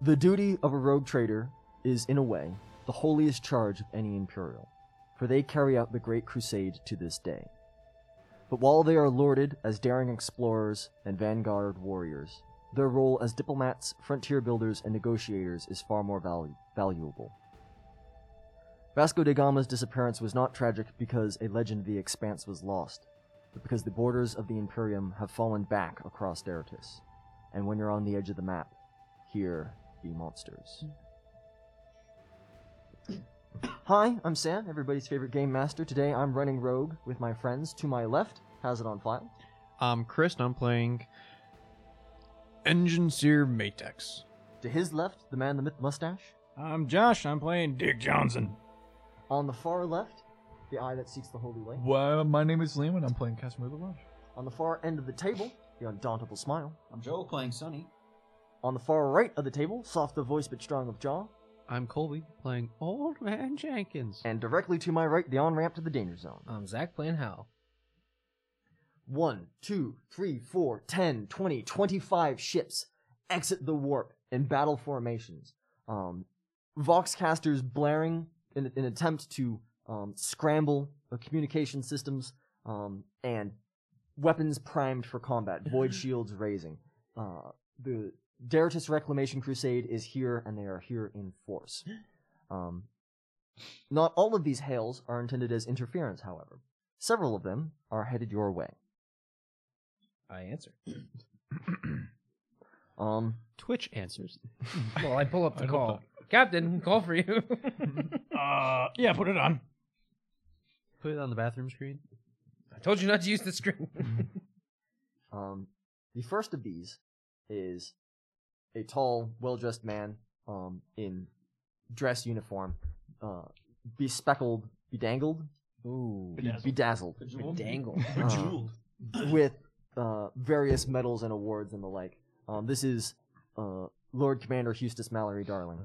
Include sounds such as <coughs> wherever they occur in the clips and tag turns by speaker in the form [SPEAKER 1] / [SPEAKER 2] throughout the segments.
[SPEAKER 1] The duty of a rogue trader is, in a way, the holiest charge of any Imperial, for they carry out the Great Crusade to this day. But while they are lauded as daring explorers and vanguard warriors, their role as diplomats, frontier builders, and negotiators is far more valu- valuable. Vasco da Gama's disappearance was not tragic because a legend of the expanse was lost, but because the borders of the Imperium have fallen back across Deratus. And when you're on the edge of the map, here be monsters. Hi, I'm Sam, everybody's favorite game master. Today I'm running Rogue with my friends. To my left, has it on file.
[SPEAKER 2] I'm Um, Chris, and I'm playing Engine Seer Matex.
[SPEAKER 1] To his left, the man, the myth, mustache.
[SPEAKER 3] I'm Josh. I'm playing Dick Johnson.
[SPEAKER 1] On the far left, the eye that seeks the holy way.
[SPEAKER 4] Well, my name is Liam, and I'm playing Casimir the Welsh.
[SPEAKER 1] On the far end of the table, the undauntable smile.
[SPEAKER 5] I'm Joel playing Sonny.
[SPEAKER 1] On the far right of the table, soft of voice but strong of jaw.
[SPEAKER 2] I'm Colby, playing Old Man Jenkins.
[SPEAKER 1] And directly to my right, the on ramp to the danger zone.
[SPEAKER 6] I'm Zach playing Hal.
[SPEAKER 1] One, two, three, four, ten, twenty, twenty-five ships exit the warp in battle formations. Um, Voxcasters blaring in an attempt to um, scramble uh, communication systems um, and weapons primed for combat, void shields raising. Uh, the Deratus Reclamation Crusade is here, and they are here in force. Um, not all of these hails are intended as interference, however. Several of them are headed your way.
[SPEAKER 6] I answer.
[SPEAKER 1] Um,
[SPEAKER 2] Twitch answers.
[SPEAKER 6] <laughs> Well, I pull up the
[SPEAKER 4] I don't
[SPEAKER 6] call. Captain, call for you.
[SPEAKER 3] Uh, yeah, put it on.
[SPEAKER 2] <laughs> Put it on the bathroom screen.
[SPEAKER 6] I told you not to use the screen.
[SPEAKER 1] um, the first of these is a tall, well-dressed man um, in dress uniform, uh, bespeckled, bedangled,
[SPEAKER 6] Ooh.
[SPEAKER 1] be- bedazzled,
[SPEAKER 6] Dangle.
[SPEAKER 1] Bejeweled. um, <clears throat> with uh, various medals and awards and the like. Um, this is uh, Lord Commander Eustace Mallory Darling,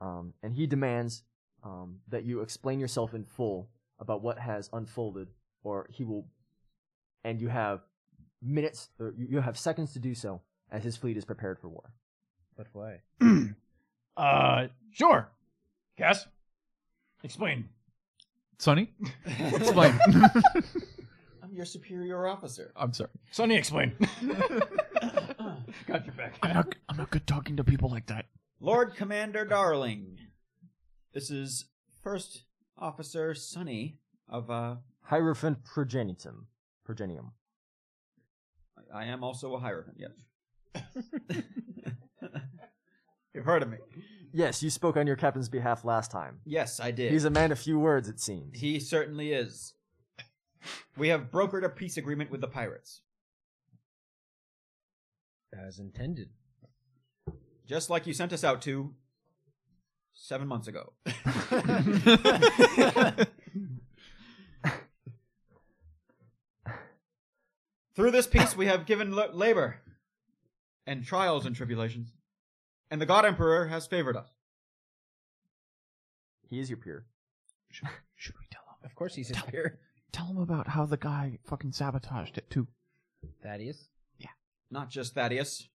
[SPEAKER 1] um, and he demands um, that you explain yourself in full about what has unfolded, or he will. And you have minutes, or you you have seconds to do so, as his fleet is prepared for war.
[SPEAKER 6] But why?
[SPEAKER 3] Uh, sure. Cass, explain.
[SPEAKER 4] Sonny?
[SPEAKER 5] <laughs>
[SPEAKER 4] Explain.
[SPEAKER 5] I'm your superior officer.
[SPEAKER 4] I'm sorry.
[SPEAKER 3] Sonny,
[SPEAKER 7] <laughs>
[SPEAKER 3] explain. Got your back.
[SPEAKER 4] I'm not, I'm not good talking to people like that.
[SPEAKER 5] Lord Commander Darling. This is First Officer Sonny of, uh,
[SPEAKER 1] Hierophant progenitum, progenium.
[SPEAKER 5] I am also a Hierophant, yes. <laughs> You've heard of me.
[SPEAKER 1] Yes, you spoke on your captain's behalf last time.
[SPEAKER 5] Yes, I did.
[SPEAKER 1] He's a man of few words, it seems.
[SPEAKER 5] he certainly is. We have brokered a peace agreement with the pirates.
[SPEAKER 6] As intended.
[SPEAKER 5] Just like you sent us out to seven months ago. <laughs> Through this peace, we have given la- labor and trials and tribulations, and the God Emperor has favored us.
[SPEAKER 1] He is your peer.
[SPEAKER 4] Should, should we tell him?
[SPEAKER 6] Of course he's here.
[SPEAKER 4] Tell him about how the guy fucking sabotaged it, too.
[SPEAKER 6] Thaddeus.
[SPEAKER 5] Not just Thaddeus.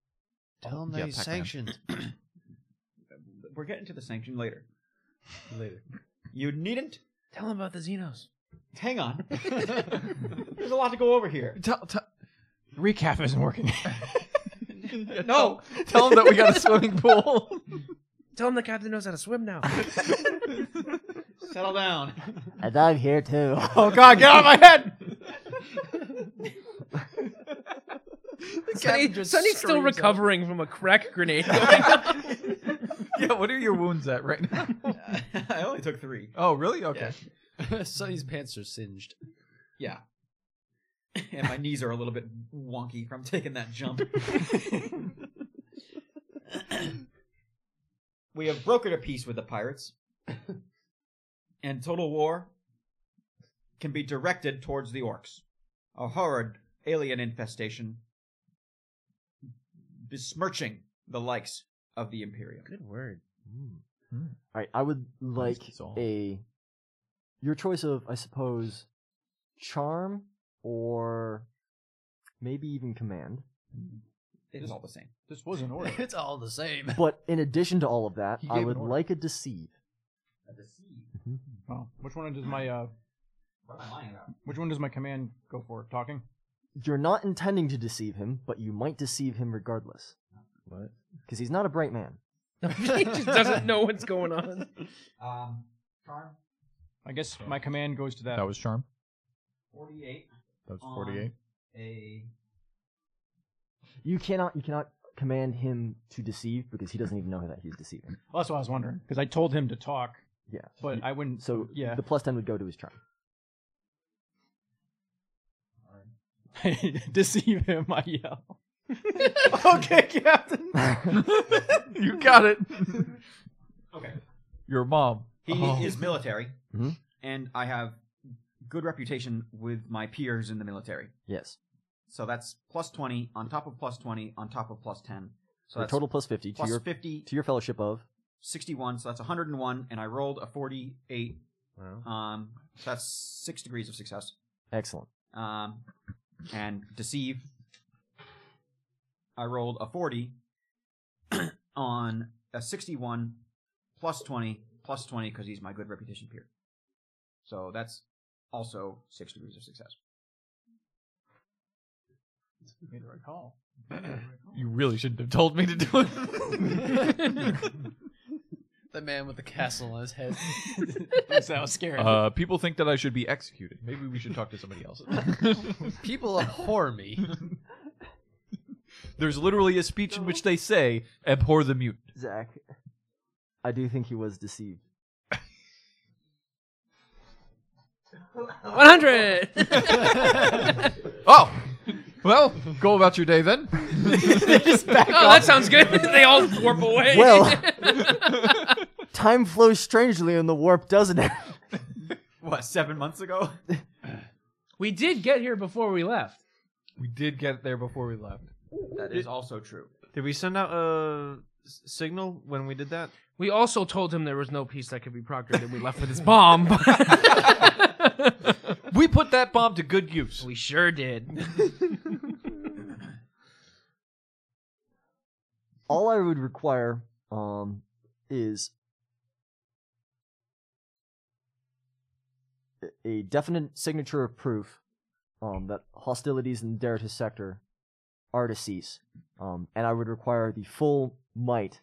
[SPEAKER 2] Tell him
[SPEAKER 4] yeah,
[SPEAKER 2] that he's
[SPEAKER 4] Pac-Man.
[SPEAKER 2] sanctioned.
[SPEAKER 5] We're getting to the sanction later.
[SPEAKER 6] Later.
[SPEAKER 5] You needn't.
[SPEAKER 6] Tell him about the Xenos.
[SPEAKER 5] Hang on. <laughs> There's a lot to go
[SPEAKER 3] <laughs>
[SPEAKER 5] over here.
[SPEAKER 4] Tell, tell,
[SPEAKER 3] Recap isn't working.
[SPEAKER 5] No.
[SPEAKER 4] tell him that we got a swimming pool.
[SPEAKER 6] Tell him the captain knows how to swim <laughs> now.
[SPEAKER 5] Settle down.
[SPEAKER 1] And I'm here <laughs> too.
[SPEAKER 4] oh, God, get out of my head!
[SPEAKER 6] Sonny, Sonny's still recovering from a <laughs> crack grenade.
[SPEAKER 4] <laughs> Yeah, what are your wounds at right
[SPEAKER 3] <laughs>
[SPEAKER 4] now?
[SPEAKER 5] <laughs> I only took three.
[SPEAKER 4] Oh, really? Okay.
[SPEAKER 2] Sonny's pants are singed.
[SPEAKER 5] Yeah. And my knees are a little bit wonky from taking that <laughs> jump. we have brokered a peace with the <laughs> pirates, and total war can be directed towards the orcs, a horrid alien infestation besmirching the likes of the Imperium.
[SPEAKER 6] Good word.
[SPEAKER 1] All right, I would like
[SPEAKER 4] Nice dissolve.
[SPEAKER 1] a your choice of, I suppose, charm or maybe even command.
[SPEAKER 5] It is all the same.
[SPEAKER 7] This was
[SPEAKER 4] <laughs>
[SPEAKER 7] an order.
[SPEAKER 8] it's all the same.
[SPEAKER 1] But in addition to all of that,
[SPEAKER 7] He
[SPEAKER 1] I
[SPEAKER 7] gave an
[SPEAKER 1] would
[SPEAKER 7] order.
[SPEAKER 1] like a deceive.
[SPEAKER 7] Oh, which one does my uh? Which one does my command go for? Talking.
[SPEAKER 1] You're not intending to deceive him, but you might deceive him regardless.
[SPEAKER 8] What?
[SPEAKER 1] Because he's not a bright man.
[SPEAKER 6] he just doesn't know what's going on.
[SPEAKER 5] Um, charm
[SPEAKER 7] I guess my command goes to that.
[SPEAKER 3] That was charm.
[SPEAKER 5] forty-eight
[SPEAKER 3] That was
[SPEAKER 5] on
[SPEAKER 3] forty-eight.
[SPEAKER 5] a
[SPEAKER 1] You cannot you cannot command him to deceive because he doesn't even know that he's deceiving.
[SPEAKER 7] Well, that's what I was wondering because I told him to talk,
[SPEAKER 1] Yeah.
[SPEAKER 7] but I wouldn't.
[SPEAKER 1] So
[SPEAKER 7] yeah.
[SPEAKER 1] the plus ten would go to his charm.
[SPEAKER 7] deceive him. I
[SPEAKER 3] <laughs>
[SPEAKER 7] yell. okay, Captain.
[SPEAKER 3] you got it.
[SPEAKER 5] okay.
[SPEAKER 3] Your mom.
[SPEAKER 5] He
[SPEAKER 3] Oh.
[SPEAKER 5] is military,
[SPEAKER 1] Mhm.
[SPEAKER 5] and I have good reputation with my peers in the military.
[SPEAKER 1] Yes.
[SPEAKER 5] So that's plus twenty on top of plus twenty on top of plus ten. So
[SPEAKER 1] Your
[SPEAKER 5] that's
[SPEAKER 1] total plus fifty
[SPEAKER 5] plus
[SPEAKER 1] to your
[SPEAKER 5] 50,
[SPEAKER 1] to your fellowship of
[SPEAKER 5] 61, So that's hundred and one, and I rolled a forty-eight.
[SPEAKER 9] Wow.
[SPEAKER 5] Um, so that's six degrees of success.
[SPEAKER 1] excellent.
[SPEAKER 5] Um, and deceive. I rolled a forty <clears throat> on a sixty-one plus twenty plus twenty because he's my good reputation peer. So that's also six degrees of success.
[SPEAKER 3] You really shouldn't have told me to do it.
[SPEAKER 8] The man with the castle on his
[SPEAKER 6] <laughs>
[SPEAKER 8] head.
[SPEAKER 7] that was scary.
[SPEAKER 3] uh, people think that I should be executed. Maybe we should talk to somebody else.
[SPEAKER 8] <laughs> People abhor me.
[SPEAKER 3] <laughs> There's literally a speech in which they say, "Abhor the mute."
[SPEAKER 1] Zach. I do think he was deceived.
[SPEAKER 6] <laughs> 100!
[SPEAKER 3] Oh, well, go about your day then.
[SPEAKER 6] oh, that sounds good. <laughs> they all warp away.
[SPEAKER 1] Well <laughs> Time flows strangely in the warp, doesn't it?
[SPEAKER 5] What seven months ago?
[SPEAKER 6] <laughs> we did get here before we left.
[SPEAKER 3] We did get there before we left.
[SPEAKER 5] That is also true.
[SPEAKER 9] Did we send out a s- signal when we did that?
[SPEAKER 6] We also told him there was no peace that could be proctored, and we left with his bomb.
[SPEAKER 3] <laughs> We put that bomb to good use.
[SPEAKER 6] we sure did.
[SPEAKER 1] All I would require um is a- a definite signature of proof um that hostilities in the Deritus sector are to cease. Um and I would require the full might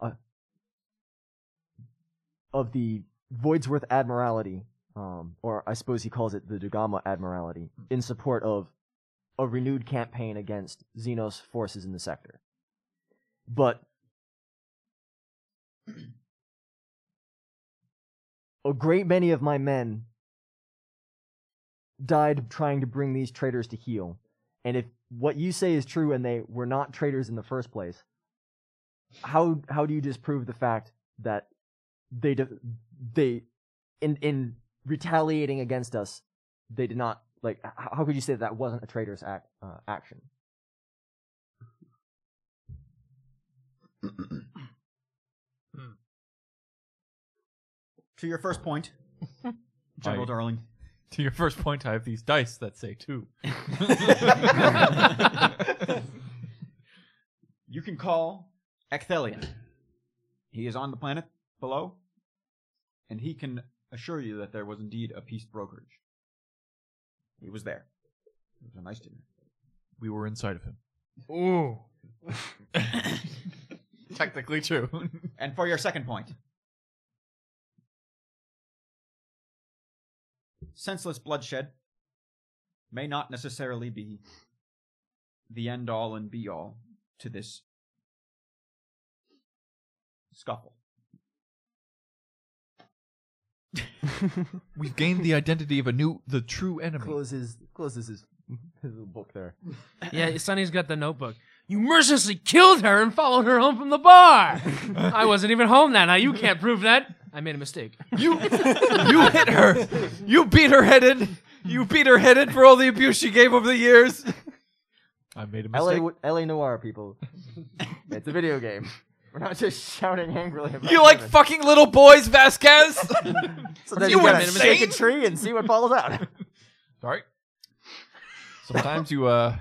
[SPEAKER 1] uh, of the Voidsworth Admiralty, um, or I suppose he calls it the Dugama Admiralty, in support of a renewed campaign against Xenos forces in the sector. But a great many of my men died trying to bring these traitors to heel. And if what you say is true and they were not traitors in the first place, how how do you disprove the fact that they de- they in in retaliating against us, they did not like h- how could you say that wasn't a traitor's act uh, action?
[SPEAKER 5] To your first point, General
[SPEAKER 3] I-
[SPEAKER 5] Darling.
[SPEAKER 3] To your first point, I have these dice that say two.
[SPEAKER 5] You can call Ecthelion. He is on the planet below, and he can assure you that there was indeed a peace brokerage. He was there. It was a nice dinner.
[SPEAKER 3] we were inside of him.
[SPEAKER 6] Ooh.
[SPEAKER 3] Technically true.
[SPEAKER 5] And for your second point, senseless bloodshed may not necessarily be the end all and be all to this scuffle.
[SPEAKER 3] We've gained the identity of a new, the true enemy.
[SPEAKER 1] Closes closes his <laughs> his little book there.
[SPEAKER 6] Yeah, Sonny's got the notebook. You mercilessly killed her and followed her home from the bar. I wasn't even home that night. You can't prove that. I made a mistake.
[SPEAKER 3] You, you hit her. You beat her head in. You beat her head in for all the abuse she gave over the years. <laughs> I made a
[SPEAKER 1] LA,
[SPEAKER 3] mistake.
[SPEAKER 1] w- LA Noir people. <laughs> it's a video game. We're not just shouting angrily about
[SPEAKER 3] you like
[SPEAKER 1] women.
[SPEAKER 3] fucking little boys, Vasquez.
[SPEAKER 1] <laughs> so then you
[SPEAKER 3] you were
[SPEAKER 1] gotta shake a
[SPEAKER 3] insane?
[SPEAKER 2] <laughs>
[SPEAKER 1] tree and see what falls out.
[SPEAKER 3] Sorry. Sometimes you uh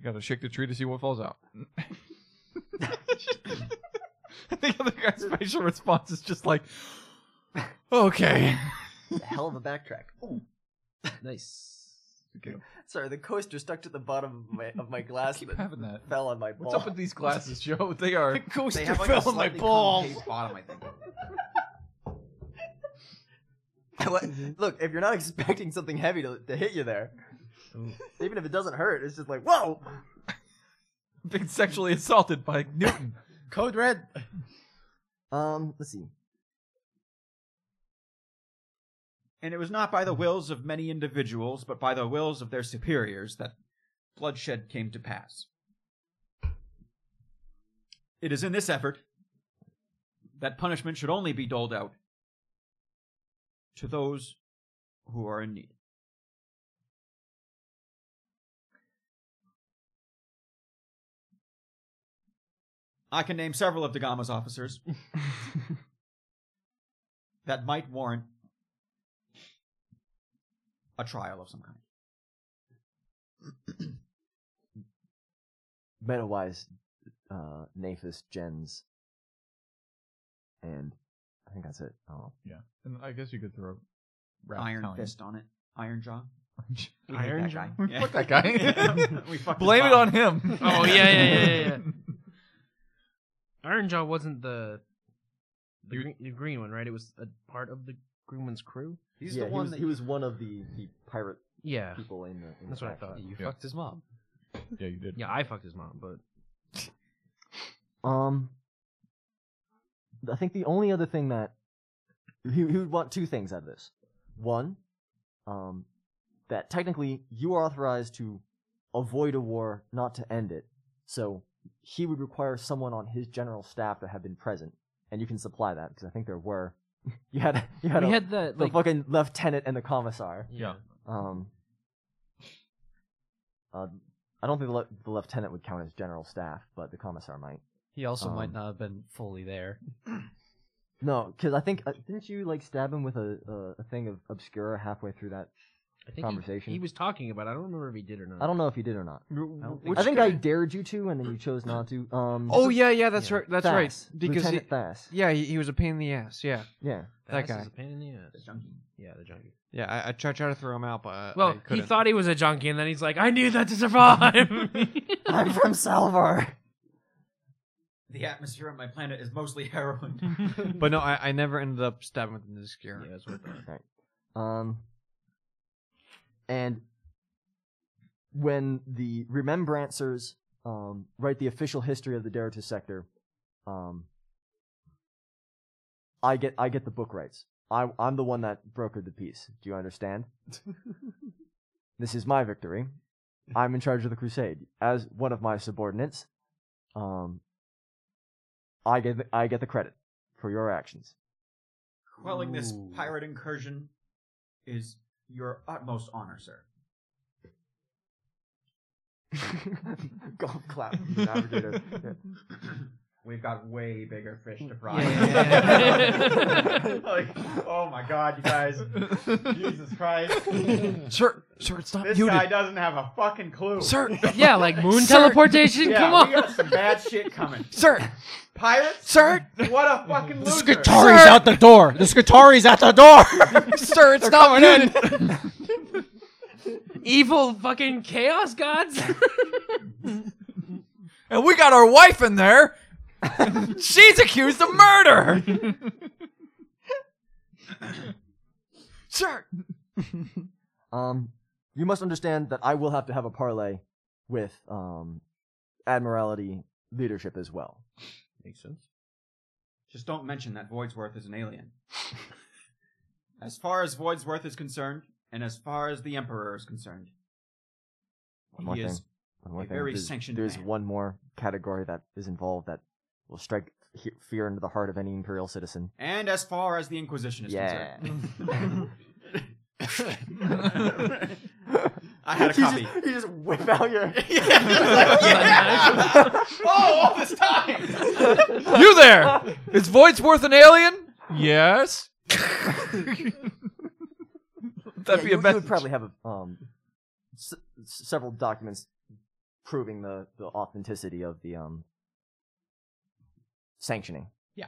[SPEAKER 3] gotta shake the tree to see what falls out. the other guy's facial response is just like, okay.
[SPEAKER 1] Hell of a backtrack.
[SPEAKER 10] Nice.
[SPEAKER 1] Sorry, the coaster stuck to the bottom of my, of
[SPEAKER 3] <laughs>
[SPEAKER 1] my glass
[SPEAKER 3] Keep
[SPEAKER 1] that
[SPEAKER 3] having that.
[SPEAKER 1] fell on my ball.
[SPEAKER 3] What's
[SPEAKER 1] <laughs>
[SPEAKER 3] up with these glasses, Joe? They are.
[SPEAKER 5] They have like a my bottom, I think.
[SPEAKER 3] <laughs>
[SPEAKER 1] What- Look, if you're not expecting something heavy to, to hit you there, even if it doesn't hurt, it's just like, whoa!
[SPEAKER 3] being sexually assaulted by
[SPEAKER 1] <laughs>
[SPEAKER 3] Newton.
[SPEAKER 10] Code red.
[SPEAKER 1] Um, let's see.
[SPEAKER 5] And it was not by the wills of many individuals, but by the wills of their superiors that bloodshed came to pass. It is in this effort that punishment should only be doled out to those who are in need. I can name several of Dagama's officers that might warrant a trial of some kind.
[SPEAKER 1] Metawise, uh, Naphis, Jens, and I think that's it. Oh.
[SPEAKER 3] Yeah, and I guess you could throw Ralph
[SPEAKER 5] Iron
[SPEAKER 3] Italian.
[SPEAKER 5] fist on it. Iron jaw. We hate
[SPEAKER 2] Iron
[SPEAKER 5] that
[SPEAKER 2] Jaw?
[SPEAKER 5] guy.
[SPEAKER 3] We
[SPEAKER 5] Yeah.
[SPEAKER 3] fucked that
[SPEAKER 10] <laughs>
[SPEAKER 3] guy. <laughs>
[SPEAKER 5] <laughs> Yeah. we
[SPEAKER 7] <laughs>
[SPEAKER 5] fucked his
[SPEAKER 3] Blame it
[SPEAKER 5] mom.
[SPEAKER 3] on
[SPEAKER 2] <laughs>
[SPEAKER 3] him.
[SPEAKER 6] Oh, yeah, yeah, yeah, yeah, yeah. Iron Jaw wasn't the the, green, the green one, right? It was a part of the green one's crew.
[SPEAKER 5] He's
[SPEAKER 1] yeah,
[SPEAKER 5] the one
[SPEAKER 1] he was,
[SPEAKER 5] that
[SPEAKER 1] he was one of the, the pirate
[SPEAKER 6] Yeah,
[SPEAKER 1] people in the. In
[SPEAKER 6] that's
[SPEAKER 1] the
[SPEAKER 6] what I
[SPEAKER 1] faction.
[SPEAKER 6] thought.
[SPEAKER 10] You
[SPEAKER 3] Yeah.
[SPEAKER 10] fucked his mom.
[SPEAKER 3] Yeah, you did.
[SPEAKER 6] Yeah, I fucked his mom, but
[SPEAKER 1] Um, I think the only other thing that he, he would want two things out of this. One, um, that technically you are authorized to avoid a war, not to end it. So he would require someone on his general staff to have been present, and you can supply that because I think there were. <laughs> You had you had,
[SPEAKER 6] we
[SPEAKER 1] a,
[SPEAKER 6] had the
[SPEAKER 1] the
[SPEAKER 6] like
[SPEAKER 1] fucking lieutenant and the commissar.
[SPEAKER 6] yeah.
[SPEAKER 1] Um, uh, I don't think the, le- the lieutenant would count as general staff, but the commissar might.
[SPEAKER 10] He also
[SPEAKER 1] Um,
[SPEAKER 10] might not have been fully there.
[SPEAKER 1] No, because I think uh, didn't you like stab him with a a, a thing of obscura halfway through that?
[SPEAKER 6] I think
[SPEAKER 1] Conversation.
[SPEAKER 6] He, he was talking about. It. I don't remember if he did or not.
[SPEAKER 1] I don't know if you did or not.
[SPEAKER 6] don't
[SPEAKER 1] I think I dared you to, and then you chose not to. Um,
[SPEAKER 2] Oh yeah, yeah, that's
[SPEAKER 6] Yeah.
[SPEAKER 2] right. That's
[SPEAKER 1] Thass,
[SPEAKER 2] right. Because he,
[SPEAKER 1] Lieutenant Thass.
[SPEAKER 2] yeah, he, he was a pain in the ass. Yeah,
[SPEAKER 1] Yeah,
[SPEAKER 2] That
[SPEAKER 6] Thass
[SPEAKER 2] guy.
[SPEAKER 6] is a pain in the
[SPEAKER 5] the
[SPEAKER 6] ass.
[SPEAKER 5] junkie.
[SPEAKER 6] Yeah, the junkie.
[SPEAKER 2] yeah. I, I tried, tried to throw him out, but I, I
[SPEAKER 6] Well, he
[SPEAKER 2] couldn't.
[SPEAKER 6] thought he was a junkie, and then he's like, "I need that to survive."
[SPEAKER 1] <laughs> I'm from Salvar.
[SPEAKER 5] The atmosphere on my planet is mostly <laughs> heroin.
[SPEAKER 2] <laughs> But no, I, I never ended up stabbing with the
[SPEAKER 6] yeah,
[SPEAKER 2] scare.
[SPEAKER 6] that's what I thought.
[SPEAKER 1] Um, and when the remembrancers um, write the official history of the Deritus sector, um, I get I get the book rights. I, I'm the one that brokered the peace. Do you understand? this is my victory. I'm in charge of the crusade as one of my subordinates. Um, I get the, I get the credit for your actions.
[SPEAKER 5] Quelling this
[SPEAKER 6] Ooh.
[SPEAKER 5] pirate incursion is your utmost honor, sir.
[SPEAKER 1] Golf clap.
[SPEAKER 5] <laughs>
[SPEAKER 1] Navigator. Yeah.
[SPEAKER 5] We've got way bigger fish to fry.
[SPEAKER 6] Yeah.
[SPEAKER 5] <laughs> like, oh my god, you guys. Jesus Christ.
[SPEAKER 2] Sir, sir, it's not
[SPEAKER 5] This
[SPEAKER 2] muted.
[SPEAKER 5] guy doesn't have a fucking clue.
[SPEAKER 2] Sir,
[SPEAKER 6] yeah, like moon
[SPEAKER 2] Sir.
[SPEAKER 6] teleportation.
[SPEAKER 5] yeah,
[SPEAKER 6] Come
[SPEAKER 5] we
[SPEAKER 6] on.
[SPEAKER 5] got some bad shit coming.
[SPEAKER 2] sir,
[SPEAKER 5] Pirates?
[SPEAKER 2] sir,
[SPEAKER 5] What a fucking loser.
[SPEAKER 2] Scutari's out the door. The Scutari's at the door.
[SPEAKER 10] Sir, it's not muted.
[SPEAKER 6] <laughs> Evil fucking chaos gods. <laughs>
[SPEAKER 10] and we got our wife in there. She's accused of murder.
[SPEAKER 2] sir.
[SPEAKER 1] Um, you must understand that I will have to have a parlay with um, Admiralty leadership as well.
[SPEAKER 6] Makes sense.
[SPEAKER 5] Just don't mention that Voidsworth is an alien. <laughs> as far as Voidsworth is concerned, and as far as the Emperor is concerned,
[SPEAKER 1] One more
[SPEAKER 5] he is.
[SPEAKER 1] thing. One more
[SPEAKER 5] a
[SPEAKER 1] thing.
[SPEAKER 5] very
[SPEAKER 1] there's,
[SPEAKER 5] sanctioned
[SPEAKER 1] There's
[SPEAKER 5] man.
[SPEAKER 1] one more category that is involved that will strike he- fear into the heart of any imperial citizen.
[SPEAKER 5] And as far as the Inquisition is
[SPEAKER 1] Yeah.
[SPEAKER 5] concerned. <laughs> I had a
[SPEAKER 1] <laughs> You
[SPEAKER 5] copy.
[SPEAKER 1] just, you just whip out
[SPEAKER 5] <laughs>
[SPEAKER 1] your. <laughs>
[SPEAKER 5] Yeah. <laughs> oh, all this time!
[SPEAKER 1] <laughs>
[SPEAKER 10] you there?
[SPEAKER 3] <laughs>
[SPEAKER 10] Is Voidsworth an alien? Yes. That'd
[SPEAKER 1] Yeah,
[SPEAKER 10] be
[SPEAKER 1] you,
[SPEAKER 10] a
[SPEAKER 1] you
[SPEAKER 10] message.
[SPEAKER 1] would probably have a, um, s- s- several documents proving the, the authenticity of the um sanctioning.
[SPEAKER 6] Yeah.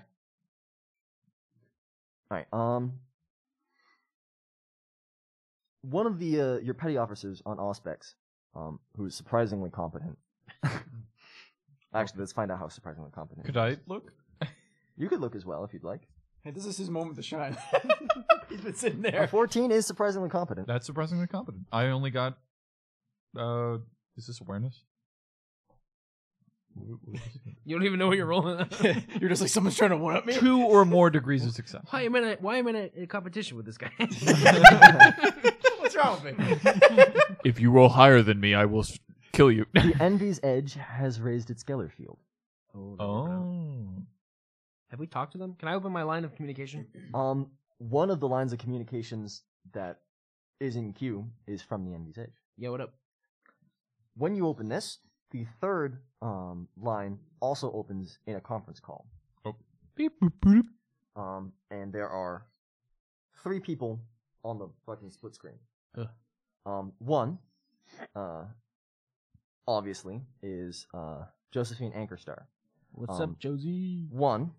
[SPEAKER 1] All right. Um. One of the uh, your petty officers on Auspex, um, who is surprisingly competent. Actually, let's find out how surprisingly competent.
[SPEAKER 3] Could I look?
[SPEAKER 1] You could look as well if you'd like.
[SPEAKER 7] Hey, this is his moment to shine.
[SPEAKER 2] <laughs>
[SPEAKER 7] <laughs> He's been sitting
[SPEAKER 1] A
[SPEAKER 7] there.
[SPEAKER 1] Fourteen is surprisingly
[SPEAKER 3] <laughs>
[SPEAKER 1] competent.
[SPEAKER 3] That's surprisingly competent. I only got. Uh, is this awareness?
[SPEAKER 6] You don't even know what you're rolling.
[SPEAKER 7] You're just like someone's trying to one up me.
[SPEAKER 3] Two or more degrees of success.
[SPEAKER 6] why am I? in a- Why am I in a- in a competition with this guy?
[SPEAKER 7] What's wrong with me?
[SPEAKER 3] If you roll higher than me, I will s- kill you.
[SPEAKER 1] The Envy's Edge has raised its Geller field.
[SPEAKER 3] oh.
[SPEAKER 6] Have we talked to them? Can I open my line of communication?
[SPEAKER 1] Um, one of the lines of communications that is in queue is from the Envy's Edge.
[SPEAKER 6] Yeah, what up?
[SPEAKER 1] When you open this, the third um, line also opens in a conference call.
[SPEAKER 6] Oh.
[SPEAKER 1] Um, and there are three people on the fucking split screen. Um, one, uh, obviously, is uh, Josephine Anchorstar.
[SPEAKER 6] What's
[SPEAKER 1] Um,
[SPEAKER 6] up, Josie?
[SPEAKER 1] One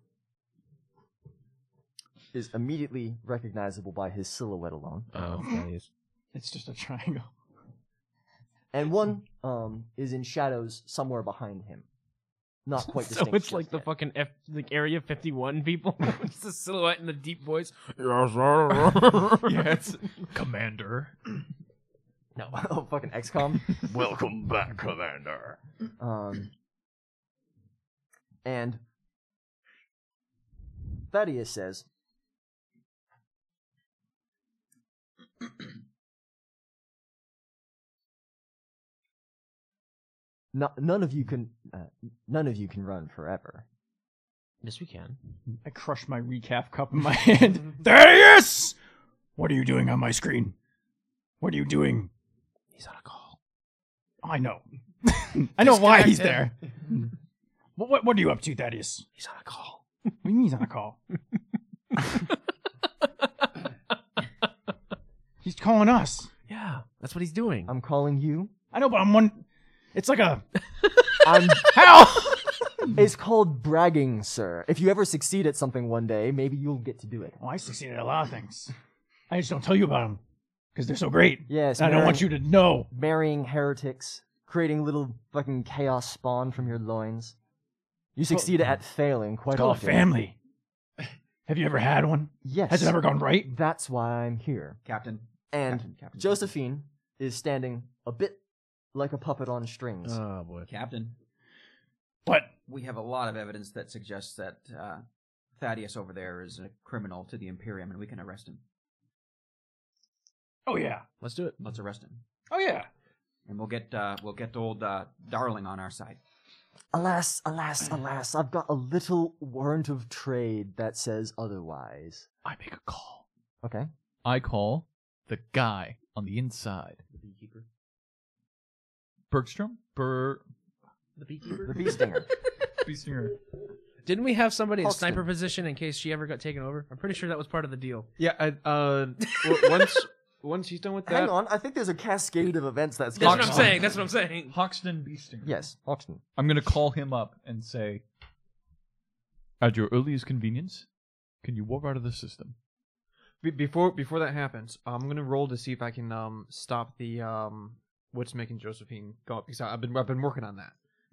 [SPEAKER 1] is immediately recognizable by his silhouette alone.
[SPEAKER 7] It's just a triangle.
[SPEAKER 1] and one um is in shadows somewhere behind him. Not quite
[SPEAKER 6] <laughs> <laughs> so
[SPEAKER 1] distinct.
[SPEAKER 6] it's
[SPEAKER 1] just
[SPEAKER 6] like the
[SPEAKER 1] yet.
[SPEAKER 6] fucking F, like Area 51 <laughs> people. it's the silhouette and the deep <laughs> voice.
[SPEAKER 3] <laughs> yes. Commander.
[SPEAKER 1] no, <laughs> oh, fucking XCOM.
[SPEAKER 2] Welcome <laughs> back, Commander.
[SPEAKER 7] <clears throat>
[SPEAKER 1] Um, and Thaddeus says, "No- "None of you can, uh, none of you can run forever."
[SPEAKER 6] Yes, we can.
[SPEAKER 7] I crush my recap cup in my <laughs> hand. Thaddeus! What are you doing on my screen? What are you doing? He's on a call. I know. <laughs> I know why he's there. <laughs> what, what, what are you up to, Thaddeus? He's on a call. What do you mean he's on a <laughs> call? he's calling us.
[SPEAKER 6] Yeah, that's what he's doing.
[SPEAKER 1] I'm calling you.
[SPEAKER 7] I know, but I'm one. It's like a. <laughs>
[SPEAKER 1] I'm
[SPEAKER 7] How?
[SPEAKER 1] It's called bragging, sir. If you ever succeed at something one day, maybe you'll get to do it.
[SPEAKER 7] Oh, I succeeded at a lot of things. I just don't tell you about them because they're so great.
[SPEAKER 1] Yes,
[SPEAKER 7] And I don't want you to know.
[SPEAKER 1] marrying heretics, creating little fucking chaos spawn from your loins. You succeed at failing quite
[SPEAKER 7] mm. Call a
[SPEAKER 1] often.
[SPEAKER 7] family. Have you ever had one?
[SPEAKER 1] Yes.
[SPEAKER 7] Has it ever gone right?
[SPEAKER 1] That's why I'm here.
[SPEAKER 5] Captain.
[SPEAKER 1] And
[SPEAKER 5] Captain, Captain.
[SPEAKER 1] Josephine is standing a bit like a puppet on strings.
[SPEAKER 7] Uh.
[SPEAKER 2] Oh boy.
[SPEAKER 5] Captain,
[SPEAKER 7] But
[SPEAKER 5] we have a lot of evidence that suggests that uh, Thaddeus over there is a criminal to the Imperium, and we can arrest him.
[SPEAKER 7] oh yeah,
[SPEAKER 6] Let's do it.
[SPEAKER 5] Let's arrest him,
[SPEAKER 7] oh yeah.
[SPEAKER 5] and we'll get uh, we'll get old uh, Darling on our side.
[SPEAKER 1] alas, alas, alas, I've got a little warrant of trade that says otherwise.
[SPEAKER 3] I make a call.
[SPEAKER 1] Okay.
[SPEAKER 3] I call the guy on the inside. The beekeeper. Bergstrom? Ber.
[SPEAKER 6] The beekeeper.
[SPEAKER 1] The
[SPEAKER 7] <laughs>
[SPEAKER 1] bee stinger.
[SPEAKER 3] Beestinger.
[SPEAKER 6] Didn't we have somebody in
[SPEAKER 1] Hoxton.
[SPEAKER 6] sniper position in case she ever got taken over? I'm pretty sure that was part of the deal.
[SPEAKER 2] <laughs> Yeah. I, uh.
[SPEAKER 3] <laughs>
[SPEAKER 2] w- once. Once he's done with that.
[SPEAKER 1] Hang on, I think there's a cascade of events that's
[SPEAKER 6] That's what I'm
[SPEAKER 3] Hoxton.
[SPEAKER 6] saying. That's what I'm saying.
[SPEAKER 3] Hoxton Beestinger.
[SPEAKER 1] Yes, Hoxton.
[SPEAKER 3] I'm going to call him up and say, at your earliest convenience, can you warp out of the system?
[SPEAKER 2] Be- before before that happens, I'm gonna roll to see if I can um stop the um what's making Josephine go up because I- I've been I've been working on that,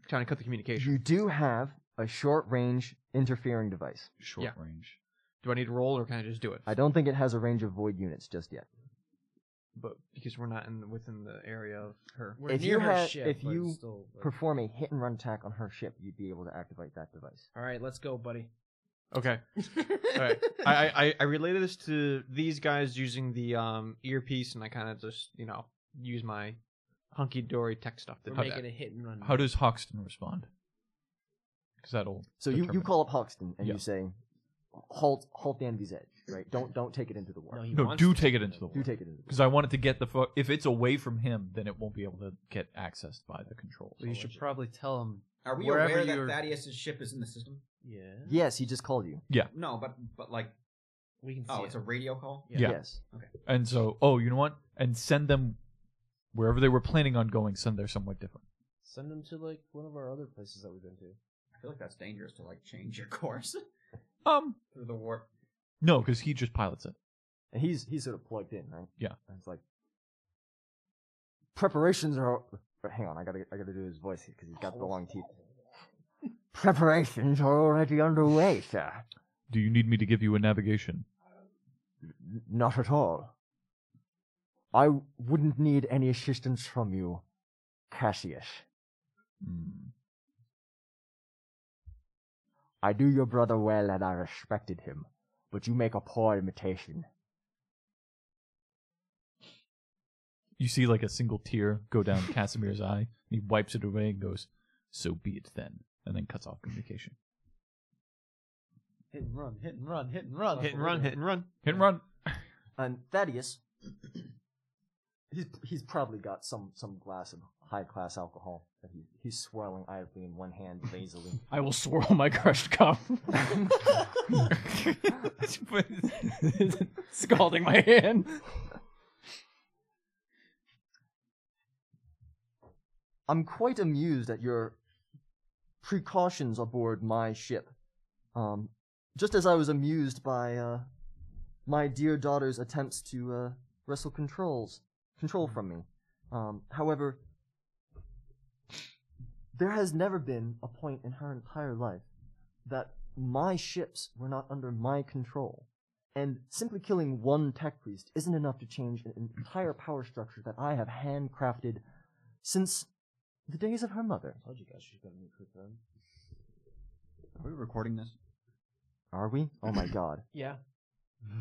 [SPEAKER 2] trying to cut the communication.
[SPEAKER 1] You do have a short range interfering device.
[SPEAKER 3] Short
[SPEAKER 2] Yeah.
[SPEAKER 3] range.
[SPEAKER 2] Do I need to roll or can I just do it?
[SPEAKER 1] I don't think it has a range of void units just yet.
[SPEAKER 2] but because we're not in within the area of her.
[SPEAKER 6] We're
[SPEAKER 1] If
[SPEAKER 6] near
[SPEAKER 1] you
[SPEAKER 6] her
[SPEAKER 1] had-
[SPEAKER 6] ship,
[SPEAKER 1] if
[SPEAKER 6] but
[SPEAKER 1] you
[SPEAKER 6] it's still, like-
[SPEAKER 1] Perform a hit and run attack on her ship, you'd be able to activate that device.
[SPEAKER 6] all right, let's
[SPEAKER 11] <laughs>
[SPEAKER 6] go, buddy.
[SPEAKER 2] Okay. All right. I, I- I I related this to these guys using the um earpiece, and I kind of just you know use my hunky dory tech stuff to
[SPEAKER 6] We're
[SPEAKER 2] do
[SPEAKER 6] making
[SPEAKER 2] that.
[SPEAKER 6] a hit and run.
[SPEAKER 3] How does Hoxton respond? Because that'll.
[SPEAKER 1] So you, you
[SPEAKER 3] determine.
[SPEAKER 1] call up Hoxton and
[SPEAKER 3] Yeah.
[SPEAKER 1] you say, "Halt! Halt the Envy's Edge! Right? Don't don't take it into the war.
[SPEAKER 6] No, he
[SPEAKER 3] No,
[SPEAKER 6] wants
[SPEAKER 3] do
[SPEAKER 6] to.
[SPEAKER 3] take it into the
[SPEAKER 1] do
[SPEAKER 3] war.
[SPEAKER 1] take it into the
[SPEAKER 3] Because I want it to get the. Fu- if it's away from him, then it won't be able to get accessed by the controls.
[SPEAKER 2] Well, you should probably tell him.
[SPEAKER 5] Are we
[SPEAKER 2] Wherever
[SPEAKER 5] aware that
[SPEAKER 2] you're-
[SPEAKER 5] Thaddeus's ship is in the system?
[SPEAKER 6] Yeah,
[SPEAKER 1] war." Yes, he just called you.
[SPEAKER 5] No, but but like,
[SPEAKER 6] we can see.
[SPEAKER 5] oh,
[SPEAKER 6] it.
[SPEAKER 5] it's a radio call.
[SPEAKER 3] Yeah.
[SPEAKER 1] Yes.
[SPEAKER 3] And so, oh, you know what? And send them wherever they were planning on going. Send there somewhat different.
[SPEAKER 11] Send them to like one of our other places that we've been to.
[SPEAKER 5] I feel like that's dangerous to like change your <laughs> course
[SPEAKER 3] Um,
[SPEAKER 5] through the warp.
[SPEAKER 3] no, because he just pilots it.
[SPEAKER 1] And he's he's sort of plugged in, right?
[SPEAKER 3] Yeah.
[SPEAKER 1] And it's like preparations are. but Hang on, I gotta I gotta do his voice because he's got the long teeth.
[SPEAKER 6] <laughs>
[SPEAKER 1] Preparations are already underway, sir.
[SPEAKER 3] Do you need me to give you a navigation?
[SPEAKER 1] N- Not at all. I wouldn't need any assistance from you, Cassius.
[SPEAKER 3] Hmm.
[SPEAKER 1] I knew your brother well and I respected him, but you make a poor imitation.
[SPEAKER 3] You see, like a single tear go down <laughs> Casimir's eye. And he wipes it away and goes, "So be it then," and then cuts off communication.
[SPEAKER 11] Hit and run, hit and run, hit and run.
[SPEAKER 2] Hit and run, hit and run.
[SPEAKER 3] Hit and run.
[SPEAKER 1] And Thaddeus, <clears throat> he's he's probably got some some glass of high class alcohol that he, he's swirling idly in one hand <laughs> lazily.
[SPEAKER 7] I will swirl my <laughs> crushed cup, scalding my hand.
[SPEAKER 1] I'm quite amused at your precautions aboard my ship. Um, just as I was amused by uh, my dear daughter's attempts to uh, wrestle controls control from me. Um, however, there has never been a point in her entire life that my ships were not under my control. And simply killing one tech priest isn't enough to change an entire power structure that I have handcrafted since the days of her mother.
[SPEAKER 11] told you guys she's gonna meet with them.
[SPEAKER 5] Are we recording this?
[SPEAKER 1] Are we? Oh
[SPEAKER 7] <laughs>
[SPEAKER 1] my god.
[SPEAKER 11] Yeah.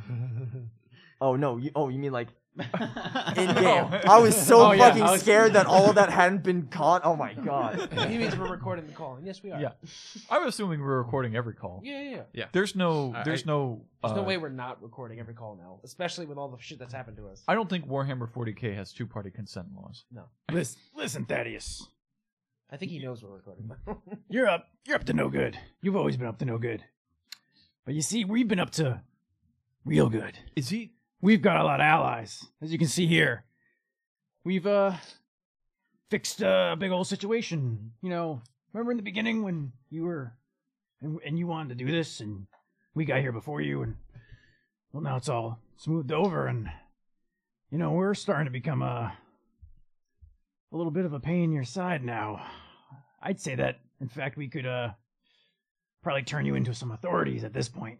[SPEAKER 6] <laughs>
[SPEAKER 1] Oh no, you, oh you mean
[SPEAKER 7] <laughs>
[SPEAKER 1] like in
[SPEAKER 5] <laughs> <laughs> In
[SPEAKER 1] game. I was so
[SPEAKER 7] Oh, yeah,
[SPEAKER 1] fucking
[SPEAKER 7] I was-
[SPEAKER 1] scared that all
[SPEAKER 7] <laughs>
[SPEAKER 1] of that hadn't been caught. Oh my god.
[SPEAKER 11] he means we're recording the call. And yes, we are.
[SPEAKER 3] Yeah, I'm assuming we're recording every call.
[SPEAKER 11] Yeah, yeah. yeah.
[SPEAKER 3] There's no,
[SPEAKER 2] I-
[SPEAKER 3] there's
[SPEAKER 2] I-
[SPEAKER 3] no,
[SPEAKER 11] There's no
[SPEAKER 3] uh,
[SPEAKER 11] way we're not recording every call now, especially with all the shit that's happened to us.
[SPEAKER 3] I don't think Warhammer 40k has two-party consent laws.
[SPEAKER 7] Listen, listen, Thaddeus,
[SPEAKER 11] I think he knows we're <laughs> recording.
[SPEAKER 7] you're up. You're up to no good. You've always been up to no good. But you see, we've been up to real good.
[SPEAKER 3] Is he?
[SPEAKER 7] We've got a lot of allies, as you can see here. We've uh fixed uh, a big old situation. You know, remember in the beginning when you were and, and you wanted to do this, and we got here before you, and well, now it's all smoothed over, and you know we're starting to become a a little bit of a pain in your side now. I'd say that, in fact, we could uh probably turn you into some authorities at this point.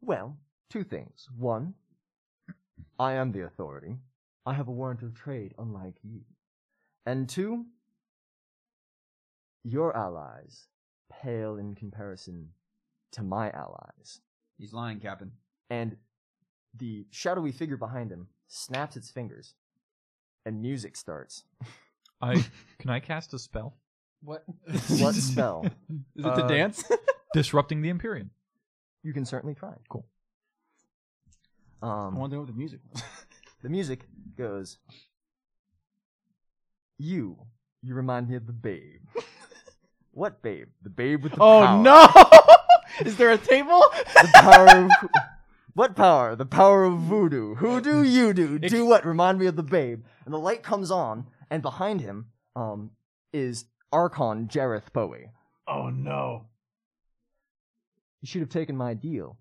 [SPEAKER 1] Well, two things. One, I am the authority. I have a warrant of trade, unlike you. And two, your allies pale in comparison to my allies.
[SPEAKER 5] He's lying, Captain.
[SPEAKER 1] and the shadowy figure behind him snaps its fingers, and music starts.
[SPEAKER 3] I can I cast a spell?
[SPEAKER 11] what?
[SPEAKER 1] What spell?
[SPEAKER 7] Is
[SPEAKER 3] it to Uh,
[SPEAKER 7] dance?
[SPEAKER 3] Disrupting the Empyrean.
[SPEAKER 1] You can certainly try.
[SPEAKER 3] Cool.
[SPEAKER 1] Um,
[SPEAKER 7] to know what the music was.
[SPEAKER 1] the music goes. You, you remind me of
[SPEAKER 11] <laughs>
[SPEAKER 1] the babe. what babe? The babe with the
[SPEAKER 11] Oh,
[SPEAKER 1] power.
[SPEAKER 7] no! Is there a table?
[SPEAKER 1] The power. Of, what power? The power of voodoo. Who do you do? Do what? Remind me of the babe. And the light comes on, and behind him, um, is Archon Jareth Bowie.
[SPEAKER 7] Oh no.
[SPEAKER 1] You should have taken my deal.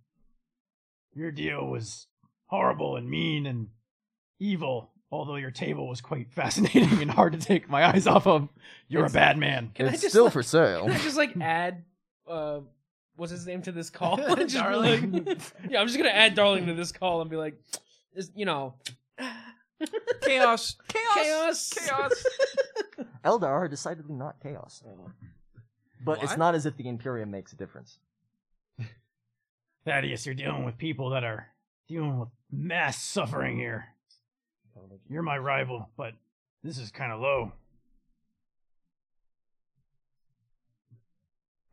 [SPEAKER 7] Your deal was horrible and mean and evil, although your table was quite <laughs> fascinating and hard to take my eyes off of. You're a bad man.
[SPEAKER 11] Can I
[SPEAKER 10] it's
[SPEAKER 11] just
[SPEAKER 10] still
[SPEAKER 11] like,
[SPEAKER 10] for sale.
[SPEAKER 11] <laughs> Can I just like add, uh, what's his name to this <laughs> call? And just be
[SPEAKER 7] Darling.
[SPEAKER 11] like- yeah, I'm just gonna add darling to this call and be like, is- you <laughs> know,
[SPEAKER 4] Chaos.
[SPEAKER 11] chaos, <laughs>
[SPEAKER 4] Chaos.
[SPEAKER 1] Eldar are decidedly not chaos. But it's
[SPEAKER 4] What?
[SPEAKER 1] not as if the Imperium makes a difference.
[SPEAKER 7] Thaddeus, you're dealing with people that are dealing with mass suffering here. You're my rival, but this is kind of low.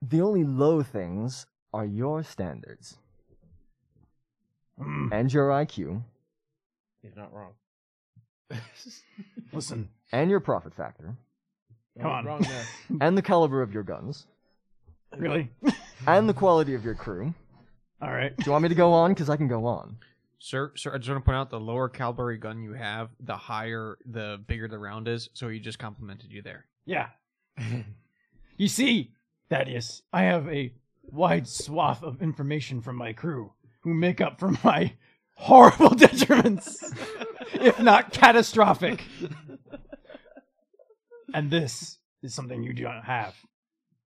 [SPEAKER 1] The only low things are your standards
[SPEAKER 7] Mm,
[SPEAKER 1] and your IQ
[SPEAKER 11] You're not wrong.
[SPEAKER 7] listen,
[SPEAKER 1] and your profit factor
[SPEAKER 7] come on.
[SPEAKER 11] Wrong there.
[SPEAKER 1] and the caliber of your guns
[SPEAKER 7] <laughs> Really?
[SPEAKER 1] and the quality of your crew.
[SPEAKER 7] All right.
[SPEAKER 1] Do you want me to go on? Because I can go on.
[SPEAKER 2] Sir, sir, I just want to point out the lower caliber gun you have, the higher, the bigger the round is. So he just complimented you there.
[SPEAKER 7] Yeah. you see, Thaddeus, I have a wide swath of information from my crew who make up for my horrible <laughs> detriments, if not catastrophic. And this is something you do not have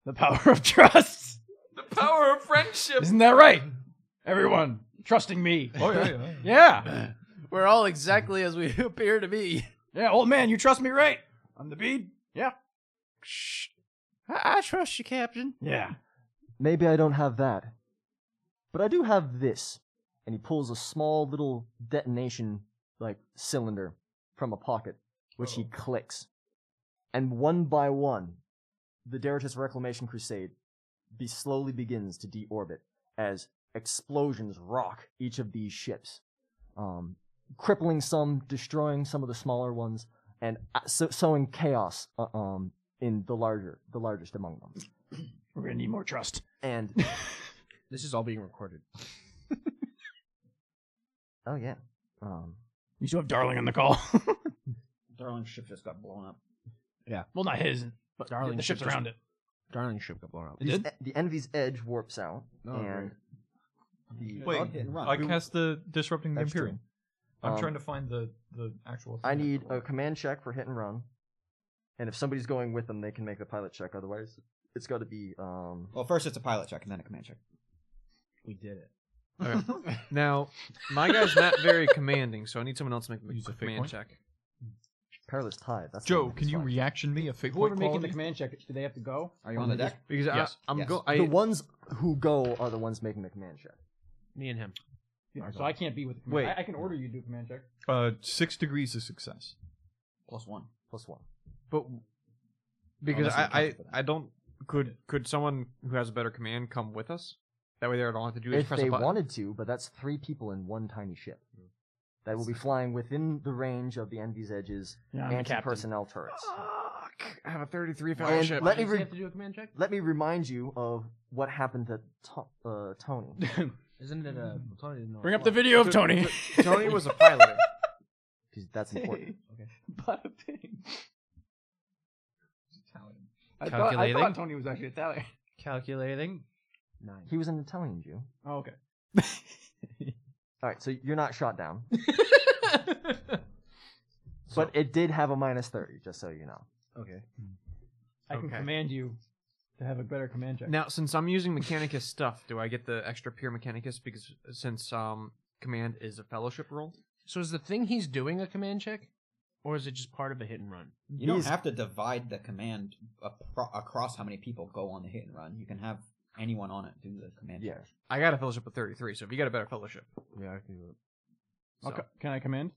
[SPEAKER 7] the power of trust.
[SPEAKER 4] The power of friendship.
[SPEAKER 7] Isn't that right? Everyone trusting me.
[SPEAKER 3] Oh yeah,
[SPEAKER 2] <laughs>
[SPEAKER 3] yeah.
[SPEAKER 7] Yeah.
[SPEAKER 10] We're all exactly as we <laughs> appear to be.
[SPEAKER 7] Yeah, old man, you trust me, right? I'm the bead. Yeah.
[SPEAKER 10] I, I trust you, Captain.
[SPEAKER 7] Yeah.
[SPEAKER 1] Maybe I don't have that. But I do have this. And he pulls a small little detonation, like, cylinder from a pocket, which he clicks. And one by one, the Deritus Reclamation Crusade be- slowly begins to deorbit as explosions rock each of these ships, um, crippling some, destroying some of the smaller ones, and uh, so- sowing chaos uh, um, in the larger, the largest among them.
[SPEAKER 7] We're going to need more trust.
[SPEAKER 1] And <laughs>
[SPEAKER 10] This is all being recorded.
[SPEAKER 1] oh yeah, um,
[SPEAKER 7] You still have Darling on the call. <laughs>
[SPEAKER 5] Darling ship just got blown up.
[SPEAKER 7] well, not his, but
[SPEAKER 10] Darling
[SPEAKER 7] the ships
[SPEAKER 10] should just-
[SPEAKER 7] around it.
[SPEAKER 10] Darling ship got blown up.
[SPEAKER 1] the- e, the Envy's Edge warps out,
[SPEAKER 10] Oh,
[SPEAKER 1] and
[SPEAKER 5] The
[SPEAKER 3] Wait,
[SPEAKER 5] run- run.
[SPEAKER 3] I cast the disrupting the
[SPEAKER 1] That's true.
[SPEAKER 3] Imperium. I'm
[SPEAKER 1] Um,
[SPEAKER 3] trying to find the the actual.
[SPEAKER 1] I
[SPEAKER 3] thing.
[SPEAKER 1] need a command check for hit and run. And if somebody's going with them, they can make the pilot check. Otherwise, it's got to be um,
[SPEAKER 5] Well, first it's a pilot check and then a command check.
[SPEAKER 10] We did it.
[SPEAKER 2] Now, my guy's not very commanding, so I need someone else to make
[SPEAKER 3] Use
[SPEAKER 2] the
[SPEAKER 3] a fake
[SPEAKER 2] command
[SPEAKER 3] one?
[SPEAKER 2] check.
[SPEAKER 1] perilous tide. That's
[SPEAKER 3] Joe,
[SPEAKER 1] not-
[SPEAKER 3] can you
[SPEAKER 1] that's fine.
[SPEAKER 3] reaction me a fake
[SPEAKER 7] Whoever
[SPEAKER 3] point
[SPEAKER 7] making the
[SPEAKER 3] quality?
[SPEAKER 7] command check, do they have to go?
[SPEAKER 5] Are you on the deck?
[SPEAKER 2] Because
[SPEAKER 3] Yes.
[SPEAKER 2] I, I'm
[SPEAKER 5] Yes.
[SPEAKER 2] go.
[SPEAKER 1] The
[SPEAKER 2] I,
[SPEAKER 1] ones who go are the ones making the command check.
[SPEAKER 6] Me and him.
[SPEAKER 7] Yeah, so I can't be with the command.
[SPEAKER 2] Wait.
[SPEAKER 7] I, I can order you to do a command check.
[SPEAKER 3] Uh, six degrees of success.
[SPEAKER 5] Plus one.
[SPEAKER 1] Plus one.
[SPEAKER 2] but because
[SPEAKER 5] Unless I'm
[SPEAKER 2] I, I,
[SPEAKER 5] comfortable.
[SPEAKER 2] I don't. Could could someone who has a better command come with us? That way, they don't have to do is
[SPEAKER 1] If
[SPEAKER 2] press
[SPEAKER 1] they
[SPEAKER 2] a button.
[SPEAKER 1] wanted to, but that's three people in one tiny ship that will be flying within the range of the Envy's Edge's
[SPEAKER 7] Yeah, I'm the captain.
[SPEAKER 1] anti-personnel turrets.
[SPEAKER 2] Fuck! I have a 33
[SPEAKER 1] And let me
[SPEAKER 6] Does he
[SPEAKER 1] re-
[SPEAKER 6] have to do a command check?
[SPEAKER 1] let me remind you of what happened to To- uh, Tony.
[SPEAKER 6] Isn't it a? Tony didn't know
[SPEAKER 7] Bring
[SPEAKER 6] it
[SPEAKER 7] up the
[SPEAKER 6] was.
[SPEAKER 7] video of Tony.
[SPEAKER 4] Tony was a pilot.
[SPEAKER 1] 'cause that's important.
[SPEAKER 7] <laughs> Bada bing. Italian. I thought, I
[SPEAKER 4] Calculating.
[SPEAKER 7] thought Tony was actually Italian.
[SPEAKER 11] <laughs>
[SPEAKER 4] Calculating.
[SPEAKER 1] He was an Italian Jew.
[SPEAKER 7] Oh, okay.
[SPEAKER 1] All right, so you're not shot down. But it did have a minus 30, just so you know.
[SPEAKER 10] Okay.
[SPEAKER 7] I can
[SPEAKER 2] Okay.
[SPEAKER 7] command you to have a better command check.
[SPEAKER 2] Now, since I'm using Mechanicus stuff, do I get the extra pure Mechanicus because since um command is a fellowship role?
[SPEAKER 6] So is the thing he's doing a command check, or is it just part of a hit and run?
[SPEAKER 5] You don't
[SPEAKER 1] He's-
[SPEAKER 5] have to divide the command apro- across how many people go on the hit and run. You can have anyone on it do the command.
[SPEAKER 1] Yeah.
[SPEAKER 5] check.
[SPEAKER 2] I got a fellowship of 33, so if you got a better fellowship,
[SPEAKER 10] Yeah, I can do it.
[SPEAKER 2] so.
[SPEAKER 7] Okay, Can I command?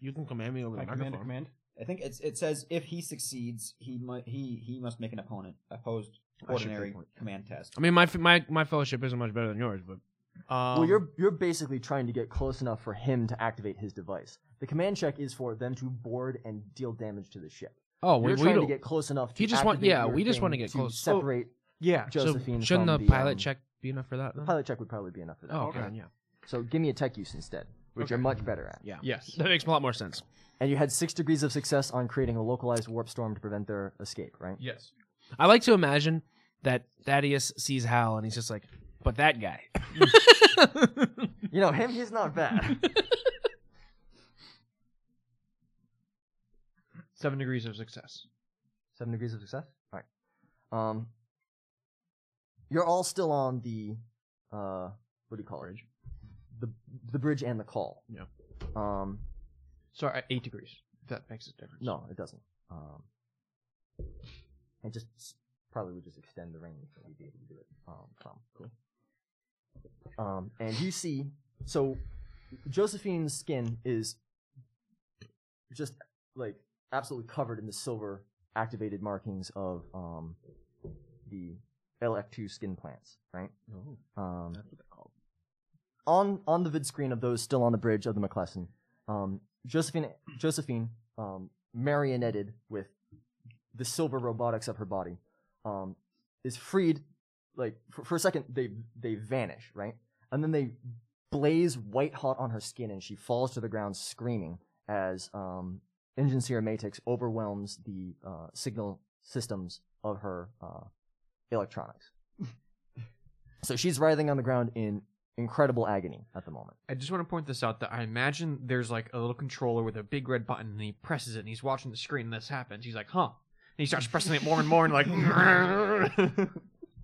[SPEAKER 10] You can command me over the
[SPEAKER 7] I command a
[SPEAKER 10] microphone.
[SPEAKER 7] command.
[SPEAKER 5] I think it's it says if he succeeds, he might he he must make an opponent opposed ordinary command test. <laughs>
[SPEAKER 6] I mean, my my my fellowship isn't much better than yours, but
[SPEAKER 2] Um,
[SPEAKER 1] well, you're you're basically trying to get close enough for him to activate his device. The command check is for them to board and deal damage to the ship.
[SPEAKER 6] oh,
[SPEAKER 1] We're
[SPEAKER 6] we, we
[SPEAKER 1] trying to
[SPEAKER 6] don't.
[SPEAKER 1] get close enough. To
[SPEAKER 6] He just want-
[SPEAKER 1] activate
[SPEAKER 6] yeah,
[SPEAKER 1] your
[SPEAKER 6] we just
[SPEAKER 1] thing
[SPEAKER 6] wanna get
[SPEAKER 1] to
[SPEAKER 6] close. Oh,
[SPEAKER 1] Separate
[SPEAKER 2] yeah.
[SPEAKER 1] Josephine.
[SPEAKER 6] so shouldn't
[SPEAKER 1] from
[SPEAKER 6] the pilot
[SPEAKER 1] um,
[SPEAKER 6] check be enough for that? Then?
[SPEAKER 1] Pilot check would probably be enough for that.
[SPEAKER 6] oh, okay. yeah,
[SPEAKER 1] So give me a tech use instead, which you're much better at.
[SPEAKER 6] yeah,
[SPEAKER 2] Yes.
[SPEAKER 6] That makes a lot more sense.
[SPEAKER 1] And you had six degrees of success on creating a localized warp storm to prevent their escape,
[SPEAKER 6] <laughs>
[SPEAKER 1] right?
[SPEAKER 3] Yes.
[SPEAKER 6] I like to imagine that Thaddeus sees Hal and he's just like, but that guy.
[SPEAKER 1] You know him; he's not bad.
[SPEAKER 6] <laughs>
[SPEAKER 2] Seven degrees of success.
[SPEAKER 1] Seven degrees of success. All right. Um, you're all still on the uh, what do you call it? Bridge. The the bridge and the call.
[SPEAKER 2] Yeah.
[SPEAKER 1] Um,
[SPEAKER 2] Sorry, uh, eight degrees. If that makes a difference.
[SPEAKER 1] <laughs> no, it doesn't. Um, and just probably would just extend the range that we'd be able to do it um, from. Cool. Um, and you see, so Josephine's skin is just like absolutely covered in the silver activated markings of um, the LF2 skin plants, right? um, that's what they're called. On on the vid screen of those still on the bridge of the McClellan, um, Josephine Josephine um, marionetted with the silver robotics of her body um, is freed. Like for, for a second, they they vanish, right, and then they blaze white hot on her skin, and she falls to the ground screaming as um, Engine Seer Matix overwhelms the uh, signal systems of her uh, electronics. <laughs> so she's writhing on the ground in incredible agony at the moment.
[SPEAKER 2] I just want to point this out that I imagine there's like a little controller with a big red button and he presses it and he's watching the screen and this happens. He's like, huh. And he starts pressing it more and more and like
[SPEAKER 6] <laughs>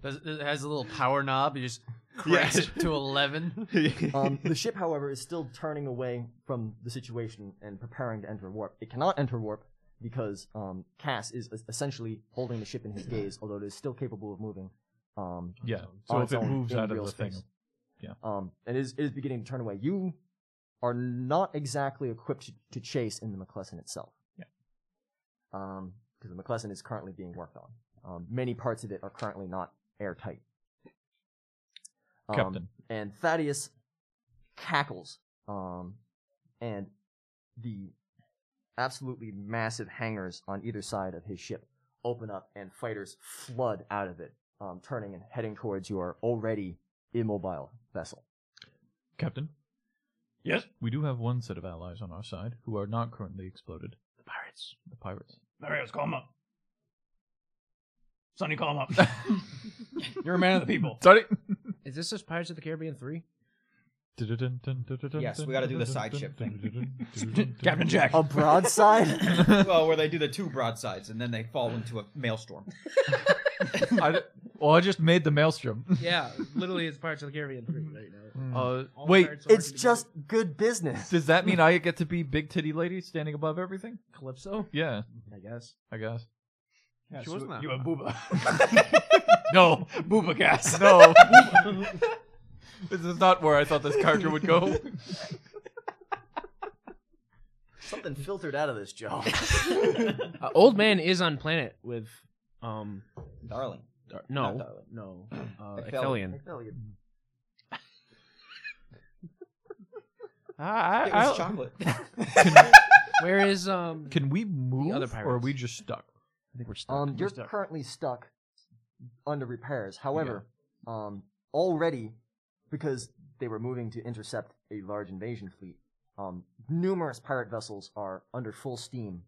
[SPEAKER 4] Does, does it has a little power knob. You
[SPEAKER 5] <laughs>
[SPEAKER 4] just
[SPEAKER 2] Yes.
[SPEAKER 4] cranks it to eleven.
[SPEAKER 1] Um, the ship, however, is still turning away from the situation and preparing to enter warp. It cannot enter warp because um, Cass is es- essentially holding the ship in his gaze, although it is still capable of moving. Um,
[SPEAKER 3] Yeah.
[SPEAKER 1] on
[SPEAKER 3] So if
[SPEAKER 1] its
[SPEAKER 3] it
[SPEAKER 1] own
[SPEAKER 3] moves
[SPEAKER 1] in
[SPEAKER 3] out of
[SPEAKER 1] real
[SPEAKER 3] the thing,
[SPEAKER 1] space.
[SPEAKER 3] yeah.
[SPEAKER 1] Um, and it is, it is beginning to turn away. You are not exactly equipped to, to chase in the McClellan itself.
[SPEAKER 3] Yeah.
[SPEAKER 1] Um, because the McClellan is currently being worked on. Um, many parts of it are currently not airtight. Um,
[SPEAKER 3] Captain.
[SPEAKER 1] And Thaddeus cackles, um, and the absolutely massive hangars on either side of his ship open up and fighters flood out of it, um, turning and heading towards your already immobile vessel.
[SPEAKER 3] Captain. Yes. We do have one set of allies on our side who are not currently exploded. The pirates. The pirates.
[SPEAKER 7] Marios, call him up. Sonny, call him up. <laughs> You're a man of the people. <laughs>
[SPEAKER 3] Sorry.
[SPEAKER 6] <laughs> Is this just Pirates of the Caribbean 3?
[SPEAKER 5] Yes, we gotta do the side ship
[SPEAKER 3] <laughs>
[SPEAKER 5] thing.
[SPEAKER 7] Captain Jack.
[SPEAKER 1] A broadside?
[SPEAKER 5] well, where they do the two broadsides and then they fall into a maelstrom.
[SPEAKER 3] I, well, I just made the maelstrom.
[SPEAKER 6] <laughs> Yeah, literally it's Pirates of the Caribbean <laughs> 3 right now.
[SPEAKER 3] Uh,
[SPEAKER 6] All
[SPEAKER 3] wait,
[SPEAKER 6] pirates are
[SPEAKER 1] it's
[SPEAKER 6] working
[SPEAKER 1] just good
[SPEAKER 3] <laughs>
[SPEAKER 1] business.
[SPEAKER 3] does that mean
[SPEAKER 6] <laughs>
[SPEAKER 3] I get to be big titty lady standing above everything?
[SPEAKER 6] together. Calypso?
[SPEAKER 3] Yeah,
[SPEAKER 6] I guess.
[SPEAKER 3] I
[SPEAKER 6] <laughs>
[SPEAKER 3] guess.
[SPEAKER 7] Yes,
[SPEAKER 2] She wasn't
[SPEAKER 7] you-
[SPEAKER 2] that
[SPEAKER 7] You a <laughs> booba.
[SPEAKER 3] No,
[SPEAKER 7] booba <laughs> gas.
[SPEAKER 6] <laughs>
[SPEAKER 3] no. this is not where I thought this character would go.
[SPEAKER 1] Something filtered out of this joke.
[SPEAKER 6] Uh, old man is on planet with um
[SPEAKER 5] Darling.
[SPEAKER 6] Dar-
[SPEAKER 5] Not
[SPEAKER 6] no
[SPEAKER 5] Darling.
[SPEAKER 6] <laughs> no uh,
[SPEAKER 5] Ithelian.
[SPEAKER 6] Ithelian. <laughs>
[SPEAKER 5] It was chocolate.
[SPEAKER 6] Where is um?
[SPEAKER 3] Can we move,
[SPEAKER 6] other
[SPEAKER 3] or are
[SPEAKER 6] pirates.
[SPEAKER 3] we just stuck?
[SPEAKER 6] I think we're stuck.
[SPEAKER 1] Um, you're
[SPEAKER 6] stuck.
[SPEAKER 1] currently stuck under repairs. However, um, already because they were moving to intercept a large invasion fleet, um, numerous pirate vessels are under full steam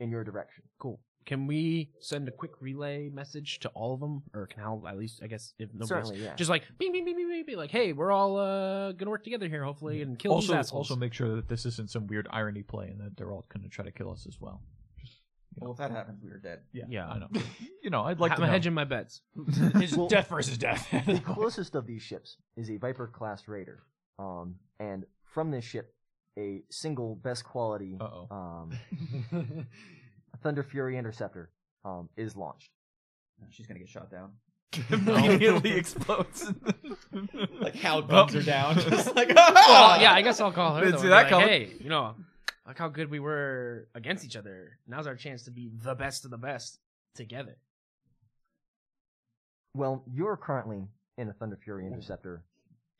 [SPEAKER 1] in your direction.
[SPEAKER 6] cool. Can we send a quick relay message to all of them, or can I at least I guess if nobody
[SPEAKER 1] Certainly, yeah.
[SPEAKER 6] just like bing bing bing bing bing, bing like hey we're all uh gonna work together here hopefully and kill
[SPEAKER 3] also,
[SPEAKER 6] these assholes.
[SPEAKER 3] also make sure that this isn't some weird irony play and that they're all going to try to kill us as well.
[SPEAKER 5] well, if that happens, we were dead.
[SPEAKER 3] Yeah,
[SPEAKER 6] Yeah.
[SPEAKER 3] I know. You know, I'd like
[SPEAKER 6] I'm
[SPEAKER 3] to know.
[SPEAKER 6] hedging my bets.
[SPEAKER 7] It's death versus <laughs> death.
[SPEAKER 1] the closest of these ships is a Viper class raider, um, and from this ship, a single best quality
[SPEAKER 6] Uh.
[SPEAKER 3] Uh-oh.
[SPEAKER 1] um,
[SPEAKER 6] <laughs>
[SPEAKER 1] Thunder Fury interceptor um, is launched.
[SPEAKER 5] She's gonna get shot down.
[SPEAKER 4] Immediately explodes.
[SPEAKER 5] Like how
[SPEAKER 3] Oh.
[SPEAKER 5] guns are down. Just like
[SPEAKER 6] Well, yeah, I guess I'll call her.
[SPEAKER 4] Didn't
[SPEAKER 6] Though,
[SPEAKER 4] see
[SPEAKER 6] and be
[SPEAKER 4] that
[SPEAKER 6] like,
[SPEAKER 4] coming.
[SPEAKER 6] hey, you know, like how good we were against each other. Now's our chance to be the best of the best together.
[SPEAKER 1] Well, you're currently in a Thunder Fury interceptor,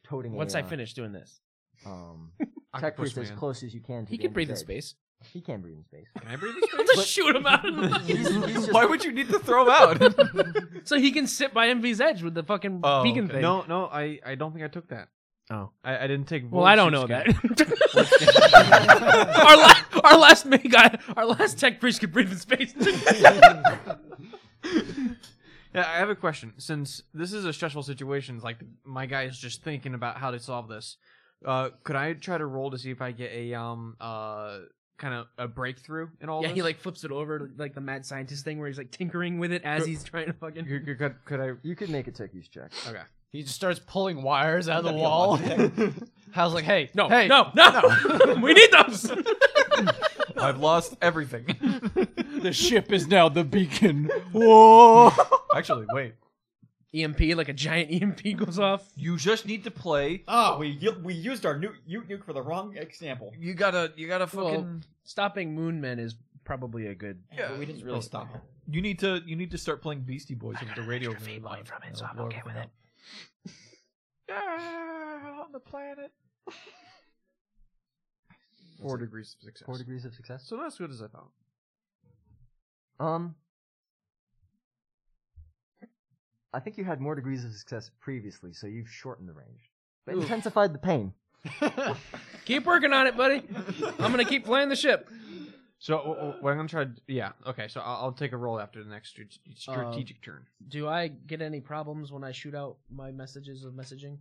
[SPEAKER 1] toting. a,
[SPEAKER 6] Once I
[SPEAKER 1] uh,
[SPEAKER 6] finish doing this, <laughs>
[SPEAKER 1] um, tech
[SPEAKER 2] Octopus
[SPEAKER 1] priest as
[SPEAKER 2] man.
[SPEAKER 1] close as you can. To
[SPEAKER 6] he
[SPEAKER 1] the
[SPEAKER 6] can breathe in
[SPEAKER 1] intersect.
[SPEAKER 6] space. <laughs>
[SPEAKER 1] He can breathe in space.
[SPEAKER 2] Can I breathe?
[SPEAKER 6] I'll just shoot him out. of the-
[SPEAKER 1] He's,
[SPEAKER 6] <laughs>
[SPEAKER 1] he's just,
[SPEAKER 4] Why would you need to throw him out?
[SPEAKER 6] so he can sit by MV's edge with the fucking
[SPEAKER 4] Oh,
[SPEAKER 6] beacon thing.
[SPEAKER 2] No, no, I, I don't think I took that.
[SPEAKER 6] Oh.
[SPEAKER 2] I, I didn't take
[SPEAKER 6] Well, I don't know that. <laughs> our, la- our last main guy, our last tech priest could breathe in space.
[SPEAKER 2] Yeah, I have a question. Since this is a stressful situation, like my guy is just thinking about how to solve this. Uh, could I try to roll to see if I get a um uh kind of a breakthrough in all
[SPEAKER 6] yeah,
[SPEAKER 2] this?
[SPEAKER 6] he like flips it over like the mad scientist thing where he's like tinkering with it as he's trying to fucking.
[SPEAKER 2] Could- could- could- could I?
[SPEAKER 1] you could make a tech use check.
[SPEAKER 2] Okay.
[SPEAKER 4] He just starts pulling wires out of the wall. How's like, hey,
[SPEAKER 6] No,
[SPEAKER 4] hey,
[SPEAKER 6] no, no, <laughs> we need those.
[SPEAKER 4] I've lost
[SPEAKER 6] <laughs>
[SPEAKER 4] everything.
[SPEAKER 7] the ship <laughs> is now the beacon. Whoa.
[SPEAKER 3] Actually, wait.
[SPEAKER 6] EMP, E like a giant <laughs> EMP goes off.
[SPEAKER 4] You just need to play.
[SPEAKER 5] Oh, we u- we used our nuke, nuke nuke for the wrong example.
[SPEAKER 4] You gotta, you gotta fucking.
[SPEAKER 6] Well, stopping Moonmen is probably a good.
[SPEAKER 5] Yeah, but we didn't really stop him.
[SPEAKER 3] You need to you need to start playing Beastie Boys over the radio.
[SPEAKER 6] extra
[SPEAKER 3] really
[SPEAKER 6] fate point
[SPEAKER 3] loud.
[SPEAKER 6] from it,
[SPEAKER 2] uh,
[SPEAKER 3] That'll
[SPEAKER 6] so I'm
[SPEAKER 3] blow
[SPEAKER 6] okay
[SPEAKER 3] everything
[SPEAKER 6] with
[SPEAKER 3] up.
[SPEAKER 4] on the planet.
[SPEAKER 2] Four degrees of success.
[SPEAKER 1] Four degrees of success.
[SPEAKER 2] So not as good as I thought.
[SPEAKER 1] Um, I think you had more degrees of success previously, so you've shortened the range, but intensified the pain.
[SPEAKER 6] Keep working on it, buddy. I'm gonna keep playing the ship.
[SPEAKER 2] So wh- wh- what I'm gonna try? To, yeah. Okay. So I'll, I'll take a roll after the next strate- strategic turn.
[SPEAKER 6] Do I get any problems when I shoot out my messages of messaging?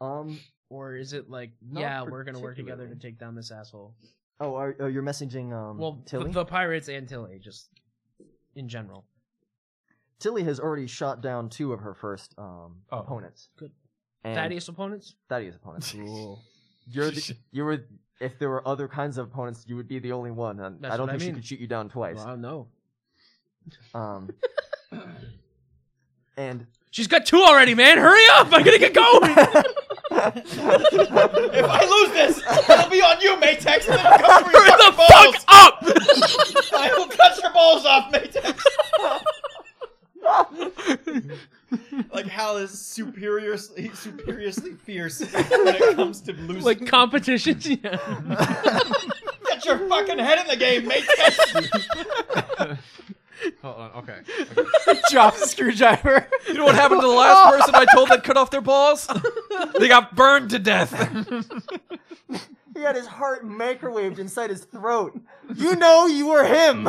[SPEAKER 1] Um.
[SPEAKER 6] Or is it like,
[SPEAKER 1] Not
[SPEAKER 6] yeah, we're gonna work together to
[SPEAKER 1] particularly.
[SPEAKER 6] take down this asshole?
[SPEAKER 1] Oh, are, oh you're messaging um
[SPEAKER 6] Well, the,
[SPEAKER 1] Tilly.
[SPEAKER 6] the pirates and Tilly, just in general.
[SPEAKER 1] Tilly has already shot down two of her first um
[SPEAKER 3] Oh.
[SPEAKER 1] opponents.
[SPEAKER 6] Good.
[SPEAKER 1] And
[SPEAKER 6] Thaddeus opponents?
[SPEAKER 1] Thaddeus
[SPEAKER 6] <laughs>
[SPEAKER 1] opponents. You're the, you were if there were other kinds of opponents, you would be the only one. And
[SPEAKER 6] That's
[SPEAKER 1] I don't
[SPEAKER 6] what I
[SPEAKER 1] think she
[SPEAKER 6] mean.
[SPEAKER 1] could shoot you down twice.
[SPEAKER 6] Well, no. <laughs>
[SPEAKER 1] Um. and
[SPEAKER 6] She's got two already, man. Hurry up! I'm gonna get
[SPEAKER 7] <laughs>
[SPEAKER 6] going.
[SPEAKER 11] If I lose this, it'll be on you, Matex. And then
[SPEAKER 3] <laughs>
[SPEAKER 11] I'll come for your
[SPEAKER 6] Hurry the
[SPEAKER 11] fucking balls.
[SPEAKER 6] fuck
[SPEAKER 7] <laughs>
[SPEAKER 6] up!
[SPEAKER 11] I will cut your balls off, Matex. like Hal is superiorly, superiorly <laughs> fierce when it comes to losing.
[SPEAKER 6] <laughs> like
[SPEAKER 7] <laughs>
[SPEAKER 6] competitions. Yeah.
[SPEAKER 11] Get your fucking head in the game, Matex.
[SPEAKER 2] Hold on. Okay.
[SPEAKER 7] Drops a screwdriver.
[SPEAKER 4] You know what happened to the
[SPEAKER 6] <laughs>
[SPEAKER 4] last person I told that cut off their balls? they got burned to death.
[SPEAKER 1] he had his heart microwaved inside his throat. You know you were
[SPEAKER 6] <laughs>
[SPEAKER 1] him.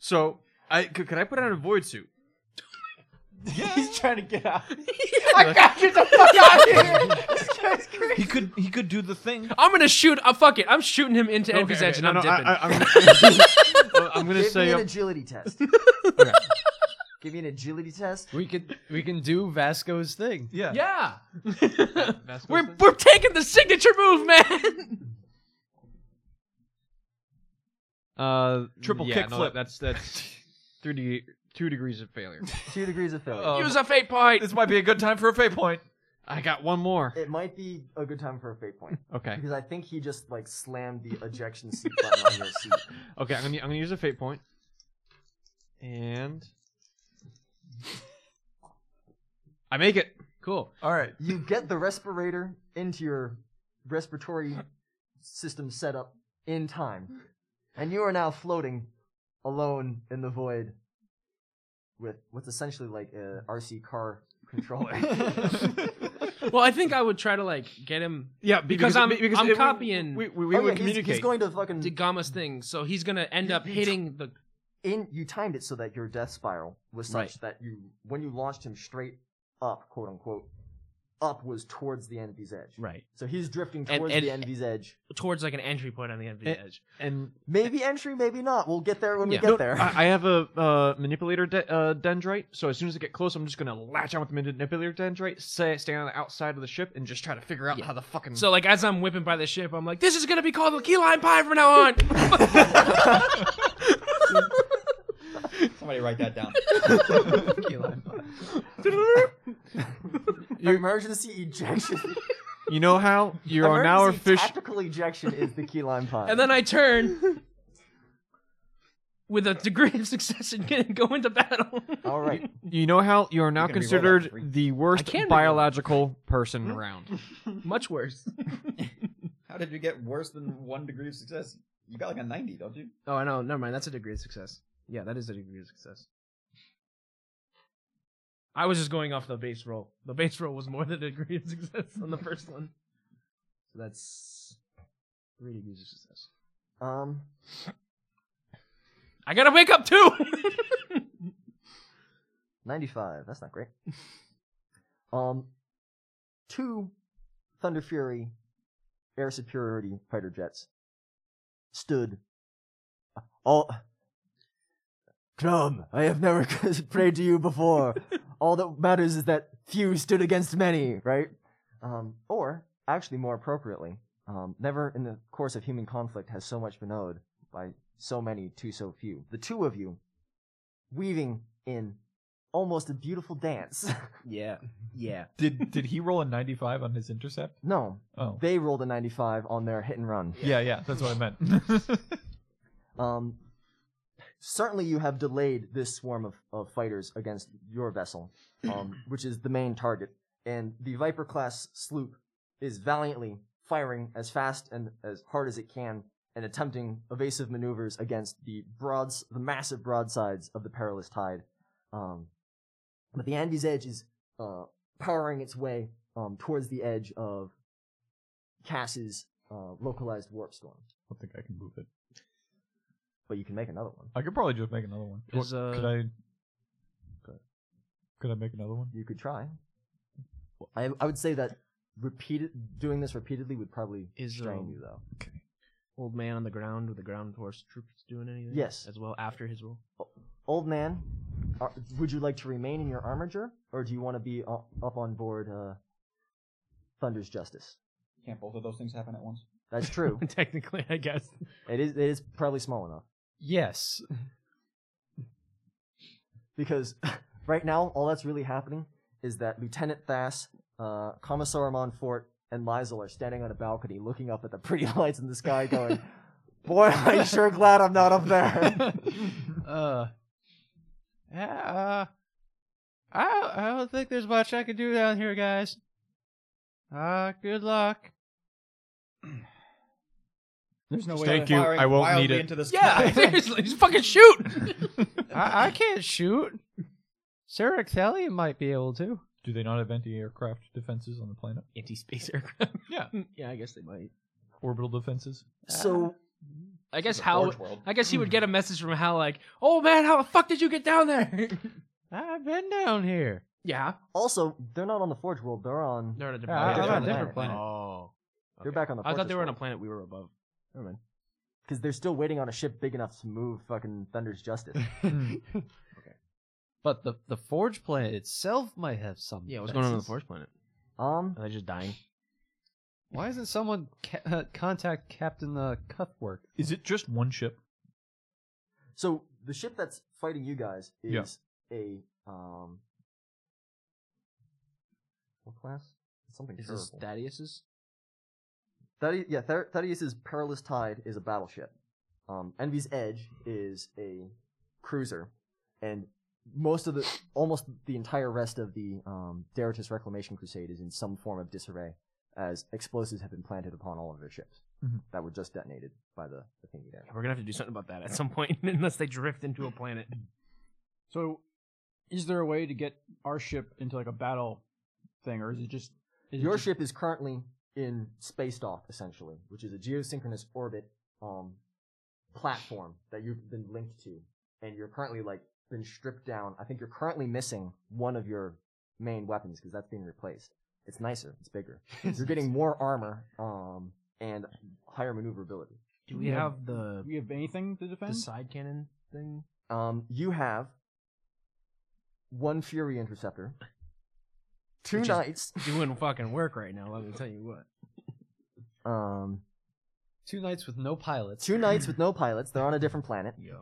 [SPEAKER 2] So I c- could I put on a void suit?
[SPEAKER 7] He's trying to get out. I got you the fuck out
[SPEAKER 6] <laughs>
[SPEAKER 7] of here. This guy's crazy.
[SPEAKER 4] He could he could do the thing.
[SPEAKER 6] I'm gonna shoot. Uh, fuck it. I'm shooting him into Envy's Edge, and I'm dipping.
[SPEAKER 2] <laughs> I, am gonna, I'm gonna
[SPEAKER 1] Give me
[SPEAKER 6] um,
[SPEAKER 2] say
[SPEAKER 1] an
[SPEAKER 2] <laughs> up.
[SPEAKER 1] agility
[SPEAKER 6] <laughs>
[SPEAKER 1] test. Give me an agility test.
[SPEAKER 12] We could we can do Vasco's thing.
[SPEAKER 4] Yeah.
[SPEAKER 6] yeah,
[SPEAKER 2] Vasco's
[SPEAKER 6] we're
[SPEAKER 2] thing?
[SPEAKER 6] we're taking the signature move, man. <laughs>
[SPEAKER 2] Uh,
[SPEAKER 4] Triple
[SPEAKER 2] yeah,
[SPEAKER 4] kick
[SPEAKER 2] no,
[SPEAKER 4] flip.
[SPEAKER 2] That's that's <laughs> three de- two degrees of failure.
[SPEAKER 1] Two degrees of failure.
[SPEAKER 4] Um,
[SPEAKER 6] Use a fate point.
[SPEAKER 4] this might be a good time for a fate point.
[SPEAKER 2] <laughs> I got one more.
[SPEAKER 1] It might be a good time for a fate
[SPEAKER 6] <laughs>
[SPEAKER 1] point
[SPEAKER 2] Okay.
[SPEAKER 1] because I think he just like slammed the ejection seat button on your seat.
[SPEAKER 2] Okay. I'm gonna I'm gonna use a fate point. <laughs> And I make it.
[SPEAKER 6] Cool.
[SPEAKER 4] All right.
[SPEAKER 1] You get the respirator into your respiratory system setup in time, and you are now floating alone in the void with what's essentially like a RC car controller.
[SPEAKER 6] Well, I think I would try to like get him
[SPEAKER 2] Yeah,
[SPEAKER 6] because I'm- I'm
[SPEAKER 2] it-
[SPEAKER 6] copying-
[SPEAKER 2] We, we,
[SPEAKER 1] <laughs>
[SPEAKER 2] we
[SPEAKER 1] Oh, yeah, he's,
[SPEAKER 2] would communicate.
[SPEAKER 1] he's going to fucking
[SPEAKER 6] to Gama's thing, so he's gonna end up hitting the.
[SPEAKER 1] in you timed it so that your death spiral was such that you when you launched him straight up, quote unquote, up was towards the envy's edge.
[SPEAKER 12] Right.
[SPEAKER 1] So he's drifting
[SPEAKER 6] And-
[SPEAKER 1] towards
[SPEAKER 6] and-
[SPEAKER 1] the envy's edge.
[SPEAKER 6] towards like an entry point on the Envy's
[SPEAKER 2] Eh.
[SPEAKER 6] edge.
[SPEAKER 4] <laughs>
[SPEAKER 2] and
[SPEAKER 1] Maybe entry, maybe not. We'll get there when
[SPEAKER 6] Yeah.
[SPEAKER 1] we get there.
[SPEAKER 2] I, I have a uh, manipulator de- uh, dendrite, so as soon as I get close, I'm just gonna latch on with the manipulator dendrite, say, stay on the outside of the ship, and just try to figure out how the fucking.
[SPEAKER 6] So like as I'm whipping by the ship, I'm like, this is gonna be called the Keyline Pie from now on.
[SPEAKER 2] <laughs>
[SPEAKER 5] Somebody write that down.
[SPEAKER 1] Emergency ejection.
[SPEAKER 2] you know how you are now
[SPEAKER 1] Emergency
[SPEAKER 2] official.
[SPEAKER 1] Tactical ejection is the key lime pie.
[SPEAKER 6] and then I turn with a degree of success and get- go into battle.
[SPEAKER 1] all right,
[SPEAKER 2] you know how you are now
[SPEAKER 5] can re-roll that for
[SPEAKER 2] considered
[SPEAKER 5] free.
[SPEAKER 2] the worst
[SPEAKER 6] can re-roll.
[SPEAKER 2] biological
[SPEAKER 4] Hmm?
[SPEAKER 2] person around.
[SPEAKER 6] Much worse.
[SPEAKER 5] How did you get worse than one degree of success? You got like a ninety, don't you?
[SPEAKER 6] Oh, I know. Never mind. That's a degree of success. Yeah, that is a degree of success. I was just going off the base roll. The base roll was more than a degree of success on the first one. So that's three degrees of success.
[SPEAKER 1] um,
[SPEAKER 6] I gotta wake up <laughs> too.
[SPEAKER 1] ninety-five. That's not great. <laughs> Um, two Thunder Fury air superiority fighter jets stood. uh, All. Come, I have never <laughs> prayed to you before. All that matters is that few stood against many, right? Um, or, actually, more appropriately, um, never in the course of human conflict has so much been owed by so many to so few. The two of you weaving in almost a beautiful dance. <laughs>
[SPEAKER 12] Yeah. Yeah.
[SPEAKER 3] Did did he roll a 95 on his intercept?
[SPEAKER 1] no,
[SPEAKER 3] Oh.
[SPEAKER 1] they rolled a 95 on their hit and run.
[SPEAKER 3] Yeah, yeah, that's what I meant.
[SPEAKER 1] Um, certainly, you have delayed this swarm of, of fighters against your vessel, um, which is the main target. And the Viper class sloop is valiantly firing as fast and as hard as it can and attempting evasive maneuvers against the broads, the massive broadsides of the perilous tide. Um, but the Andes Edge is uh, powering its way um, towards the edge of Cass's uh, localized warp storm.
[SPEAKER 3] don't think I can move it.
[SPEAKER 1] But you can make another one.
[SPEAKER 3] I could probably just make another one. Or
[SPEAKER 1] Is, uh,
[SPEAKER 3] Could I? Could I make another one?
[SPEAKER 1] You could try. I I would say that repeated doing this repeatedly would probably strain
[SPEAKER 6] um,
[SPEAKER 1] you though.
[SPEAKER 6] Old man on the ground with the ground force troops doing anything?
[SPEAKER 1] Yes.
[SPEAKER 6] As well after his roll.
[SPEAKER 1] Old man, are, would you like to remain in your armature, or do you want to be u- up on board uh, Thunder's Justice?
[SPEAKER 5] Can't both of those things happen at once?
[SPEAKER 1] That's true.
[SPEAKER 6] <laughs> Technically, I guess.
[SPEAKER 1] It is. It is probably small enough.
[SPEAKER 12] Yes.
[SPEAKER 1] because <laughs> right now all that's really happening is that Lieutenant Thass, uh, Commissar Monfort, and Lizel are standing on a balcony looking up at the <laughs> pretty lights in the sky,
[SPEAKER 6] <laughs>
[SPEAKER 1] going, "Boy, I'm sure glad I'm not up there."
[SPEAKER 4] uh, yeah, uh, I I don't think there's much I can do down here, guys. Uh, good luck.
[SPEAKER 7] There's no
[SPEAKER 3] Just
[SPEAKER 7] way.
[SPEAKER 3] thank you.
[SPEAKER 11] firing
[SPEAKER 3] I won't need
[SPEAKER 11] wildly
[SPEAKER 3] it.
[SPEAKER 11] into the
[SPEAKER 4] Yeah,
[SPEAKER 11] sky.
[SPEAKER 6] <laughs>
[SPEAKER 4] seriously, just fucking shoot. I I can't shoot. Sarah Thalia might be able to.
[SPEAKER 3] Do they not have anti-aircraft defenses on the planet?
[SPEAKER 6] Anti-space aircraft.
[SPEAKER 3] <laughs> Yeah,
[SPEAKER 6] yeah, I guess they might.
[SPEAKER 3] orbital defenses.
[SPEAKER 1] so
[SPEAKER 6] I guess
[SPEAKER 11] a
[SPEAKER 6] how
[SPEAKER 11] Forge world.
[SPEAKER 6] I guess he would get a message from Hal like, "Oh man, how the fuck did you get down there?" <laughs>
[SPEAKER 4] I've been down here.
[SPEAKER 6] yeah,
[SPEAKER 1] also, they're not on the Forge World; they're on.
[SPEAKER 6] they're on a
[SPEAKER 4] Yeah, I-
[SPEAKER 1] they're
[SPEAKER 4] I'm
[SPEAKER 1] on
[SPEAKER 4] on
[SPEAKER 1] the
[SPEAKER 4] a different planet.
[SPEAKER 1] planet.
[SPEAKER 6] Oh,
[SPEAKER 1] They're back on the.
[SPEAKER 6] I
[SPEAKER 1] Fortress
[SPEAKER 6] thought they were on a
[SPEAKER 1] World.
[SPEAKER 6] planet we were above. Never mind.
[SPEAKER 1] because they're still waiting on a ship big enough to move fucking Thunder's
[SPEAKER 6] <laughs>
[SPEAKER 1] Justice.
[SPEAKER 4] But the the Forge planet itself might have some.
[SPEAKER 6] Yeah, what's going on on the
[SPEAKER 4] defenses.
[SPEAKER 6] Forge planet?
[SPEAKER 1] Um,
[SPEAKER 6] Are they just dying?
[SPEAKER 4] Why isn't someone ca- uh, contact Captain uh, Cuthbert?
[SPEAKER 3] Is it just one ship?
[SPEAKER 1] so the ship that's fighting you guys
[SPEAKER 3] Yeah.
[SPEAKER 1] is a um. What class? Something
[SPEAKER 6] Is this
[SPEAKER 1] terrible.
[SPEAKER 6] Thaddeus's?
[SPEAKER 1] Thaddeus, yeah, Thad- Thaddeus's Perilous Tide is a battleship. Um, Envy's Edge is a cruiser, and most of the, almost the entire rest of the um, Deratus Reclamation Crusade is in some form of disarray, as explosives have been planted upon all of their ships
[SPEAKER 3] Mhm.
[SPEAKER 1] that were just detonated by the, the thingy there.
[SPEAKER 6] We're gonna have to do something about that at some point, <laughs> unless they drift into a planet.
[SPEAKER 7] So, is there a way to get our ship into like a battle thing, or is it just is it
[SPEAKER 1] Your
[SPEAKER 7] just-
[SPEAKER 1] ship is currently in space dock, essentially, which is a geosynchronous orbit um, platform that you've been linked to, and you're currently like been stripped down. I think you're currently missing one of your main weapons because that's being replaced. It's nicer, it's
[SPEAKER 7] <laughs>
[SPEAKER 1] bigger. you're getting more armor um, and higher maneuverability.
[SPEAKER 6] Do we
[SPEAKER 7] Yeah.
[SPEAKER 6] have the
[SPEAKER 7] Do we have anything to defend?
[SPEAKER 6] the side cannon thing?
[SPEAKER 1] Um, you have one Fury interceptor, two
[SPEAKER 6] Which is-
[SPEAKER 1] knights,
[SPEAKER 6] Doing fucking work right now. Let me tell you what.
[SPEAKER 1] um,
[SPEAKER 4] Two nights with no pilots.
[SPEAKER 1] two knights with no pilots. They're on a different planet.
[SPEAKER 6] Yeah.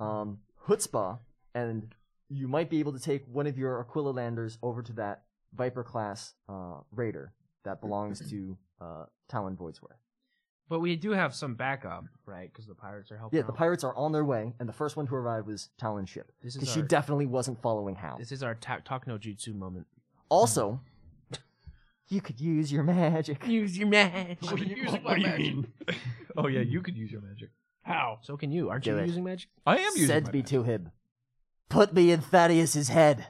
[SPEAKER 1] um, Hutzpah, and you might be able to take one of your Aquila landers over to that Viper class uh, raider that belongs to uh, Talon Voidsworth.
[SPEAKER 6] But we do have some backup, right? Because the pirates are helping.
[SPEAKER 1] Yeah, the
[SPEAKER 6] out.
[SPEAKER 1] pirates are on their way, and the first one to arrive was Talon's ship.
[SPEAKER 6] This
[SPEAKER 1] Because
[SPEAKER 6] is
[SPEAKER 1] she
[SPEAKER 6] our,
[SPEAKER 1] definitely wasn't following Hal.
[SPEAKER 6] this is our ta- talk no jutsu moment.
[SPEAKER 1] Also, you could use your magic.
[SPEAKER 6] Use your magic.
[SPEAKER 7] What do you, what do you mean?
[SPEAKER 3] Oh yeah, you could use your magic.
[SPEAKER 7] How?
[SPEAKER 6] So can you? Aren't you
[SPEAKER 1] Do it.
[SPEAKER 6] using magic?
[SPEAKER 3] I am using.
[SPEAKER 1] Said
[SPEAKER 3] my
[SPEAKER 1] be
[SPEAKER 3] magic.
[SPEAKER 1] to him. Put me in Thaddeus's head.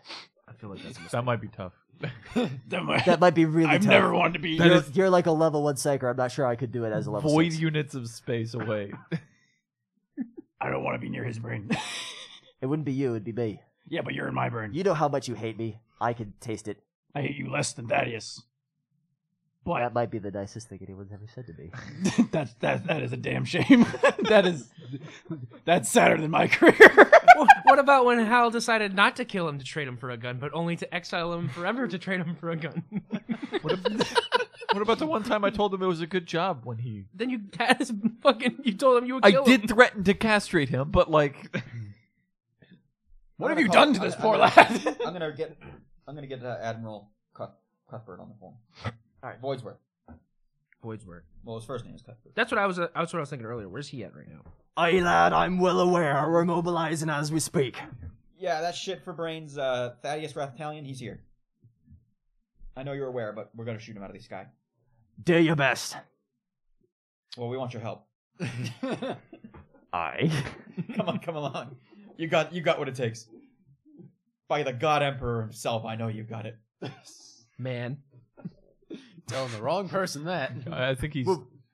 [SPEAKER 6] I feel
[SPEAKER 11] <laughs>
[SPEAKER 6] like that's
[SPEAKER 3] That might be tough.
[SPEAKER 1] That might be really
[SPEAKER 7] <laughs> I've
[SPEAKER 1] tough.
[SPEAKER 7] never wanted to be.
[SPEAKER 1] you're, you're like a level one psyker. I'm not sure I could do it as a level
[SPEAKER 3] Void
[SPEAKER 1] six.
[SPEAKER 3] units of space away.
[SPEAKER 7] I don't want to be near his brain. <laughs>
[SPEAKER 1] It wouldn't be you. It'd be me.
[SPEAKER 7] yeah, but you're in my brain.
[SPEAKER 1] You know how much you hate me. I can taste it.
[SPEAKER 7] I hate you less than Thaddeus.
[SPEAKER 1] That
[SPEAKER 7] But
[SPEAKER 1] might be the nicest thing anyone's ever said to me.
[SPEAKER 7] that's <laughs> that that is a damn shame. <laughs> that is that's sadder than my <laughs> career.
[SPEAKER 6] what about when Hal decided not to kill him to trade him for a gun, but only to exile him forever to trade him for a gun? <laughs>
[SPEAKER 3] what about the one time I told him it was a good job when he?
[SPEAKER 6] then you cast fucking. You told him you would
[SPEAKER 3] I
[SPEAKER 6] kill
[SPEAKER 3] did
[SPEAKER 6] him.
[SPEAKER 3] threaten to castrate him, but like,
[SPEAKER 7] What have you done to this poor
[SPEAKER 5] I'm
[SPEAKER 7] lad?
[SPEAKER 5] Gonna, <laughs> I'm gonna get, I'm gonna get uh, Admiral Cuth, Cuthbert on the phone. All right, Voidsworth.
[SPEAKER 6] Voidsworth.
[SPEAKER 5] Well, his first name is Cuthbert.
[SPEAKER 6] That's what I was. Uh, that's what I was thinking earlier. Where's he at right now? <laughs>
[SPEAKER 1] Aye, lad, I'm well aware. We're mobilizing as we speak.
[SPEAKER 5] Yeah, that shit for brains. Uh, Thaddeus Rathtalion, he's here. I know you're aware, but we're gonna shoot him out of the sky.
[SPEAKER 1] Do your best.
[SPEAKER 5] Well, we want your help. <laughs>
[SPEAKER 1] Aye.
[SPEAKER 5] come on, come along. You got, you got what it takes. By the God Emperor himself, I know you got it.
[SPEAKER 6] Man,
[SPEAKER 12] Telling the wrong person that.
[SPEAKER 3] I think he's.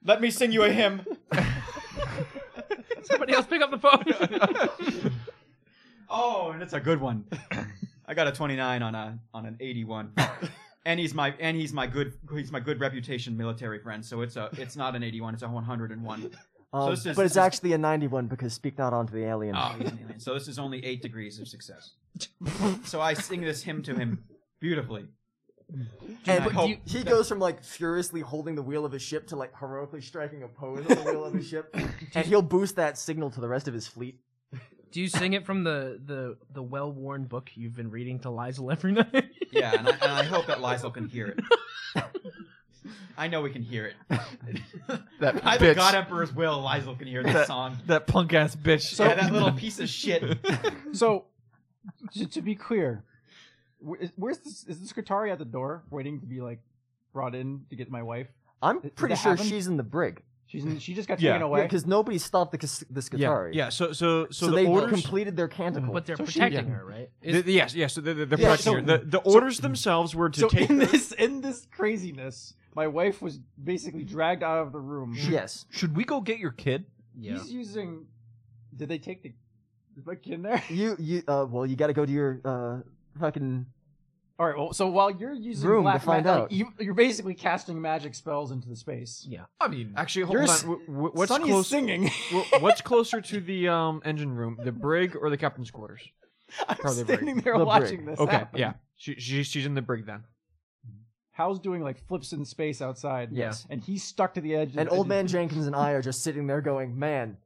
[SPEAKER 11] Let me sing you a hymn.
[SPEAKER 6] Somebody else pick up the
[SPEAKER 7] <laughs>
[SPEAKER 6] phone.
[SPEAKER 5] Oh, and it's a
[SPEAKER 7] <coughs>
[SPEAKER 5] good one. I got a 29 on a on an
[SPEAKER 7] <laughs>
[SPEAKER 5] 81. and he's my and he's my good he's my good reputation military friend. So it's a it's not an 81, it's
[SPEAKER 7] <laughs>
[SPEAKER 5] a 101.
[SPEAKER 1] Um,
[SPEAKER 5] so this is
[SPEAKER 1] but it's actually a 91 because speak not onto the alien.
[SPEAKER 5] Oh, he's an alien. So this is only 8 degrees of success. so I sing this hymn to him beautifully.
[SPEAKER 1] And
[SPEAKER 5] I hope-
[SPEAKER 1] he goes from like furiously holding the wheel of his ship to like heroically striking a pose on the wheel of his ship, and he'll boost that signal to the rest of his fleet.
[SPEAKER 6] Do you sing it from the the the well worn book you've been reading to Lizel every <laughs> night?
[SPEAKER 5] Yeah, and I, and I hope that Lysel can hear it. I know we
[SPEAKER 7] <laughs>
[SPEAKER 5] can hear it.
[SPEAKER 3] That
[SPEAKER 5] By the
[SPEAKER 3] bitch.
[SPEAKER 5] God Emperor's will, Lysel can hear this
[SPEAKER 3] That-
[SPEAKER 5] song.
[SPEAKER 3] That punk ass bitch.
[SPEAKER 5] yeah,
[SPEAKER 7] <laughs>
[SPEAKER 5] that little piece of shit.
[SPEAKER 7] So, to, to be clear, wh- is- where's this? Is this Qatari at the door waiting to be like brought in to get my wife?
[SPEAKER 1] I'm
[SPEAKER 7] Did- did
[SPEAKER 1] pretty
[SPEAKER 7] that
[SPEAKER 1] sure
[SPEAKER 7] happen?
[SPEAKER 1] she's in the brig.
[SPEAKER 7] She's in, she just got
[SPEAKER 3] Yeah.
[SPEAKER 7] taken
[SPEAKER 1] Yeah,
[SPEAKER 7] away.
[SPEAKER 1] because nobody stopped the Kas- this Qatari.
[SPEAKER 2] Yeah. So so
[SPEAKER 1] So,
[SPEAKER 2] so, the
[SPEAKER 1] they
[SPEAKER 2] orders.
[SPEAKER 1] completed their canticle.
[SPEAKER 6] but they're
[SPEAKER 7] So she-
[SPEAKER 6] protecting
[SPEAKER 7] yeah.
[SPEAKER 6] her, right?
[SPEAKER 2] the- the- yes, yes. So they're, they're
[SPEAKER 7] Yeah,
[SPEAKER 2] protecting
[SPEAKER 7] so-
[SPEAKER 2] her. The, the orders themselves were to
[SPEAKER 7] so
[SPEAKER 2] take.
[SPEAKER 7] in this in this craziness, my wife was basically dragged out of the room.
[SPEAKER 1] Yes.
[SPEAKER 3] Should we go get your kid?
[SPEAKER 6] yeah.
[SPEAKER 7] He's using. Did they take the? Is my kid in there?
[SPEAKER 1] You you uh well you got to go to your uh fucking
[SPEAKER 7] All right. Well, so while you're using
[SPEAKER 1] Room to
[SPEAKER 7] black
[SPEAKER 1] find
[SPEAKER 7] ma- like,
[SPEAKER 1] out.
[SPEAKER 7] you, you're basically casting magic spells into the space.
[SPEAKER 2] I mean, actually, hold
[SPEAKER 7] You're
[SPEAKER 2] on.
[SPEAKER 7] s-
[SPEAKER 2] W- w- what's
[SPEAKER 7] Sonny is
[SPEAKER 2] close? Oh,
[SPEAKER 7] singing.
[SPEAKER 2] wh- what's closer to the um, engine room, the brig or the captain's quarters?
[SPEAKER 7] <laughs> I'm
[SPEAKER 2] Probably break.
[SPEAKER 7] standing there
[SPEAKER 1] The
[SPEAKER 7] watching this.
[SPEAKER 2] Okay,
[SPEAKER 7] happen.
[SPEAKER 2] yeah. She, she she's in the brig then.
[SPEAKER 7] How's doing like flips in space outside.
[SPEAKER 1] Yes.
[SPEAKER 7] And he's stuck to the edge.
[SPEAKER 1] and
[SPEAKER 7] of-
[SPEAKER 1] old
[SPEAKER 7] <laughs>
[SPEAKER 1] man Jenkins and I are just sitting there going, man,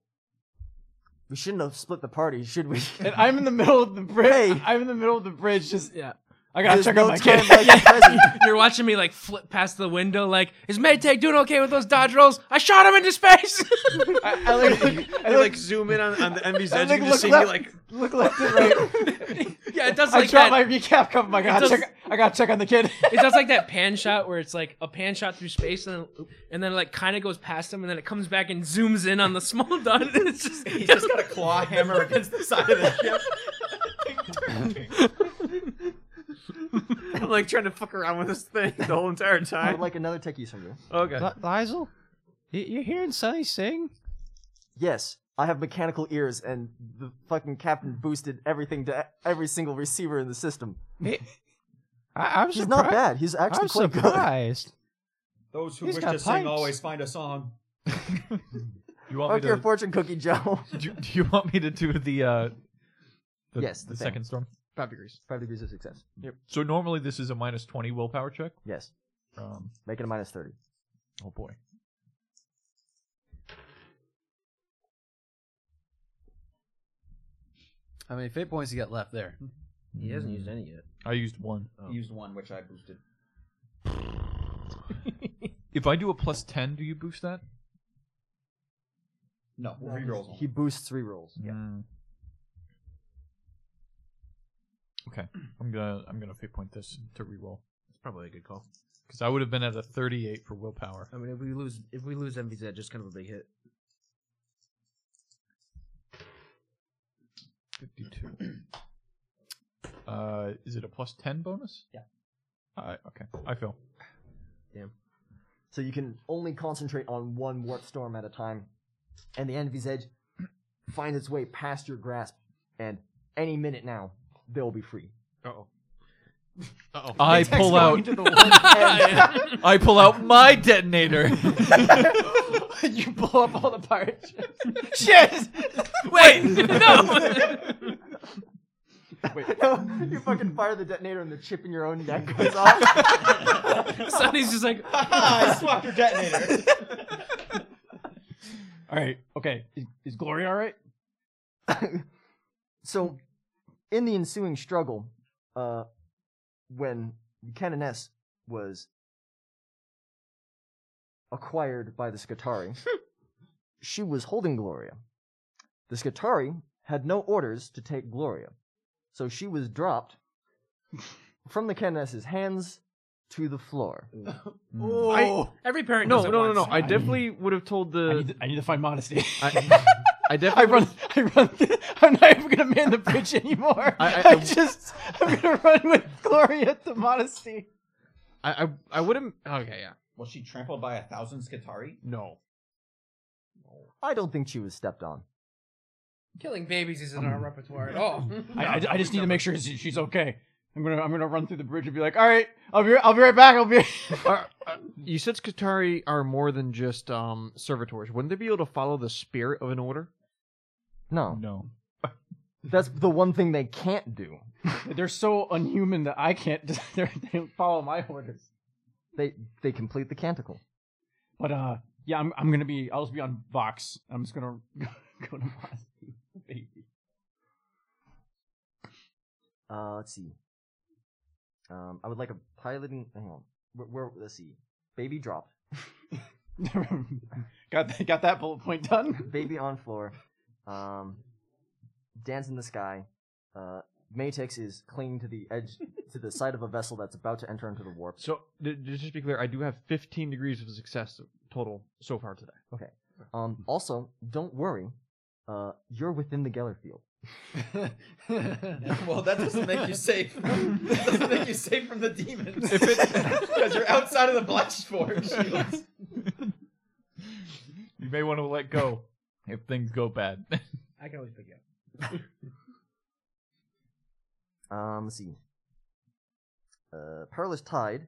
[SPEAKER 1] we shouldn't have split the party, should we?
[SPEAKER 7] And I'm in the
[SPEAKER 1] <laughs>
[SPEAKER 7] middle of the bridge.
[SPEAKER 1] Hey.
[SPEAKER 7] I'm in the middle of the bridge. Just
[SPEAKER 6] Yeah.
[SPEAKER 7] I gotta
[SPEAKER 1] There's
[SPEAKER 7] check
[SPEAKER 1] no
[SPEAKER 7] out my
[SPEAKER 1] time
[SPEAKER 7] kid.
[SPEAKER 1] like
[SPEAKER 7] <laughs>
[SPEAKER 1] the present.
[SPEAKER 6] You're watching me like flip past the window, like, is Maytag doing okay with those dodge rolls? I shot him into space. <laughs>
[SPEAKER 7] I, I like, I
[SPEAKER 2] They
[SPEAKER 7] like,
[SPEAKER 2] like zoom in on, on the MV's
[SPEAKER 7] I
[SPEAKER 2] edge
[SPEAKER 7] like
[SPEAKER 2] and you
[SPEAKER 7] look
[SPEAKER 2] just see me
[SPEAKER 7] left,
[SPEAKER 2] like
[SPEAKER 7] look left and right.
[SPEAKER 6] yeah, it does
[SPEAKER 7] I
[SPEAKER 6] like that.
[SPEAKER 7] dropped my recap cup. I gotta
[SPEAKER 6] does-
[SPEAKER 7] check. I gotta check on
[SPEAKER 11] <laughs>
[SPEAKER 7] the kid.
[SPEAKER 6] it does like that pan shot where it's like a pan shot through space and then, and then it like kind of goes past him and then it comes back and zooms in on the small <laughs> dot. And it's just,
[SPEAKER 5] He's just got
[SPEAKER 7] <laughs>
[SPEAKER 5] a claw hammer against the side of the ship.
[SPEAKER 2] I'm like trying to fuck around with this thing the whole
[SPEAKER 1] I
[SPEAKER 2] entire
[SPEAKER 1] would
[SPEAKER 2] time.
[SPEAKER 1] like another techies from you.
[SPEAKER 2] Okay.
[SPEAKER 12] Li- Lizel, you, you hearing Sonny sing?
[SPEAKER 1] Yes, I have mechanical ears, and the fucking captain boosted everything to e-, every single receiver in the system.
[SPEAKER 12] I, I'm
[SPEAKER 1] He's
[SPEAKER 12] surprised.
[SPEAKER 1] not bad. He's actually
[SPEAKER 12] I'm
[SPEAKER 1] quite good.
[SPEAKER 12] surprised.
[SPEAKER 11] Those who
[SPEAKER 12] He's
[SPEAKER 11] wish
[SPEAKER 12] got
[SPEAKER 11] to sing
[SPEAKER 12] pipes.
[SPEAKER 11] always find a
[SPEAKER 12] <laughs>
[SPEAKER 11] song.
[SPEAKER 3] You want
[SPEAKER 1] Fuck
[SPEAKER 3] me
[SPEAKER 1] your
[SPEAKER 3] to?
[SPEAKER 1] fortune cookie, Joe. <laughs>
[SPEAKER 3] Do, you- do you want me to do the? uh the,
[SPEAKER 1] Yes,
[SPEAKER 3] the,
[SPEAKER 1] the thing.
[SPEAKER 3] second storm.
[SPEAKER 2] Five degrees.
[SPEAKER 1] Five degrees of success.
[SPEAKER 3] So normally this is a minus twenty willpower check.
[SPEAKER 1] Yes,
[SPEAKER 3] Um,
[SPEAKER 1] make it a minus thirty.
[SPEAKER 3] oh boy.
[SPEAKER 12] How many fate points you got left there?
[SPEAKER 6] he hasn't used any yet. Oh.
[SPEAKER 3] I used one.
[SPEAKER 5] Used one, which I boosted.
[SPEAKER 3] If I do a plus ten, do you boost that?
[SPEAKER 5] No, rerolls.
[SPEAKER 1] He boosts three rolls.
[SPEAKER 3] Mm. Okay, I'm gonna I'm gonna fate point this to reroll
[SPEAKER 6] It's probably a good call.
[SPEAKER 3] because I would have been at a 38 for willpower.
[SPEAKER 6] I mean, if we lose, if we lose MVZ, that's just kind of a big hit. <clears throat>
[SPEAKER 3] 52. uh, is it a plus 10 bonus? Yeah. Uh, okay, I fail.
[SPEAKER 1] So you can only concentrate on one warp storm at a time, and the Envy's Edge <clears throat> finds its way past your grasp, and any minute now, they'll be free.
[SPEAKER 3] I pull out.
[SPEAKER 6] Yeah.
[SPEAKER 3] I pull out my detonator.
[SPEAKER 7] you blow up all the pirates. <laughs>
[SPEAKER 6] Wait, no. <laughs>
[SPEAKER 1] <laughs> you fucking fire the detonator, and the chip in your own neck goes off.
[SPEAKER 7] <laughs>
[SPEAKER 6] Sonny's just like,
[SPEAKER 11] I swapped your detonator.
[SPEAKER 2] <laughs>
[SPEAKER 7] All right. Okay. Is, is Glory all right?
[SPEAKER 1] so, in the ensuing struggle, uh, when the Canoness was acquired by the Skatari, she was holding Gloria. The Skatari had no orders to take Gloria, so she was dropped from the Canoness's hands to the floor.
[SPEAKER 7] Oh.
[SPEAKER 2] I,
[SPEAKER 6] every parent.
[SPEAKER 2] no,
[SPEAKER 6] does
[SPEAKER 2] no,
[SPEAKER 6] it
[SPEAKER 2] no, no.
[SPEAKER 6] once.
[SPEAKER 2] I definitely would have told
[SPEAKER 7] I
[SPEAKER 2] the.
[SPEAKER 7] need to, I need to find modesty.
[SPEAKER 2] I, I
[SPEAKER 7] I
[SPEAKER 2] definitely.
[SPEAKER 7] run. I run. I'm not even gonna man the bridge anymore. I,
[SPEAKER 2] I- I-
[SPEAKER 7] just. I'm gonna run with Gloria to modesty.
[SPEAKER 2] I I, I would have. Okay, yeah.
[SPEAKER 11] Was she trampled by a thousand Skatari?
[SPEAKER 2] No.
[SPEAKER 1] I don't think she was stepped on.
[SPEAKER 6] Killing babies isn't
[SPEAKER 1] Um.
[SPEAKER 6] our repertoire
[SPEAKER 1] <laughs>
[SPEAKER 6] at all.
[SPEAKER 7] I, I, I just need to make sure she- she's okay. I'm gonna I'm gonna run through the bridge and be like, all right, I'll be I'll be right back. I'll be. <laughs>
[SPEAKER 2] Are, uh, you said Skatari are more than just um servitors. Wouldn't they be able to follow the spirit of an order?
[SPEAKER 1] No,
[SPEAKER 3] No.
[SPEAKER 1] that's the one thing they can't do.
[SPEAKER 7] They're so unhuman that I can't. <laughs> They're, they don't follow my orders.
[SPEAKER 1] They they complete the canticle.
[SPEAKER 7] But uh, yeah, I'm I'm gonna be. I'll just be on Vox. I'm just gonna <laughs> go to Vox.
[SPEAKER 1] Uh, let's see. Um, I would like a piloting. Hang on. Where, where let's see. Baby dropped.
[SPEAKER 7] got that, got that bullet point done.
[SPEAKER 1] Baby on floor. Um, dance in the sky. Uh, Matex is clinging to the edge, to the side of a vessel that's about to enter into the warp.
[SPEAKER 2] So th- just to be clear, I do have 15 degrees of success total so far today.
[SPEAKER 1] Um, also, don't worry. Uh, you're within the Geller field.
[SPEAKER 11] <laughs> well, that doesn't make
[SPEAKER 2] <laughs>
[SPEAKER 11] you
[SPEAKER 7] <laughs>
[SPEAKER 11] safe. that doesn't make you safe from the demons. Because you're outside of the blast forge
[SPEAKER 2] <laughs>
[SPEAKER 11] shields.
[SPEAKER 3] You may want to let go if things go
[SPEAKER 2] <laughs>
[SPEAKER 3] bad.
[SPEAKER 6] I can always pick it up.
[SPEAKER 1] Um, let's see. Uh, Perilous Tide.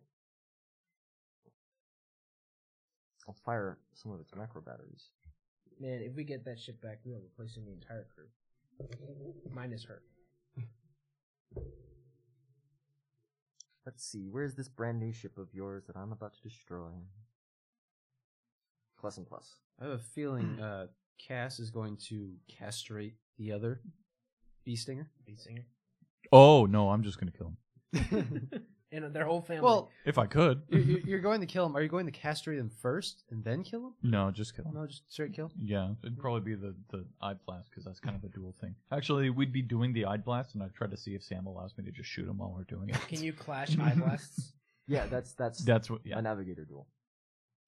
[SPEAKER 1] I'll fire some of its macro batteries.
[SPEAKER 6] Man, if we get that ship back, we are replacing the entire crew. Mine is hurt.
[SPEAKER 1] Let's see, where's this brand new ship of yours that I'm about to destroy? Plus and plus.
[SPEAKER 12] I have a feeling uh, Cass is going to castrate the other bee stinger. Bee stinger.
[SPEAKER 3] oh no, I'm just gonna kill him
[SPEAKER 6] And their whole family.
[SPEAKER 12] Well,
[SPEAKER 3] if I
[SPEAKER 2] <laughs>
[SPEAKER 3] could.
[SPEAKER 12] you're, <laughs> you're you're going to kill him. Are you going to castrate him first and then kill him?
[SPEAKER 3] No, just kill him.
[SPEAKER 12] No, just straight kill.
[SPEAKER 3] Yeah, it'd probably be the the eye blast because that's kind of a dual thing. Actually, we'd be doing the eye blast, and I've tried to see if Sam allows me to just shoot him while we're doing it.
[SPEAKER 6] can you clash eye blasts?
[SPEAKER 1] Yeah, that's that's,
[SPEAKER 3] That's what. Yeah.
[SPEAKER 1] a navigator duel.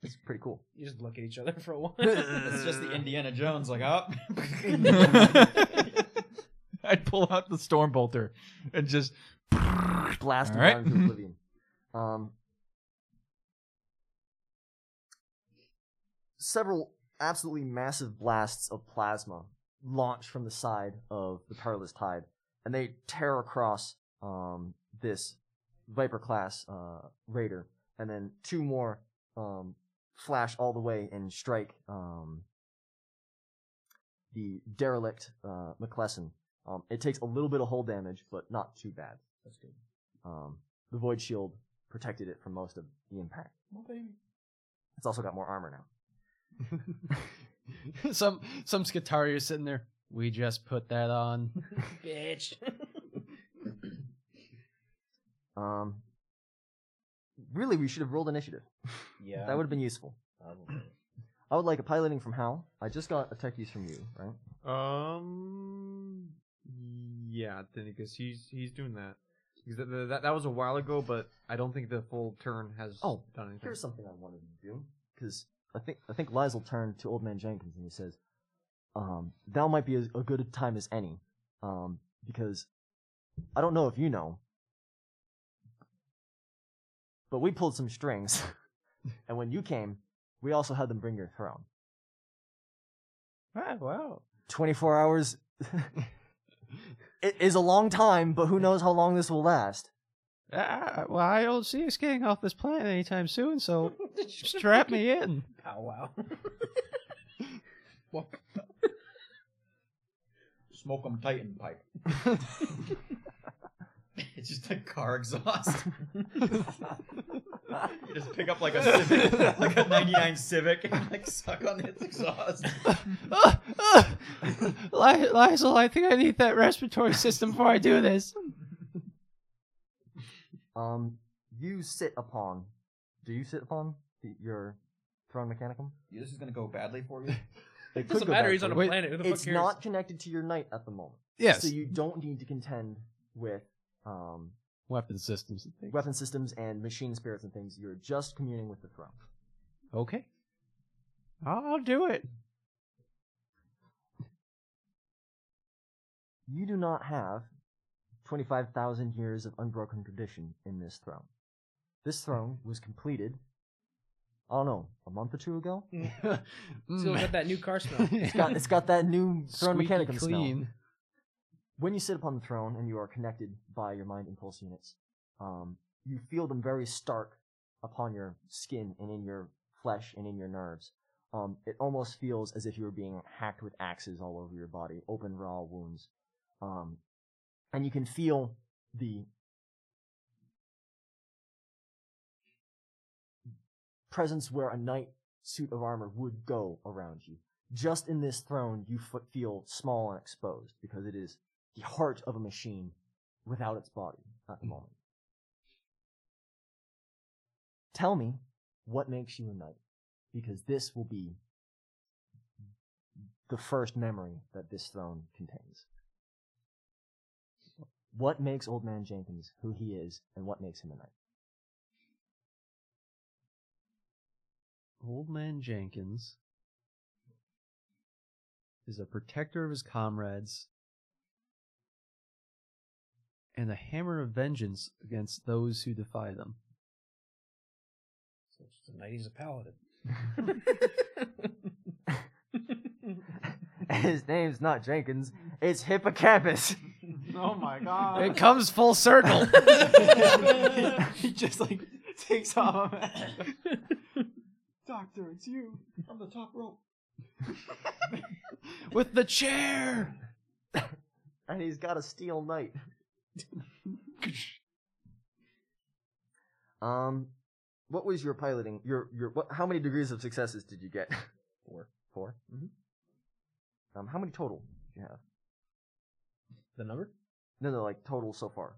[SPEAKER 1] It's pretty cool.
[SPEAKER 6] <laughs> You just look at each other for
[SPEAKER 1] <laughs>
[SPEAKER 6] a while.
[SPEAKER 11] It's just the Indiana Jones, like, oh.
[SPEAKER 3] <laughs>
[SPEAKER 7] <laughs>
[SPEAKER 3] I'd pull out the storm bolter and just.
[SPEAKER 1] Blast him
[SPEAKER 3] All right.
[SPEAKER 1] down
[SPEAKER 3] <laughs>
[SPEAKER 1] into oblivion. Um, several absolutely massive blasts of plasma launch from the side of the perilous tide, and they tear across um, this Viper class uh, raider, and then two more um, flash all the way and strike um, the derelict uh, McClellan. Um, it takes a little bit of hull damage, but not too bad. That's good. Um, the void shield protected it from most of the impact. It's also got more armor now.
[SPEAKER 12] some some Skatari is sitting there. We just put that on.
[SPEAKER 6] Bitch.
[SPEAKER 1] Um, really, we should have rolled initiative.
[SPEAKER 11] Yeah.
[SPEAKER 1] That would have been useful. I would like a piloting from Hal. I just got a tech use from you, right?
[SPEAKER 2] Um. Yeah, then because he's he's doing that. Because that, that that was a while ago, but I don't think the full turn has
[SPEAKER 1] Oh,
[SPEAKER 2] done anything.
[SPEAKER 1] Here's something I wanted to do because I think I think Lizel turned to Old Man Jenkins and he says, um, "Now might be as, a good a time as any, um, because I don't know if you know, but we pulled some strings, <laughs> and when you came, we also had them bring your throne.
[SPEAKER 12] Ah, wow.
[SPEAKER 1] Twenty-four hours." <laughs> It is a long time, but who knows how long this will last.
[SPEAKER 12] Ah, well, I don't see us getting off this planet anytime soon,
[SPEAKER 2] <laughs>
[SPEAKER 12] so strap me in.
[SPEAKER 6] Pow wow. well,
[SPEAKER 11] Smoke 'em Titan pipe. it's just a car exhaust. you just pick up like a Civic, like a 99 Civic, and like suck on its exhaust.
[SPEAKER 12] Ah, ah. Li- Lizel, I think I need that respiratory system before I do this.
[SPEAKER 1] Um, you sit upon. Do you sit upon the, your throne mechanicum?
[SPEAKER 11] This is gonna go badly for you.
[SPEAKER 1] It
[SPEAKER 6] doesn't matter. He's on a
[SPEAKER 12] Wait,
[SPEAKER 6] planet. Who the
[SPEAKER 1] It's
[SPEAKER 6] fuck cares?
[SPEAKER 1] not connected to your knight at the moment.
[SPEAKER 12] Yes.
[SPEAKER 1] So you don't need to contend with um,
[SPEAKER 12] Weapon systems and things.
[SPEAKER 1] weapon systems and machine spirits and things. You're just communing with the throne.
[SPEAKER 12] Okay. I'll do it.
[SPEAKER 1] You do not have 25,000 years of unbroken tradition in this throne. This throne was completed. I don't know, a month or two ago.
[SPEAKER 12] Mm.
[SPEAKER 13] Still
[SPEAKER 12] <laughs>
[SPEAKER 13] got that new car smell.
[SPEAKER 1] <laughs> It's got it's got that new throne
[SPEAKER 13] Squeaky
[SPEAKER 1] mechanicum
[SPEAKER 13] clean.
[SPEAKER 1] smell. When you sit upon the throne and you are connected by your mind impulse units, um, you feel them very stark upon your skin and in your flesh and in your nerves. Um, it almost feels as if you were being hacked with axes all over your body, open raw wounds. Um, and you can feel the presence where a knight suit of armor would go around you. Just in this throne, you f- feel small and exposed because it is the heart of a machine without its body at the moment. Tell me what makes you a knight, because this will be the first memory that this throne contains. What makes Old Man Jenkins who he is, and what makes him a knight?
[SPEAKER 12] Old Man Jenkins is a protector of his comrades and a hammer of vengeance against those who defy them.
[SPEAKER 13] So it's tonight he's a
[SPEAKER 7] <laughs>
[SPEAKER 13] paladin.
[SPEAKER 1] His name's not Jenkins, it's Hippocampus.
[SPEAKER 7] Oh my god.
[SPEAKER 1] It comes full
[SPEAKER 2] <laughs>
[SPEAKER 1] circle.
[SPEAKER 7] he just like takes off. a mask. Doctor, it's you. I'm the top rope.
[SPEAKER 1] With the chair! and he's got a steel knight. <laughs> um, what was your piloting? Your, your, what, how many degrees of successes did you get? <laughs> Four. 4 Mm-hmm. Um, how many total did you have?
[SPEAKER 12] The number?
[SPEAKER 1] No, no, like total so far.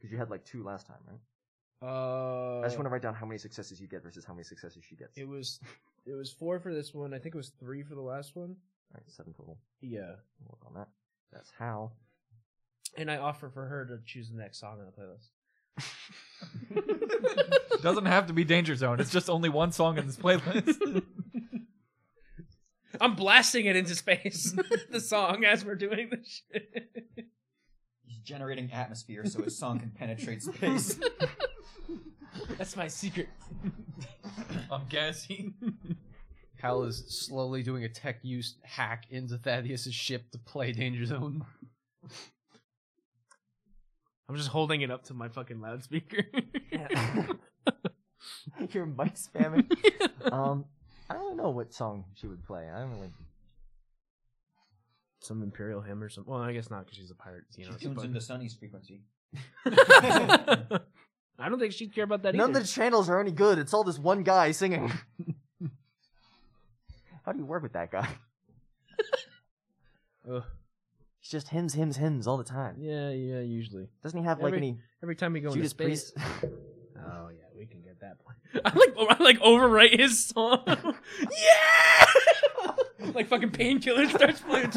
[SPEAKER 1] Because you had like two last time, right?
[SPEAKER 13] Uh,
[SPEAKER 1] I just want to write down how many successes you get versus how many successes she gets.
[SPEAKER 13] It was, it was four for this one. I think it was three for the last one.
[SPEAKER 1] All right, seven total.
[SPEAKER 13] Yeah.
[SPEAKER 1] We'll work on that. That's how.
[SPEAKER 13] And I offer for her to choose the next song on the playlist.
[SPEAKER 1] <laughs>
[SPEAKER 3] <laughs> Doesn't have to be Danger Zone. It's just only one song in this <laughs> playlist.
[SPEAKER 6] I'm blasting it into space, <laughs> the song, as we're doing this shit.
[SPEAKER 5] He's generating atmosphere so his song can penetrate space.
[SPEAKER 6] That's my secret.
[SPEAKER 3] I'm guessing.
[SPEAKER 12] Hal is slowly doing a tech use hack into Thaddeus's ship to play Danger Zone.
[SPEAKER 6] I'm just holding it up to my
[SPEAKER 1] <laughs>
[SPEAKER 6] fucking <laughs> loudspeaker.
[SPEAKER 1] Your mic
[SPEAKER 13] <laughs>
[SPEAKER 1] spamming. um, I don't know what song she would play. I don't really.
[SPEAKER 13] Some Imperial hymn or something. Well, I guess not because she's a pirate. You know,
[SPEAKER 5] She
[SPEAKER 13] it's
[SPEAKER 5] tunes
[SPEAKER 13] fun.
[SPEAKER 5] into Sunny's frequency.
[SPEAKER 13] I don't think she'd care about that
[SPEAKER 1] None
[SPEAKER 13] either.
[SPEAKER 1] of the channels are any good. It's all this one
[SPEAKER 13] <laughs>
[SPEAKER 1] guy singing. How do you work with that guy?
[SPEAKER 13] <laughs> Ugh.
[SPEAKER 1] It's just hymns, hymns, hymns all the time.
[SPEAKER 13] Yeah, yeah, usually.
[SPEAKER 1] Doesn't he have like
[SPEAKER 13] Every-
[SPEAKER 1] any?
[SPEAKER 13] Every time we go
[SPEAKER 1] Judas
[SPEAKER 13] into space.
[SPEAKER 1] Priest.
[SPEAKER 13] Oh yeah, we can get that point.
[SPEAKER 6] <laughs> I like, I like overwrite his song. <laughs> yeah! <laughs> like fucking painkiller starts <laughs> playing.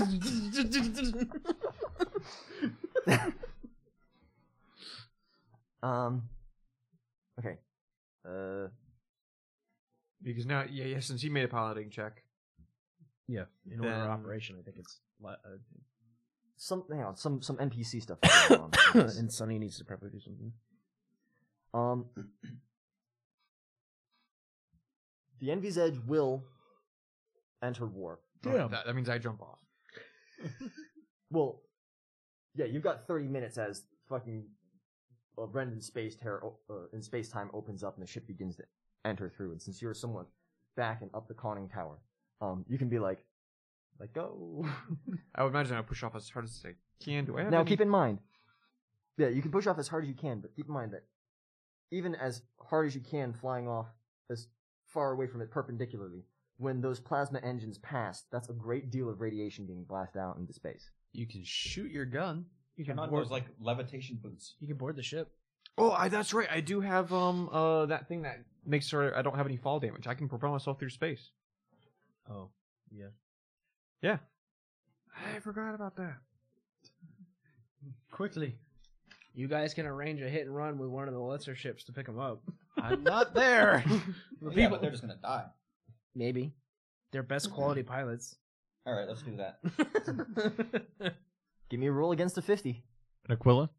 [SPEAKER 1] Um. Okay. Uh.
[SPEAKER 2] Because now, yeah, yeah, since he made a piloting check.
[SPEAKER 13] Yeah, in order
[SPEAKER 3] uh,
[SPEAKER 2] Then-
[SPEAKER 13] of operation, I think it's. li- Uh,
[SPEAKER 1] Some hang on, some some NPC stuff. is
[SPEAKER 13] <coughs>
[SPEAKER 1] going on.
[SPEAKER 13] and Sonny needs to probably do something.
[SPEAKER 1] Um, the Envy's Edge will enter warp.
[SPEAKER 2] Damn. That, that means I jump off.
[SPEAKER 1] Well, yeah, you've got 30 minutes as fucking uh, Brendan space terror uh, in space time opens up and the ship begins to enter through. And since you're someone back and up the conning tower, um, you can be like, let go. <laughs>
[SPEAKER 2] I would imagine I would push off as hard as I can. Do I have
[SPEAKER 1] now
[SPEAKER 2] any-
[SPEAKER 1] keep in mind, yeah, you can push off as hard as you can, but keep in mind that even as hard as you can, flying off as far away from it perpendicularly, when those plasma engines pass, that's a great deal of radiation being blasted out into space.
[SPEAKER 12] You can shoot your gun.
[SPEAKER 13] You
[SPEAKER 5] Turn
[SPEAKER 13] can
[SPEAKER 5] on
[SPEAKER 13] board,
[SPEAKER 5] those like levitation boots.
[SPEAKER 13] you can board the ship.
[SPEAKER 2] Oh, I, that's right. I do have um uh that thing that makes sure I don't have any fall damage. I can propel myself through space.
[SPEAKER 13] Oh, yeah.
[SPEAKER 2] Yeah. I forgot about that.
[SPEAKER 13] Quickly, you guys can arrange a hit and run with one of the lesser ships to pick them up.
[SPEAKER 12] I'm not there.
[SPEAKER 5] Well, yeah,
[SPEAKER 13] people-
[SPEAKER 5] but they're just gonna die.
[SPEAKER 13] Maybe they're best
[SPEAKER 6] <laughs>
[SPEAKER 13] quality pilots.
[SPEAKER 5] All right, let's do that.
[SPEAKER 1] Give me a roll against a 50.
[SPEAKER 3] Aquila?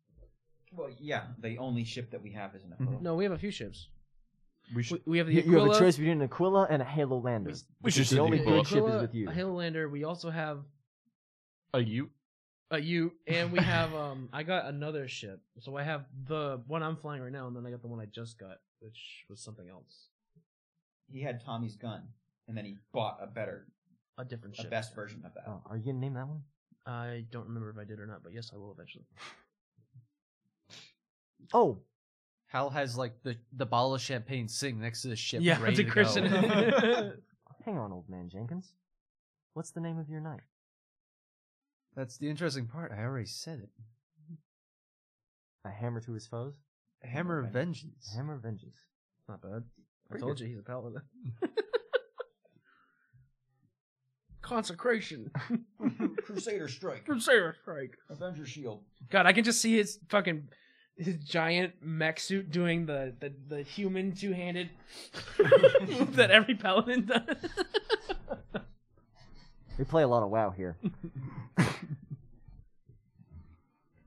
[SPEAKER 5] Well, yeah, the only ship that we have is an Apollo.
[SPEAKER 6] Mm-hmm.
[SPEAKER 13] no, we have a few ships.
[SPEAKER 3] We, should,
[SPEAKER 6] we have the
[SPEAKER 1] you, you have a
[SPEAKER 6] Aquila.
[SPEAKER 1] choice between an Aquila and a Halo Lander.
[SPEAKER 3] we should
[SPEAKER 1] because the
[SPEAKER 3] send
[SPEAKER 1] only
[SPEAKER 3] the
[SPEAKER 1] good
[SPEAKER 3] Aquila.
[SPEAKER 1] ship is
[SPEAKER 6] Aquila,
[SPEAKER 1] with you.
[SPEAKER 6] A Halo Lander. We also have
[SPEAKER 3] Are you?
[SPEAKER 6] a U, and
[SPEAKER 1] <laughs>
[SPEAKER 6] we have um. I got another ship, so I have the one I'm flying right now, and then I got the one I just got, which was something else,
[SPEAKER 11] He had Tommy's gun, and then he bought a better,
[SPEAKER 6] a different
[SPEAKER 11] a
[SPEAKER 6] ship.
[SPEAKER 11] best version of that.
[SPEAKER 1] Oh, are you gonna name that one?
[SPEAKER 6] I don't remember if I did or not, but yes, I will eventually.
[SPEAKER 1] Oh,
[SPEAKER 12] Hal has like the, the bottle of champagne sitting next to the ship.
[SPEAKER 6] Yeah,
[SPEAKER 12] ready
[SPEAKER 6] to
[SPEAKER 12] to, go.
[SPEAKER 6] christen <laughs> it.
[SPEAKER 1] hang on, old man Jenkins. What's the name of your knight?
[SPEAKER 12] That's the interesting part. I already said it.
[SPEAKER 1] A hammer to his foes.
[SPEAKER 12] Hammer of Vengeance.
[SPEAKER 1] Hammer of vengeance.
[SPEAKER 6] Not bad. I
[SPEAKER 1] Pretty
[SPEAKER 6] told
[SPEAKER 1] good.
[SPEAKER 6] you he's a paladin. Consecration.
[SPEAKER 11] Crusader Strike,
[SPEAKER 6] Crusader strike.
[SPEAKER 11] Avenger Shield.
[SPEAKER 6] God, I can just see his fucking his giant mech suit doing the the, the human two handed move <laughs> that every paladin does.
[SPEAKER 1] We play a lot of WoW
[SPEAKER 12] <laughs>
[SPEAKER 1] here.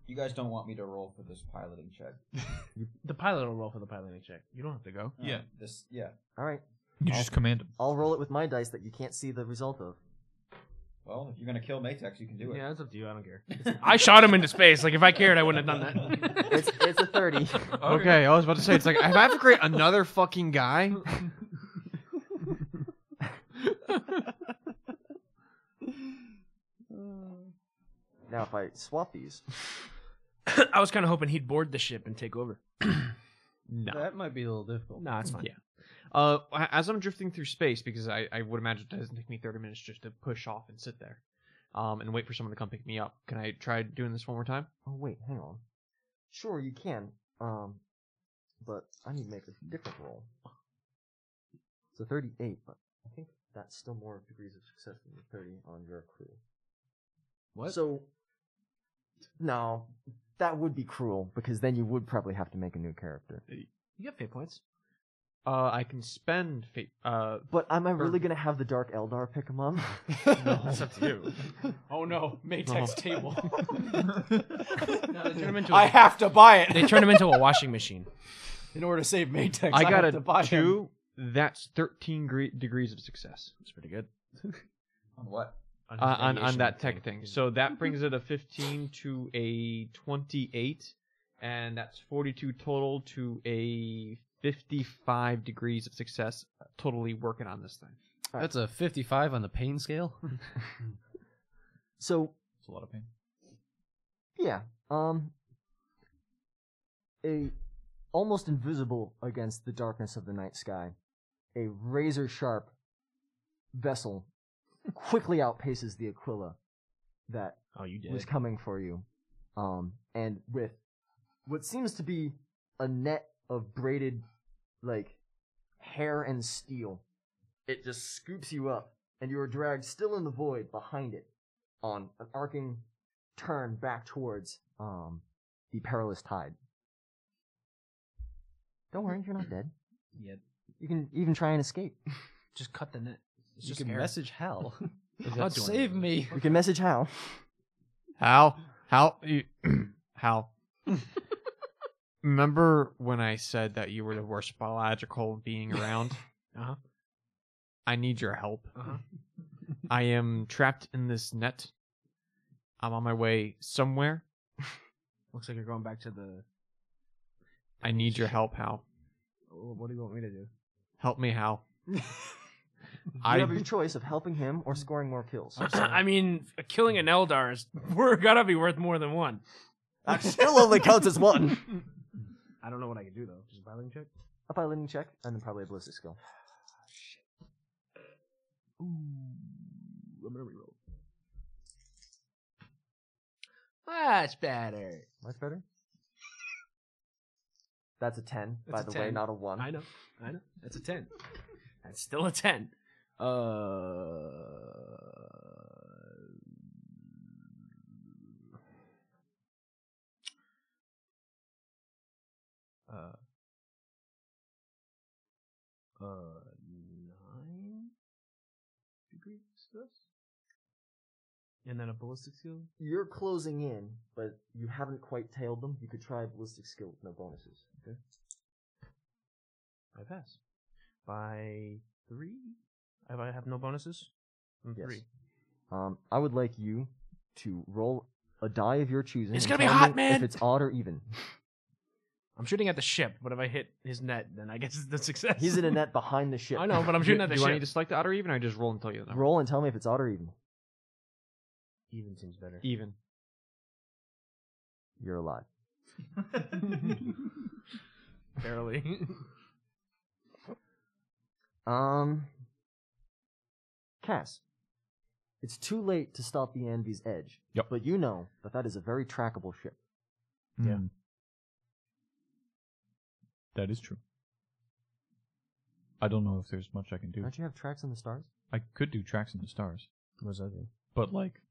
[SPEAKER 11] You guys don't want me to roll for this piloting check.
[SPEAKER 6] <laughs>
[SPEAKER 5] Uh,
[SPEAKER 6] the pilot will roll for the piloting check. You don't have to go.
[SPEAKER 11] Uh,
[SPEAKER 3] Yeah.
[SPEAKER 11] This, yeah.
[SPEAKER 1] All right,
[SPEAKER 3] You just command him.
[SPEAKER 1] I'll roll it with my dice that you can't see the
[SPEAKER 12] <laughs>
[SPEAKER 1] result of.
[SPEAKER 11] Well, if you're gonna kill Matex, you can do it.
[SPEAKER 6] Yeah, that's up to you. I don't care. I shot him into space. Like if I cared, I wouldn't have done that.
[SPEAKER 1] It's it's a thirty.
[SPEAKER 2] <laughs> Okay, I was about to say it's like I have to create another fucking guy.
[SPEAKER 1] now if I swap these,
[SPEAKER 6] I was kind of hoping he'd board the ship and take over.
[SPEAKER 2] No.
[SPEAKER 12] That might be a little difficult.
[SPEAKER 6] Nah, it's fine.
[SPEAKER 2] Yeah. Uh, as I'm drifting through space, because I, I would imagine it doesn't take me 30 minutes just to push off and sit there, um, and wait for someone to come pick me up. Can I try doing this one more time?
[SPEAKER 1] oh wait, hang on. Sure, you can. Um, but I need to make a different roll. So thirty-eight, but I think that's still more degrees of success than the thirty on your crew.
[SPEAKER 12] What?
[SPEAKER 1] So, no, that would be cruel because then you would probably have to make a new character.
[SPEAKER 2] You get fate points. Uh, I can spend fate. Uh,
[SPEAKER 1] But am I really gonna have the Dark Eldar pick him
[SPEAKER 2] <laughs>
[SPEAKER 1] up?
[SPEAKER 2] that's up to you.
[SPEAKER 7] Oh no, Matex <laughs> table.
[SPEAKER 6] No, they turn him into.
[SPEAKER 7] I
[SPEAKER 6] A,
[SPEAKER 7] have to buy it
[SPEAKER 6] they turn him into a washing <laughs> machine.
[SPEAKER 7] in order to save Matex.
[SPEAKER 2] I got
[SPEAKER 7] have
[SPEAKER 2] a
[SPEAKER 7] to buy him.
[SPEAKER 2] two. That's 13 gre- degrees of success
[SPEAKER 6] That's pretty good.
[SPEAKER 11] On what?
[SPEAKER 2] uh, on on that tech thing. So that brings it a 15 to a 28, and that's 42 total to a 55 degrees of success. Totally working on this thing.
[SPEAKER 12] That's a 55 on the pain scale.
[SPEAKER 1] <laughs> So
[SPEAKER 3] It's a lot of pain.
[SPEAKER 1] Yeah. Um a almost invisible against the darkness of the night sky, a razor sharp vessel quickly outpaces the Aquila that
[SPEAKER 6] Oh, you did.
[SPEAKER 1] was coming for you. Um and with what seems to be a net of braided like hair and steel, it just scoops you up and you are dragged still in the void behind it on an arcing turn back towards um, the perilous tide. Don't worry, you're not dead.
[SPEAKER 12] Yet.
[SPEAKER 1] You can even try and escape.
[SPEAKER 6] Just cut the net. It's
[SPEAKER 12] you
[SPEAKER 6] just
[SPEAKER 12] can
[SPEAKER 6] hair.
[SPEAKER 1] <laughs>
[SPEAKER 12] message Hal.
[SPEAKER 6] not doing
[SPEAKER 12] Save me.
[SPEAKER 1] You can message Hal.
[SPEAKER 2] Hal, Hal, you, <clears throat>
[SPEAKER 6] <laughs>
[SPEAKER 2] Hal. Remember when I said that you were the worst biological
[SPEAKER 6] <laughs>
[SPEAKER 2] being around?
[SPEAKER 6] Uh-huh.
[SPEAKER 2] I need your help.
[SPEAKER 6] Uh-huh.
[SPEAKER 2] I am trapped in this net. I'm on my way somewhere.
[SPEAKER 6] Looks like you're going back to the.
[SPEAKER 2] I need your help, Hal.
[SPEAKER 6] Oh, What do you want me to do?
[SPEAKER 2] Help
[SPEAKER 6] <laughs>
[SPEAKER 2] me, Hal.
[SPEAKER 1] You have
[SPEAKER 2] I
[SPEAKER 1] your choice of helping him or scoring more kills. <laughs>
[SPEAKER 6] I mean, killing an Eldar is <laughs> we're gotta be worth more than one.
[SPEAKER 1] That still only counts as one.
[SPEAKER 6] I don't know what I can do though. Just a piloting check.
[SPEAKER 1] A piloting check, and then probably a ballistic skill.
[SPEAKER 6] Ooh, I'm gonna reroll. Much better.
[SPEAKER 1] Much better. That's a 10, by
[SPEAKER 6] That's a
[SPEAKER 1] the way,
[SPEAKER 6] 10.
[SPEAKER 1] not a 1.
[SPEAKER 6] I know. I know. That's a ten. That's still a ten. Uh. Uh, uh, nine degrees this? And then a ballistic skill?
[SPEAKER 1] You're closing in, but you haven't quite tailed them. You could try a ballistic skill with no bonuses.
[SPEAKER 6] I pass.
[SPEAKER 13] by three. If I have no bonuses, I'm
[SPEAKER 1] Yes.
[SPEAKER 13] three.
[SPEAKER 1] Um, I would like you to roll a die of your choosing.
[SPEAKER 13] It's
[SPEAKER 1] and
[SPEAKER 13] gonna be
[SPEAKER 1] tell
[SPEAKER 13] hot,
[SPEAKER 1] me If
[SPEAKER 13] man!
[SPEAKER 1] it's odd or even,
[SPEAKER 13] I'm shooting at the ship, but if I hit his net, then I guess it's the success.
[SPEAKER 1] he's in a net behind the ship.
[SPEAKER 13] I know, <laughs> but I'm shooting at the
[SPEAKER 2] Do
[SPEAKER 13] ship.
[SPEAKER 2] I need to select the odd or even, or I just roll and tell you the number?
[SPEAKER 1] Roll and tell me if it's odd or even.
[SPEAKER 13] Even seems better.
[SPEAKER 2] Even.
[SPEAKER 1] You're alive.
[SPEAKER 13] <laughs> Barely.
[SPEAKER 1] Um, Cass, it's too late to stop the Envy's edge.
[SPEAKER 3] Yep.
[SPEAKER 1] But you know that that is a very trackable ship.
[SPEAKER 3] Yeah. Mm. That is true. I don't know if there's much I can do.
[SPEAKER 1] Don't you have tracks on the stars?
[SPEAKER 3] I could do tracks in the stars.
[SPEAKER 12] What does that do?
[SPEAKER 3] But like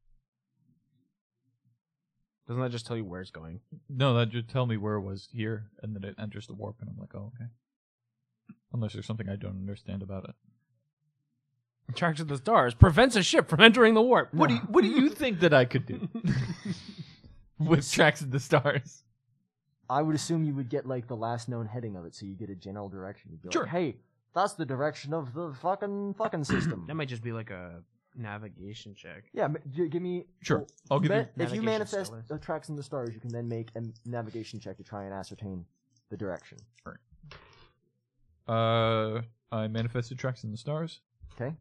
[SPEAKER 12] Doesn't that just tell you where it's going?
[SPEAKER 3] no, that just tell me where it was here and then it enters the warp and I'm like, oh okay. Unless there's something I don't understand about it.
[SPEAKER 6] Tracks of the stars prevents a ship from entering the warp.
[SPEAKER 3] What do you, what do
[SPEAKER 13] <laughs>
[SPEAKER 3] you think that I could do? With tracks in the stars.
[SPEAKER 1] I would assume you would get like the last known heading of it, so you get a general direction. You'd be
[SPEAKER 6] Sure.
[SPEAKER 1] Like, hey, that's the direction of the fucking
[SPEAKER 12] <clears throat>
[SPEAKER 1] fucking system.
[SPEAKER 13] that might just be like a navigation check.
[SPEAKER 1] Yeah, ma- gi- give me.
[SPEAKER 3] Sure, I'll give
[SPEAKER 1] ma-
[SPEAKER 3] you-
[SPEAKER 1] If you
[SPEAKER 13] Navigation
[SPEAKER 1] manifest
[SPEAKER 13] stellar.
[SPEAKER 1] the tracks in the stars, you can then make a m- navigation check to try and ascertain the direction.
[SPEAKER 3] Uh I manifested tracks in the stars.
[SPEAKER 1] Okay.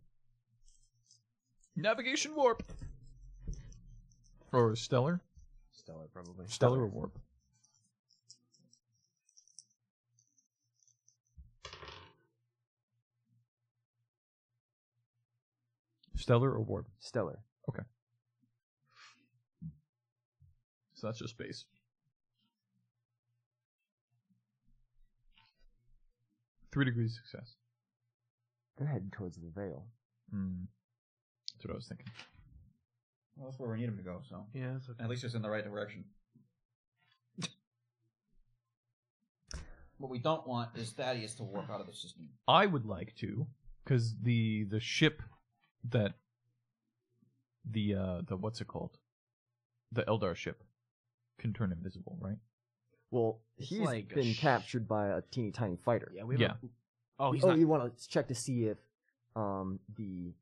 [SPEAKER 3] Navigation warp. Or stellar?
[SPEAKER 12] Stellar, probably.
[SPEAKER 3] Stellar or warp. Stellar or warp?
[SPEAKER 1] Stellar.
[SPEAKER 3] Okay. So that's just space. Three degrees of success.
[SPEAKER 1] They're heading towards the veil.
[SPEAKER 3] Hmm. That's what I was thinking.
[SPEAKER 5] Well, that's where we need him to go. So
[SPEAKER 13] Yeah, that's okay.
[SPEAKER 5] at least it's in the right direction. what we don't want is Thaddeus to warp out of the system.
[SPEAKER 3] I would like to, because the the ship that the uh the what's it called, the Eldar ship, can turn invisible, right?
[SPEAKER 1] Well,
[SPEAKER 13] It's
[SPEAKER 1] he's
[SPEAKER 13] like a
[SPEAKER 1] been
[SPEAKER 13] sh-
[SPEAKER 1] captured by a teeny tiny fighter.
[SPEAKER 13] Yeah, we
[SPEAKER 3] Yeah.
[SPEAKER 13] haven't- Oh, he's
[SPEAKER 1] oh,
[SPEAKER 13] not.
[SPEAKER 1] you want to check to see if um the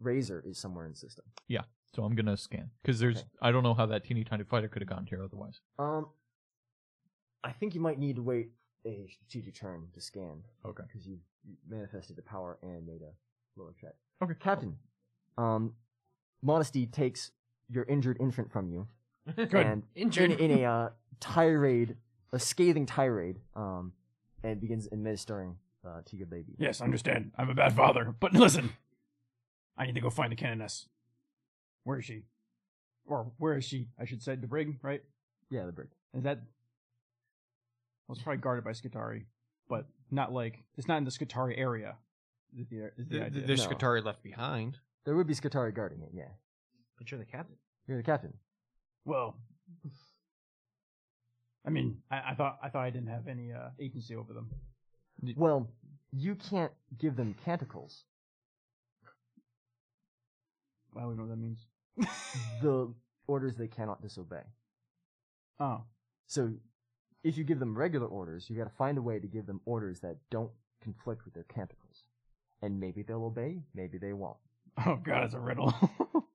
[SPEAKER 1] razor is somewhere in the system.
[SPEAKER 3] Yeah. So I'm gonna scan because there's
[SPEAKER 1] Okay.
[SPEAKER 3] I don't know how that teeny tiny fighter could have gotten here otherwise.
[SPEAKER 1] Um, I think you might need to wait a strategic turn to scan.
[SPEAKER 3] Okay.
[SPEAKER 1] Because you you manifested the power and made a lower check.
[SPEAKER 3] Okay.
[SPEAKER 1] Captain, um, modesty takes your injured infant from
[SPEAKER 13] <laughs>
[SPEAKER 1] you. And
[SPEAKER 6] Injured.
[SPEAKER 1] In, in a uh, tirade, a scathing tirade, um, and begins administering uh, to your baby.
[SPEAKER 7] Yes, I understand. I'm a bad father. But listen, I need to go find the canoness. Where is she? Or where is she? I should say the brig, right?
[SPEAKER 1] Yeah, the bird.
[SPEAKER 7] Is that? Well, it's probably guarded by Skatari, but not like it's not in the Skatari area. Is the, is the
[SPEAKER 2] Th-
[SPEAKER 7] idea?
[SPEAKER 2] th- There's
[SPEAKER 1] No.
[SPEAKER 2] Skatari left behind.
[SPEAKER 1] There would be Skatari guarding it. Yeah,
[SPEAKER 13] But you're the captain.
[SPEAKER 1] you're the captain.
[SPEAKER 7] Well, I mean, I, I thought I thought I didn't have any uh, agency over them.
[SPEAKER 1] Well, you can't give them canticles.
[SPEAKER 7] Well, I don't know what that means.
[SPEAKER 1] The orders they cannot disobey.
[SPEAKER 7] Oh,
[SPEAKER 1] So if you give them regular orders, you got to find a way to give them orders that don't conflict with their canticles. And maybe they'll obey, maybe they won't.
[SPEAKER 7] oh God, it's a riddle. <laughs> All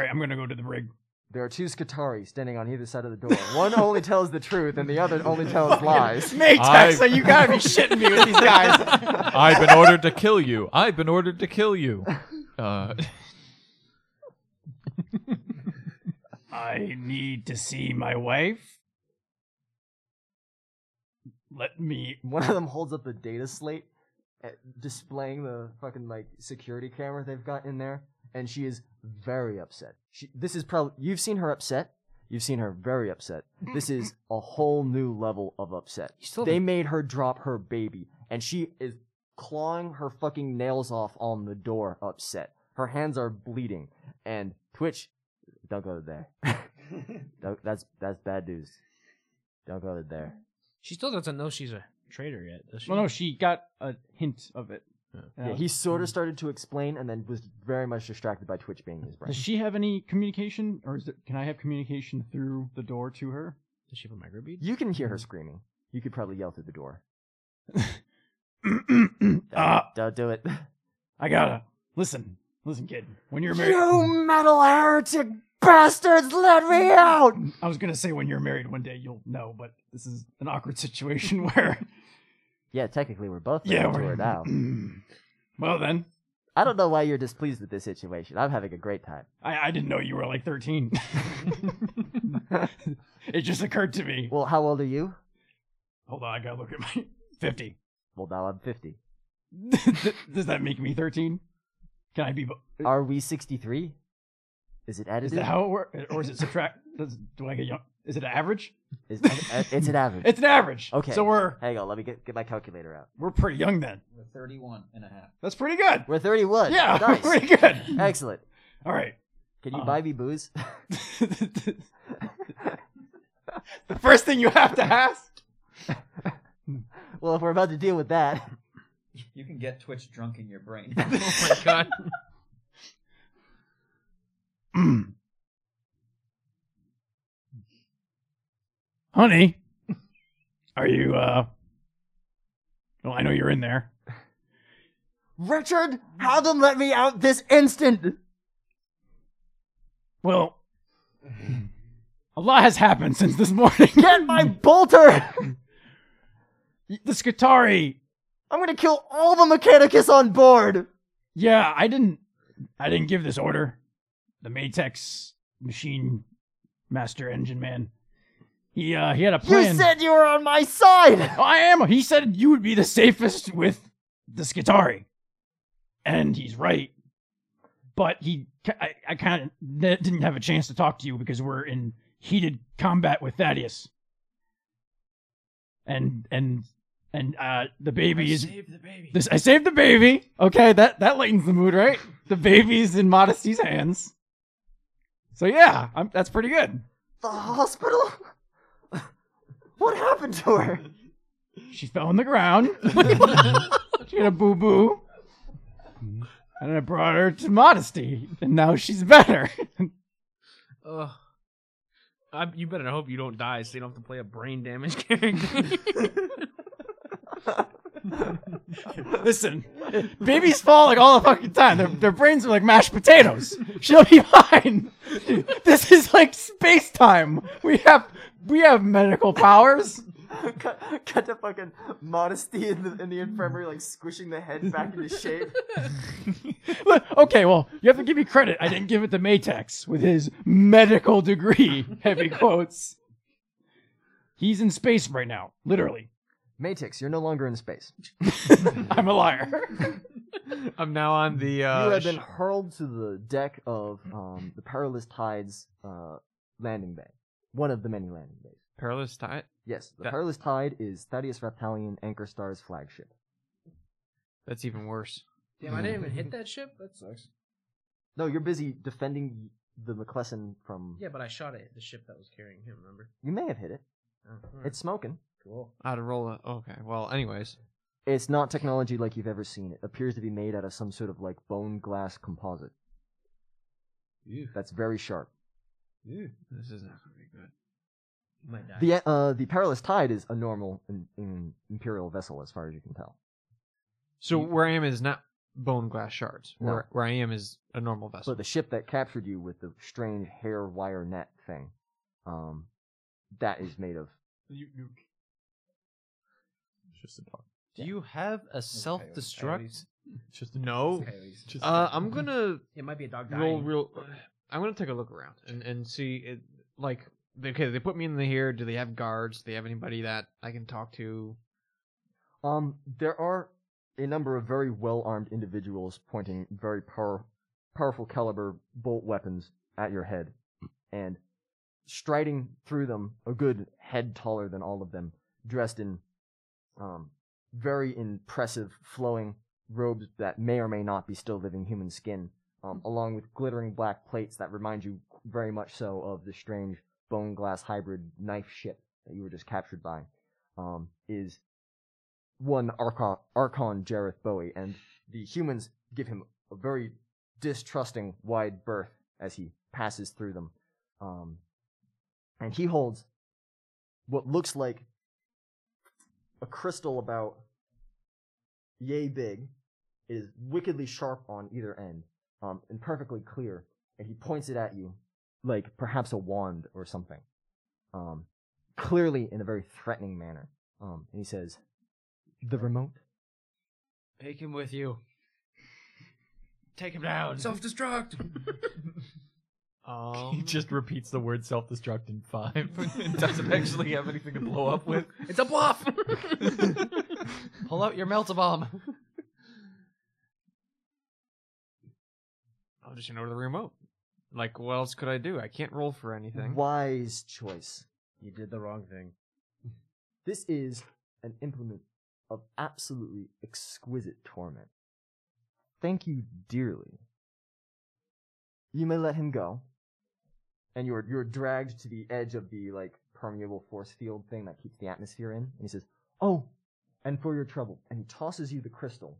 [SPEAKER 7] right, I'm gonna go to the brig.
[SPEAKER 1] There are two Skatari standing on either side of
[SPEAKER 13] <laughs>
[SPEAKER 1] the door. One only tells the truth, and the other only tells lies.
[SPEAKER 3] Matex, I- <laughs>
[SPEAKER 7] you gotta be shitting me with these guys.
[SPEAKER 3] I've been ordered to kill you. I've been ordered to kill
[SPEAKER 7] <laughs>
[SPEAKER 3] you. Uh,
[SPEAKER 7] I need to see my wife. Let me.
[SPEAKER 1] <laughs> One of them holds up a data slate, uh, displaying the fucking like security camera they've got in there, and she is very upset. She, this is probably you've seen her upset. You've seen her very upset. This
[SPEAKER 6] <laughs>
[SPEAKER 1] is a whole new level of upset.
[SPEAKER 6] still
[SPEAKER 1] they
[SPEAKER 6] haven't-
[SPEAKER 1] made her drop her baby, and she is clawing her fucking nails off on the door, upset. Her hands are bleeding, and Twitch, don't go
[SPEAKER 6] <laughs>
[SPEAKER 1] there. <laughs> Don't- that's that's bad news. Don't go there.
[SPEAKER 6] She still doesn't know she's
[SPEAKER 13] <laughs>
[SPEAKER 6] a traitor yet, does she? Oh.
[SPEAKER 7] Well, no, she got a hint of it. Uh,
[SPEAKER 1] Yeah, he
[SPEAKER 7] Mm.
[SPEAKER 1] sort of started to explain and then was very much distracted by Twitch being in his brain.
[SPEAKER 7] Does she have any communication, or is it, can I have communication through the door to her?
[SPEAKER 6] Does she have a microbead?
[SPEAKER 7] <clears throat>
[SPEAKER 1] You can hear her screaming. You could probably yell through the door.
[SPEAKER 7] Uh, Ah.
[SPEAKER 1] Don't do it.
[SPEAKER 7] I gotta listen, listen, kid.
[SPEAKER 1] <laughs>
[SPEAKER 7] When you're married,
[SPEAKER 1] You metal heretic bastards, let me out!
[SPEAKER 7] I was gonna say when you're married one day you'll know, but this is an awkward <laughs> situation where
[SPEAKER 1] Yeah, technically we're both
[SPEAKER 7] Yeah,
[SPEAKER 1] yeah,
[SPEAKER 7] we're-
[SPEAKER 1] toured
[SPEAKER 7] <laughs>
[SPEAKER 1] out.
[SPEAKER 7] <clears throat> well then,
[SPEAKER 1] I don't know why you're displeased with this situation. I'm having a great time.
[SPEAKER 7] I, I didn't know you were like 13. <laughs> it just occurred to me.
[SPEAKER 1] Well, how old are you?
[SPEAKER 7] Hold on, I gotta look at my 50.
[SPEAKER 1] Well, now I'm 50.
[SPEAKER 7] <laughs> Does that make me 13? Can I be? Bo-
[SPEAKER 1] Are we 63? Is it additive?
[SPEAKER 7] is that how it works, or is it subtract? Does, do I get young? Is it average?
[SPEAKER 1] Is- uh, it's an average.
[SPEAKER 7] <laughs> It's an average.
[SPEAKER 1] Okay.
[SPEAKER 7] So we're
[SPEAKER 1] Hang on, let me get, get my calculator out.
[SPEAKER 7] we're pretty young then.
[SPEAKER 5] We're 31 and a half.
[SPEAKER 7] That's pretty good.
[SPEAKER 1] We're 31.
[SPEAKER 7] Yeah, <laughs>
[SPEAKER 1] nice.
[SPEAKER 7] pretty good.
[SPEAKER 1] Excellent.
[SPEAKER 7] All right.
[SPEAKER 1] Can you
[SPEAKER 7] Uh-huh.
[SPEAKER 1] buy me booze?
[SPEAKER 7] The first thing you have to ask.
[SPEAKER 1] well, if we're about to deal with that,
[SPEAKER 5] You can get Twitch drunk in your brain.
[SPEAKER 13] Oh
[SPEAKER 6] God.
[SPEAKER 7] <clears throat> Honey, are you? uh Well, I know you're in there.
[SPEAKER 1] Richard, have them let me out this instant.
[SPEAKER 7] Well, a lot has happened since this morning.
[SPEAKER 1] Get my bolter.
[SPEAKER 7] <laughs> the Scutari.
[SPEAKER 1] I'm gonna kill all the Mechanicus on board.
[SPEAKER 7] Yeah, I didn't. I didn't give this order. The Matex machine master engine man. He uh he had a plan.
[SPEAKER 1] You said you were on my side.
[SPEAKER 7] <laughs> I am. He said you would be the safest with the Skitari. And he's right. But he, I, I kind of didn't have a chance to talk to you because we're in heated combat with Thaddeus. And and and uh, the baby is
[SPEAKER 13] the baby.
[SPEAKER 7] this. I saved the baby. Okay, that that lightens the mood, right? The baby's in Modesty's hands. So yeah, I'm, that's pretty good.
[SPEAKER 1] The hospital. What happened to her?
[SPEAKER 7] She fell on the ground. she had a boo boo. And I brought her to modesty. And now she's better.
[SPEAKER 6] <laughs> Ugh. I, you better hope you don't die, so you don't have to play a brain damage <laughs> character.
[SPEAKER 7] <laughs> Listen, babies fall like all the fucking time. Their, their brains are like mashed potatoes. She'll be fine. <laughs> This is like space time. We have we have medical powers.
[SPEAKER 1] <laughs> cut, cut to fucking modesty in the, in the infirmary, like squishing the head back into <laughs> shape.
[SPEAKER 7] Look, okay, well, you have to give me credit. I didn't give it to Matex with his medical degree. <laughs> Heavy quotes. He's in space right now, literally. <laughs>
[SPEAKER 1] Matix, you're no longer in space.
[SPEAKER 7] I'm a liar. <laughs>
[SPEAKER 2] I'm now on the. Uh,
[SPEAKER 1] you have been
[SPEAKER 2] sh-
[SPEAKER 1] hurled to the deck of um, the Perilous Tides uh, landing bay, one of the many landing bays.
[SPEAKER 2] perilous tide.
[SPEAKER 1] Yes, the
[SPEAKER 2] That-
[SPEAKER 1] Perilous Tide is Thaddeus Reptilian Anchor Star's flagship.
[SPEAKER 2] That's even worse.
[SPEAKER 13] Damn, I didn't even hit that ship. That sucks.
[SPEAKER 1] No, you're busy defending the McClesson from.
[SPEAKER 13] Yeah, but I shot it at the ship that was carrying him. Remember?
[SPEAKER 1] You may have hit it.
[SPEAKER 13] Oh, alright.
[SPEAKER 1] It's smoking.
[SPEAKER 13] cool.
[SPEAKER 2] How to roll a. Okay. Well, anyways.
[SPEAKER 1] It's not technology like you've ever seen. It appears to be made out of some sort of like bone glass composite. That's very sharp.
[SPEAKER 2] This is not going to be good.
[SPEAKER 13] You might die.
[SPEAKER 1] The uh, the Perilous Tide is a normal in, in Imperial vessel, as far as you can tell.
[SPEAKER 2] So where I am is not bone glass shards.
[SPEAKER 1] No.
[SPEAKER 2] Where where I am is a normal vessel.
[SPEAKER 1] But the ship that captured you with the strange hair wire net thing, um, that is made of.
[SPEAKER 3] You, you... It's just a dog.
[SPEAKER 12] Do you have a self destruct?
[SPEAKER 13] coyotes.
[SPEAKER 3] It's just a
[SPEAKER 2] no.
[SPEAKER 13] Coyotes.
[SPEAKER 3] <laughs> Just
[SPEAKER 2] Uh, I'm gonna
[SPEAKER 13] It might be a dog dying.
[SPEAKER 2] roll real. I'm gonna take a look around and and see it. Like they- okay, they put me in the here. Do they have guards? Do they have anybody that I can talk to?
[SPEAKER 1] Um, there are a number of very well armed individuals pointing very power, powerful caliber bolt weapons at your head, and striding through them, a good head taller than all of them, dressed in um, very impressive flowing robes that may or may not be still living human skin, um, along with glittering black plates that remind you very much so of the strange bone glass hybrid knife ship that you were just captured by. Um, is one Archon, Archon Jareth Bowie, and the humans give him a very distrusting wide berth as he passes through them. Um, and he holds what looks like a crystal about yay big It is wickedly sharp on either end, um, and perfectly clear. And he points it at you, like perhaps a wand or something, um, clearly in a very threatening manner. Um, and he says, "The remote."
[SPEAKER 13] Take him with you.
[SPEAKER 6] Take him
[SPEAKER 1] <laughs>
[SPEAKER 6] down.
[SPEAKER 13] Self-destruct.
[SPEAKER 1] Um,
[SPEAKER 3] he just repeats the word self-destruct in
[SPEAKER 1] <laughs>
[SPEAKER 3] five. and doesn't actually have anything to blow up with.
[SPEAKER 6] It's a bluff.
[SPEAKER 12] Pull out your melta bomb.
[SPEAKER 2] I'll just hand over the remote. Like, what else could I do? I can't roll for anything.
[SPEAKER 1] Wise choice.
[SPEAKER 13] You did the wrong thing.
[SPEAKER 1] <laughs> This is an implement of absolutely exquisite torment. Thank you dearly. You may let him go, and you're you're dragged to the edge of the like permeable force field thing that keeps the atmosphere in. And he says, "Oh, and for your trouble," and he tosses you the crystal.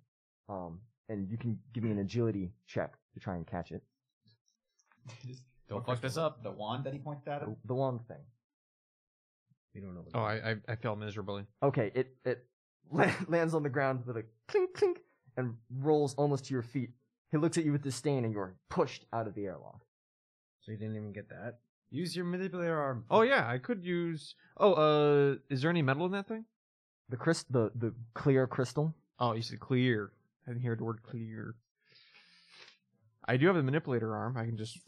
[SPEAKER 1] Um, and you can give me an agility check to try and catch it.
[SPEAKER 5] Don't fuck this up. The wand that he pointed at.
[SPEAKER 1] The, the wand thing.
[SPEAKER 13] We don't know. What
[SPEAKER 2] Oh, I, I I fail miserably.
[SPEAKER 1] Okay, it it <laughs> la- lands on the ground with a clink clink and rolls almost to your feet. He looks at you with disdain, and you're pushed out of the airlock.
[SPEAKER 13] so you didn't even get that.
[SPEAKER 12] Use your manipulator arm.
[SPEAKER 2] Oh yeah, I could use. Oh, uh, is there any metal in that thing?
[SPEAKER 1] The crystal, the the clear crystal.
[SPEAKER 2] Oh, you said clear. I didn't hear the word clear. I do have the manipulator arm. I can just.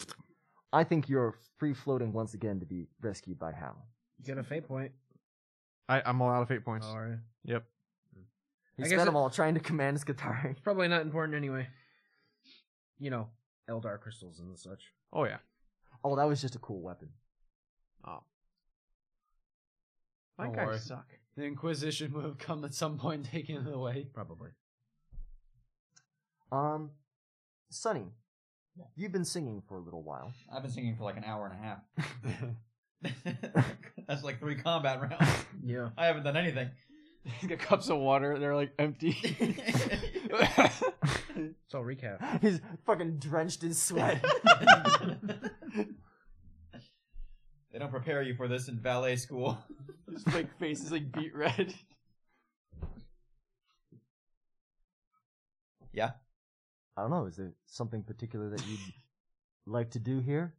[SPEAKER 1] I think you're free floating once again to be rescued by Hal.
[SPEAKER 13] You got a fate point.
[SPEAKER 2] I, I'm all out of fate points.
[SPEAKER 13] Oh, are you?
[SPEAKER 2] Yep.
[SPEAKER 13] I
[SPEAKER 1] He
[SPEAKER 13] guess
[SPEAKER 1] spent
[SPEAKER 13] it-
[SPEAKER 1] them all trying to command his guitar.
[SPEAKER 13] It's probably not important anyway. You know, Eldar crystals and such.
[SPEAKER 2] Oh yeah.
[SPEAKER 1] Oh, that was just a cool weapon.
[SPEAKER 2] My
[SPEAKER 12] Oh. Don't
[SPEAKER 2] guys
[SPEAKER 12] worry.
[SPEAKER 2] suck.
[SPEAKER 12] The Inquisition will have come at some point, <laughs> taking it away.
[SPEAKER 13] Probably.
[SPEAKER 1] Um, Sonny, you've been singing for a little while.
[SPEAKER 5] I've been singing for like an hour and a
[SPEAKER 11] <laughs>
[SPEAKER 5] half. <laughs> That's like three combat rounds.
[SPEAKER 13] Yeah.
[SPEAKER 5] I haven't done anything.
[SPEAKER 12] Get cups of water. They're like empty. <laughs>
[SPEAKER 13] So I'll recap.
[SPEAKER 1] <laughs> He's fucking drenched
[SPEAKER 12] <laughs>
[SPEAKER 1] in sweat.
[SPEAKER 5] <laughs> They don't prepare you for this in ballet school.
[SPEAKER 12] His like face is like beat red.
[SPEAKER 1] I don't know. Is there something particular that
[SPEAKER 12] <laughs>
[SPEAKER 1] you'd like to do here?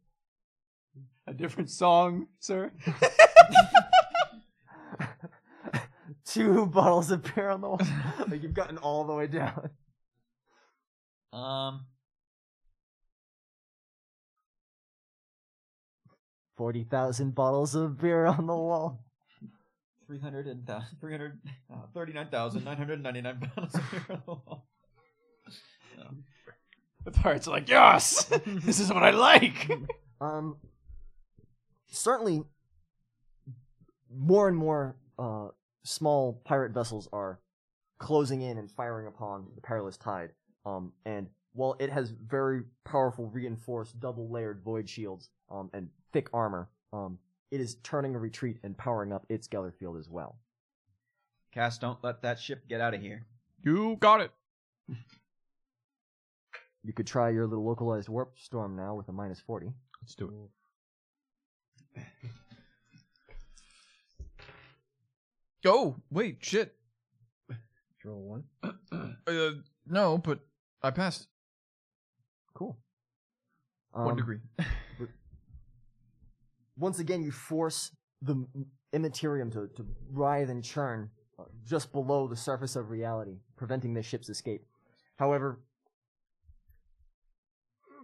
[SPEAKER 12] A different song, sir.
[SPEAKER 1] <laughs> Two bottles of beer on
[SPEAKER 12] <laughs>
[SPEAKER 1] the wall. like you've gotten all the way down.
[SPEAKER 5] <laughs> Um,
[SPEAKER 1] Forty thousand bottles of beer on the wall.
[SPEAKER 5] 300 and thou- 300 uh, 39,999 pounds <laughs> of beer on the wall.
[SPEAKER 12] The pirates are like,
[SPEAKER 7] <laughs>
[SPEAKER 12] yes, this is what I like.
[SPEAKER 1] Um, certainly, more and more uh, small pirate vessels are closing in and firing upon the perilous tide. Um, and while it has very powerful reinforced double layered void shields um, and thick armor, um, it is turning a retreat and powering up its Geller field as well.
[SPEAKER 5] Cass, don't let that ship get out of here.
[SPEAKER 3] You got it.
[SPEAKER 1] You could try your little localized warp storm now with a minus 40.
[SPEAKER 3] Let's do it. Oh wait, shit.
[SPEAKER 13] Roll one.
[SPEAKER 3] <clears throat> Uh, no, but I passed
[SPEAKER 1] Cool.
[SPEAKER 3] one
[SPEAKER 1] Um,
[SPEAKER 3] degree.
[SPEAKER 1] once again you force the m- immaterium to, to writhe and churn uh, just below the surface of reality, preventing the ship's escape. However,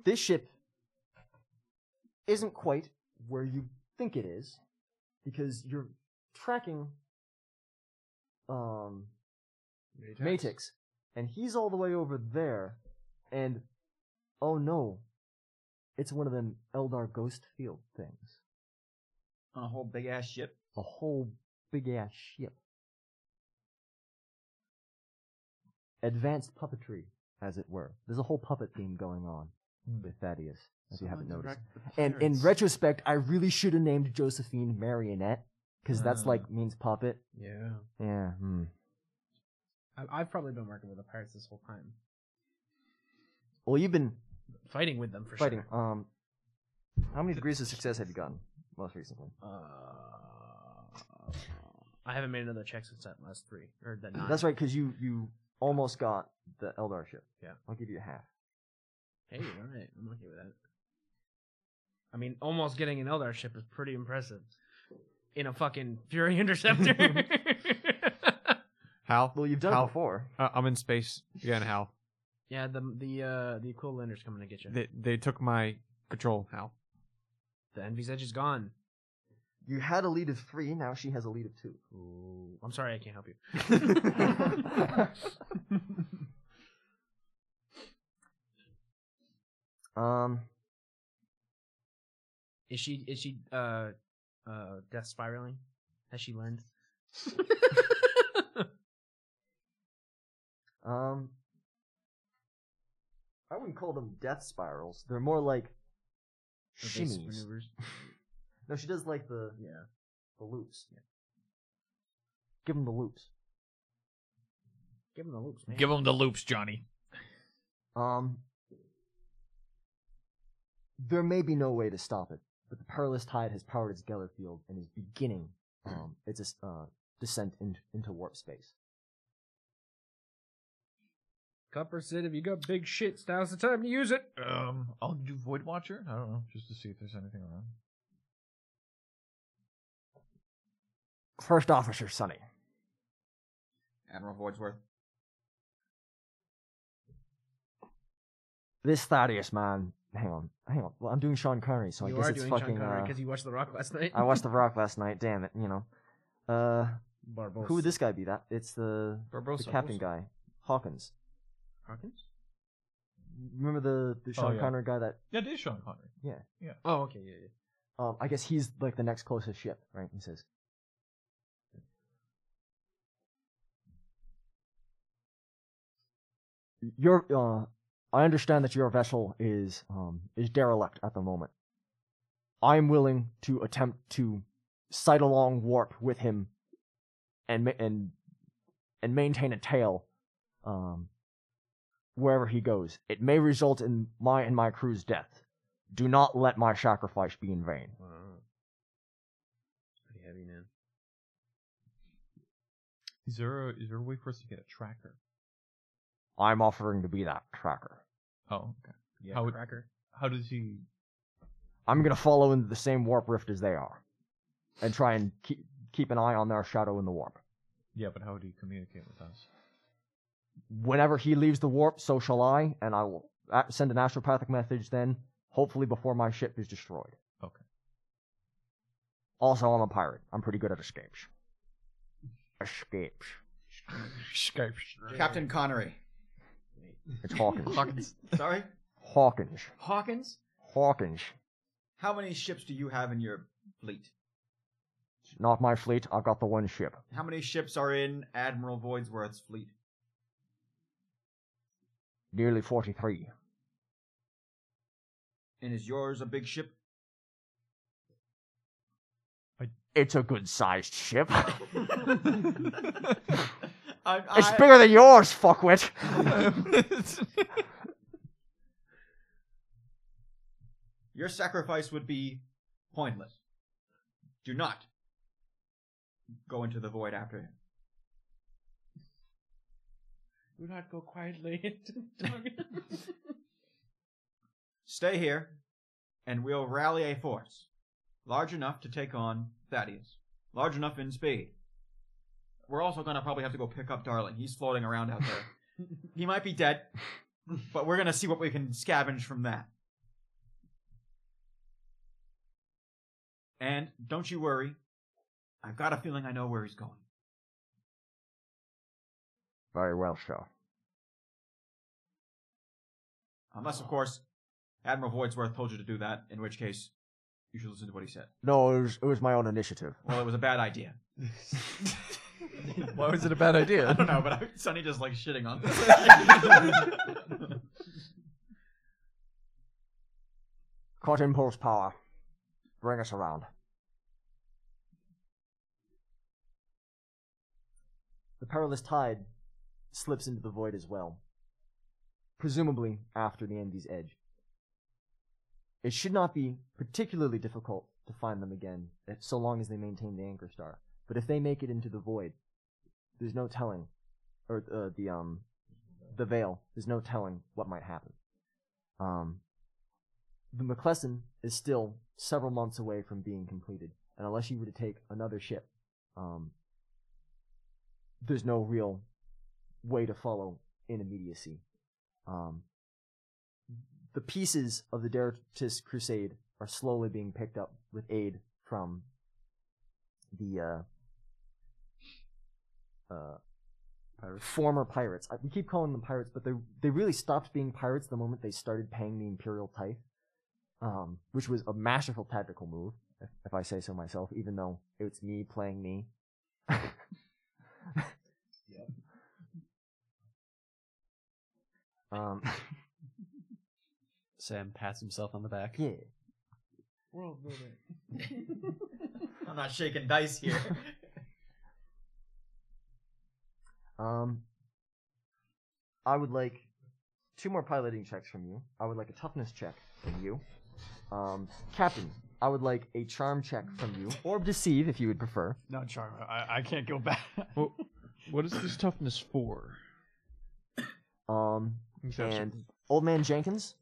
[SPEAKER 1] this ship isn't quite where you think it is because you're tracking um, Matix, and he's all the way over there, and oh no, it's one of them Eldar ghost field things
[SPEAKER 5] On a whole big ass ship.
[SPEAKER 1] a whole big ass ship. Advanced puppetry, as it were. There's a whole puppet theme going on with Thaddeus, if you haven't noticed. And in retrospect, I really should have named Josephine Marionette, because that's like means puppet.
[SPEAKER 13] Yeah.
[SPEAKER 1] Yeah. Hmm.
[SPEAKER 13] I- I've probably been working with the pirates this whole time,
[SPEAKER 1] Well, you've been
[SPEAKER 13] fighting with them for
[SPEAKER 1] fighting.
[SPEAKER 13] sure.
[SPEAKER 1] Um, how many degrees of success have you gotten most recently?
[SPEAKER 13] Uh, I haven't made another check since that last three or that nine.
[SPEAKER 1] That's right, because you you almost got the Eldar ship.
[SPEAKER 2] Yeah.
[SPEAKER 1] I'll give you half.
[SPEAKER 13] Hey, all right, I'm okay with that. I mean, almost getting an Eldar ship is pretty impressive. In a fucking Fury <laughs> Interceptor.
[SPEAKER 2] Hal?
[SPEAKER 1] Well, you've done
[SPEAKER 2] Hal?
[SPEAKER 1] it before.
[SPEAKER 2] Uh, I'm in space again, Hal.
[SPEAKER 13] yeah, the the uh, the Equivalender's coming to get you.
[SPEAKER 2] They they took my control, Hal.
[SPEAKER 13] The Envy's Edge is gone.
[SPEAKER 1] You had a lead of three, now she has a lead of two. <laughs>
[SPEAKER 13] I'm sorry, I can't help you.
[SPEAKER 1] <laughs> Um,
[SPEAKER 13] Is she is she uh uh death spiraling? Has she learned?
[SPEAKER 1] um, I wouldn't call them death spirals. They're more like
[SPEAKER 13] Evasive
[SPEAKER 1] shimmies.
[SPEAKER 13] maneuvers.
[SPEAKER 1] <laughs> No, she does like the yeah the loops. Give them the loops.
[SPEAKER 13] Give him the loops, man.
[SPEAKER 10] Give him the loops, Johnny.
[SPEAKER 1] Um, there may be no way to stop it, but the perilous tide has powered its Geller field and is beginning um, its as- uh, descent in- into warp space.
[SPEAKER 13] Copper said, "If you got big shits, now's the time to use it."
[SPEAKER 3] Um, I'll do Void Watcher. I don't know, just to see if there's anything around.
[SPEAKER 1] First Officer Sonny.
[SPEAKER 5] Admiral Voidsworth.
[SPEAKER 1] This Thaddeus man. Hang on, hang on. Well, I'm doing Sean Connery, so
[SPEAKER 13] you
[SPEAKER 1] I guess
[SPEAKER 13] are
[SPEAKER 1] it's
[SPEAKER 13] doing
[SPEAKER 1] fucking.
[SPEAKER 13] Sean Connery
[SPEAKER 1] uh,
[SPEAKER 13] because you watched The Rock last <laughs> night.
[SPEAKER 1] I watched The Rock last night. Damn it, you know. Uh,
[SPEAKER 13] Barbosa.
[SPEAKER 1] who would this guy be? That it's the
[SPEAKER 2] Barbosa.
[SPEAKER 1] the captain guy, Hawkins.
[SPEAKER 13] Hawkins.
[SPEAKER 1] Remember the, the Sean
[SPEAKER 3] yeah.
[SPEAKER 1] Connery guy that?
[SPEAKER 3] Yeah, it is Sean Connery.
[SPEAKER 1] Yeah.
[SPEAKER 3] Yeah.
[SPEAKER 13] Oh, okay, yeah, yeah.
[SPEAKER 1] Um, I guess he's like the next closest ship, right? He says. Your, uh, I understand that your vessel is um, is derelict at the moment. I'm willing to attempt to sight along warp with him, and ma- and and maintain a tail, um, wherever he goes. It may result in my and my crew's death. Do not let my sacrifice be in vain.
[SPEAKER 13] Wow.
[SPEAKER 3] Uh,
[SPEAKER 13] Pretty heavy, man.
[SPEAKER 3] Is there a, is there a way for us to get a tracker?
[SPEAKER 1] I'm offering to be that tracker.
[SPEAKER 3] Oh, okay.
[SPEAKER 13] Yeah,
[SPEAKER 3] How would-
[SPEAKER 13] cracker.
[SPEAKER 3] How does he?
[SPEAKER 1] I'm gonna follow into the same warp rift as they are, and try and keep keep an eye on their shadow in the warp.
[SPEAKER 3] Yeah, but how would he communicate with us?
[SPEAKER 1] Whenever he leaves the warp, so shall I, and I will a- send an astropathic message then, hopefully before my ship is destroyed.
[SPEAKER 3] Okay.
[SPEAKER 1] Also, I'm a pirate. I'm pretty good at escapes. Escapes.
[SPEAKER 3] Skype.
[SPEAKER 11] Captain Connery.
[SPEAKER 1] It's Hawkins.
[SPEAKER 3] <laughs> Hawkins.
[SPEAKER 5] Sorry,
[SPEAKER 1] Hawkins.
[SPEAKER 5] Hawkins.
[SPEAKER 1] Hawkins.
[SPEAKER 5] How many ships do you have in your fleet?
[SPEAKER 1] It's not my fleet. I've got the one ship.
[SPEAKER 5] How many ships are in Admiral Voidsworth's fleet?
[SPEAKER 1] Nearly 43.
[SPEAKER 5] And is yours a big ship?
[SPEAKER 1] It's a good sized ship. <laughs>
[SPEAKER 5] I,
[SPEAKER 1] It's
[SPEAKER 5] I-
[SPEAKER 1] bigger than yours, fuckwit.
[SPEAKER 5] Your sacrifice would be pointless. Do not go into the void after him.
[SPEAKER 13] Do not go quietly <laughs> into the target.
[SPEAKER 5] Stay here, and we'll rally a force large enough to take on Thaddeus, large enough in speed. We're also gonna probably have to go pick up Darling. He's floating around out there. he might be dead, but we're gonna see what we can scavenge from that. And don't you worry, I've got a feeling I know where he's going.
[SPEAKER 1] Very well, sir.
[SPEAKER 5] Unless, of course, Admiral Voidsworth told you to do that, in which case, you should listen to what he said.
[SPEAKER 1] No, it was, it was my own initiative.
[SPEAKER 5] Well, it was a bad idea.
[SPEAKER 10] Why was it a bad idea?
[SPEAKER 5] <laughs> I don't know, but I, Sonny just like shitting on.
[SPEAKER 1] Caught impulse power. Bring us around. The perilous tide slips into the void as well, presumably after the Envy's edge. It should not be particularly difficult to find them again, if- so long as they maintain the anchor star. But if they make it into the void, there's no telling, or uh, the um, the veil, there's no telling what might happen. Um, the McClellan is still several months away from being completed, and unless you were to take another ship, um, there's no real way to follow in immediacy. Um, the pieces of the Deratus Crusade are slowly being picked up with aid from the uh, uh, former pirates. I, we keep calling them pirates, but they they really stopped being pirates the moment they started paying the imperial tithe, um, which was a masterful tactical move, if, if I say so myself. Even though it's me
[SPEAKER 12] <laughs>
[SPEAKER 1] playing me. Um,
[SPEAKER 12] <laughs> Sam pats himself on the back.
[SPEAKER 1] Yeah.
[SPEAKER 11] World building.
[SPEAKER 12] <laughs>
[SPEAKER 11] I'm not shaking dice here.
[SPEAKER 1] <laughs> Um, I would like two more piloting checks from you. I would like a toughness check from you. Um, Captain, I would like a charm check from you, or deceive if you would prefer.
[SPEAKER 7] No charm. I, I can't go <laughs> back.
[SPEAKER 3] what is this toughness for?
[SPEAKER 1] Um,
[SPEAKER 3] Exception.
[SPEAKER 1] and Old Man Jenkins.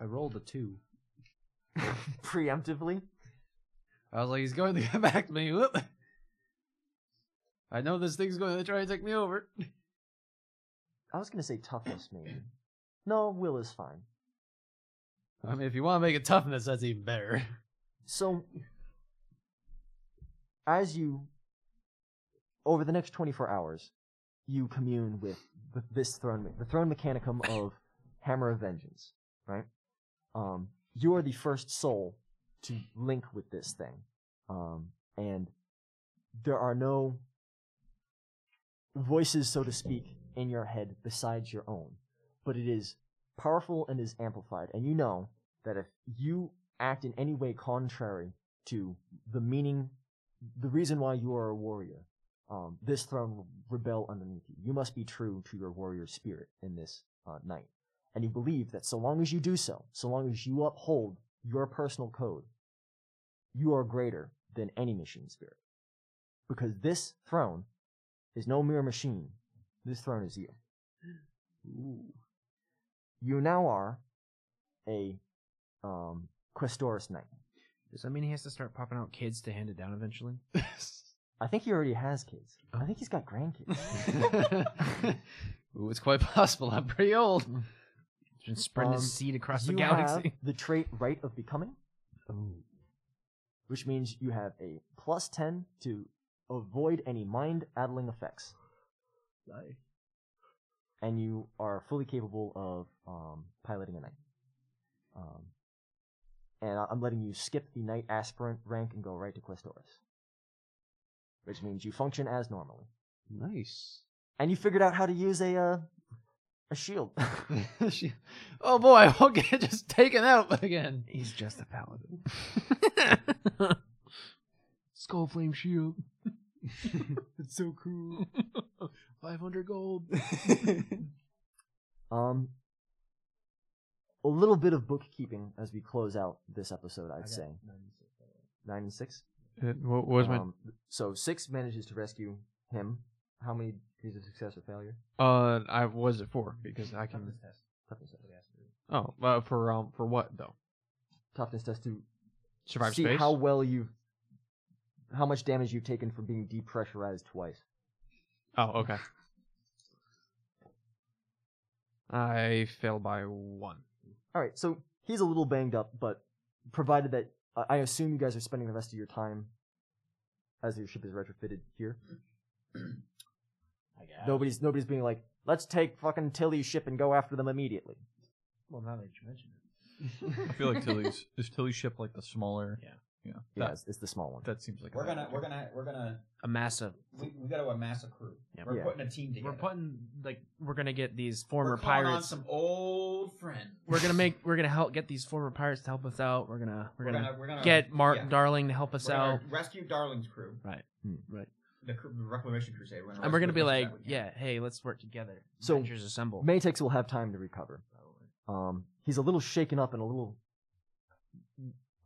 [SPEAKER 12] I rolled a two.
[SPEAKER 1] <laughs> Preemptively.
[SPEAKER 12] I was like, he's going to <laughs> get back to me. Whoop. I know this thing's going to try and take me over.
[SPEAKER 1] I was gonna say toughness, maybe. No, will is fine.
[SPEAKER 12] I mean, if you want to make it toughness, that's even better.
[SPEAKER 1] So, as you, over the next 24 hours, you commune with the, this throne, the throne mechanicum of Hammer of Vengeance, right? Um, you are the first soul to link with this thing. Um, and there are no voices, so to speak, in your head besides your own. But it is powerful and is amplified. And you know that if you act in any way contrary to the meaning, the reason why you are a warrior, um, this throne will rebel underneath you. You must be true to your warrior spirit in this uh, night. And you believe that so long as you do so, so long as you uphold your personal code, you are greater than any machine spirit. Because this throne is no mere machine. This throne is you. You now are a um, Questorus Knight.
[SPEAKER 13] Does that mean he has to start popping out kids to hand it down eventually?
[SPEAKER 1] <laughs>
[SPEAKER 13] Oh.
[SPEAKER 1] I think he already has kids. I think he's got grandkids.
[SPEAKER 13] <laughs>
[SPEAKER 12] Ooh, it's quite possible. I'm pretty old.
[SPEAKER 13] Been spreading
[SPEAKER 1] Mm. Um,
[SPEAKER 13] his seed across the
[SPEAKER 1] you
[SPEAKER 13] galaxy. Oh.
[SPEAKER 1] have the trait Right of Becoming, which means you have a plus 10 to avoid any mind addling effects. And you are fully capable of um, piloting a knight. Um, and I- I'm letting you skip the knight aspirant rank and go right to Questorus, which means you function as normally.
[SPEAKER 12] Nice.
[SPEAKER 1] And you figured out how to use a uh, a shield.
[SPEAKER 12] <laughs>
[SPEAKER 1] <laughs>
[SPEAKER 12] Oh boy, I won't get <laughs> just taken out again.
[SPEAKER 13] He's just a
[SPEAKER 12] <laughs>
[SPEAKER 13] paladin. Skull flame shield.
[SPEAKER 12] <laughs> It's so cool. 500 gold.
[SPEAKER 1] Um, a little bit of bookkeeping as we close out this episode, I'd say. Nine and six.
[SPEAKER 3] Uh, wha- what was my-
[SPEAKER 1] Um, So six manages to rescue him. How many is a success or failure?
[SPEAKER 3] Uh, I was it for because I can.
[SPEAKER 1] Toughness test.
[SPEAKER 3] Oh, uh, for um, for what though?
[SPEAKER 1] Toughness test to
[SPEAKER 3] Survive
[SPEAKER 1] see
[SPEAKER 3] space?
[SPEAKER 1] how well you've, how much damage you've taken from being depressurized twice.
[SPEAKER 3] Oh, okay. I fail by one.
[SPEAKER 1] All right, so he's a little banged up, but provided that I- I assume you guys are spending the rest of your time as your ship is retrofitted here. I guess. Nobody's nobody's being like, let's take fucking Tilly's ship and go after them immediately.
[SPEAKER 13] Well, now that you mention it.
[SPEAKER 3] I
[SPEAKER 5] feel like
[SPEAKER 3] Tilly's is Tilly's ship like the smaller. Yeah. Yeah.
[SPEAKER 1] Yeah, it's, it's the small one.
[SPEAKER 3] That seems like
[SPEAKER 5] <laughs> We're gonna, we're gonna, we're gonna,
[SPEAKER 13] A massive.
[SPEAKER 5] we, we gotta amass a crew.
[SPEAKER 13] Yeah.
[SPEAKER 5] We're
[SPEAKER 13] Yeah.
[SPEAKER 5] putting a team
[SPEAKER 13] We're
[SPEAKER 5] together.
[SPEAKER 13] putting like we're gonna get these former
[SPEAKER 5] We're calling on
[SPEAKER 13] pirates.
[SPEAKER 5] some old friends.
[SPEAKER 13] We're gonna make we're gonna help get these former pirates to help us out. We're gonna we're,
[SPEAKER 5] We're
[SPEAKER 13] gonna,
[SPEAKER 5] gonna- we're gonna-
[SPEAKER 13] get Mark
[SPEAKER 5] yeah.
[SPEAKER 13] Darling to help us
[SPEAKER 5] We're gonna
[SPEAKER 13] out.
[SPEAKER 5] Rescue Darling's crew.
[SPEAKER 13] Right. Right.
[SPEAKER 5] The crew, the Reclamation Crusade.
[SPEAKER 13] And we're gonna
[SPEAKER 5] rescue
[SPEAKER 13] be
[SPEAKER 5] as much
[SPEAKER 13] like,
[SPEAKER 5] as we can.
[SPEAKER 13] yeah, hey, let's work together.
[SPEAKER 1] So
[SPEAKER 13] Avengers assemble.
[SPEAKER 1] Matex will have time to recover. Um, he's a little shaken up and a little.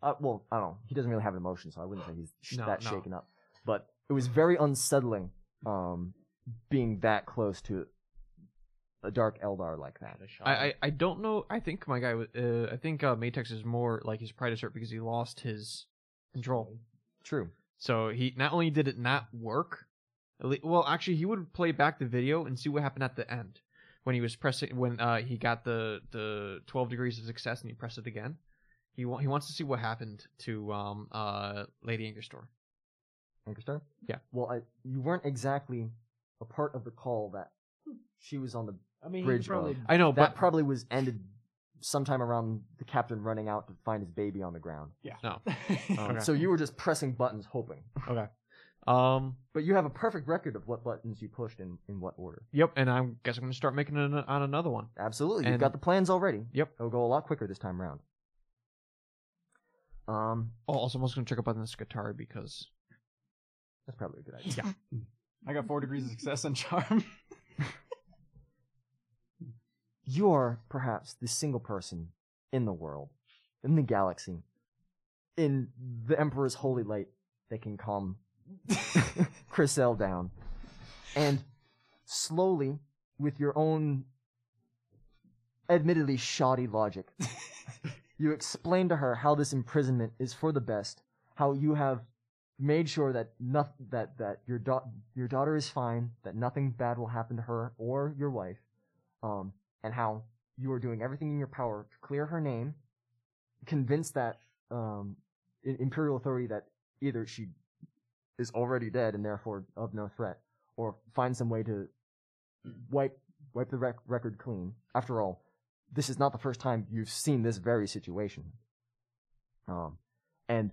[SPEAKER 1] Uh, well, I don't know. He doesn't really have an emotion, so I wouldn't say he's sh-
[SPEAKER 13] No,
[SPEAKER 1] that
[SPEAKER 13] no.
[SPEAKER 1] shaken up. But it was very unsettling um, being that close to a dark Eldar like that.
[SPEAKER 2] I, I, I don't know. I think my guy. was- Uh, I think uh, Matex is more like his pride is hurt because he lost his control.
[SPEAKER 1] True.
[SPEAKER 2] So he not only did it not work. at le- Well, actually, he would play back the video and see what happened at the end when he was pressing when uh, he got the the twelve degrees of success and he pressed it again. He wa- he wants to see what happened to um uh Lady Angerstore.
[SPEAKER 1] Anchorstone?
[SPEAKER 2] Yeah.
[SPEAKER 1] Well, I, you weren't exactly a part of the call that she was on the
[SPEAKER 13] I mean, he
[SPEAKER 7] <laughs>
[SPEAKER 1] bridge
[SPEAKER 13] probably-
[SPEAKER 1] of.
[SPEAKER 2] I know,
[SPEAKER 1] that
[SPEAKER 2] but-
[SPEAKER 1] probably was ended sometime around the captain running out to find his baby on the ground.
[SPEAKER 7] Yeah.
[SPEAKER 2] No.
[SPEAKER 1] Um,
[SPEAKER 2] Okay.
[SPEAKER 1] So you were just pressing buttons, hoping.
[SPEAKER 2] Okay. Um.
[SPEAKER 1] But you have a perfect record of what buttons you pushed in, in what order.
[SPEAKER 2] Yep. And I guess I'm gonna start making an, on another one.
[SPEAKER 1] Absolutely. You've
[SPEAKER 2] And-
[SPEAKER 1] got the plans already.
[SPEAKER 2] Yep.
[SPEAKER 1] It'll go a lot quicker this time around. Um,
[SPEAKER 2] Oh, also, I'm also gonna check up on this guitar because
[SPEAKER 1] that's probably a good idea.
[SPEAKER 7] I got four degrees of success on charm.
[SPEAKER 1] you are perhaps the single person in the world, in the galaxy, in the Emperor's holy light that can calm <laughs> Chriselle down. And slowly, with your own admittedly shoddy logic, you explain to her how this imprisonment is for the best, how you have made sure that noth- that that your da- your daughter is fine, that nothing bad will happen to her or your wife, um, and how you are doing everything in your power to clear her name, convince that um, I- imperial authority that either she is already dead and therefore of no threat, or find some way to wipe wipe the rec- record clean. After all, this is not the first time you've seen this very situation. Um, and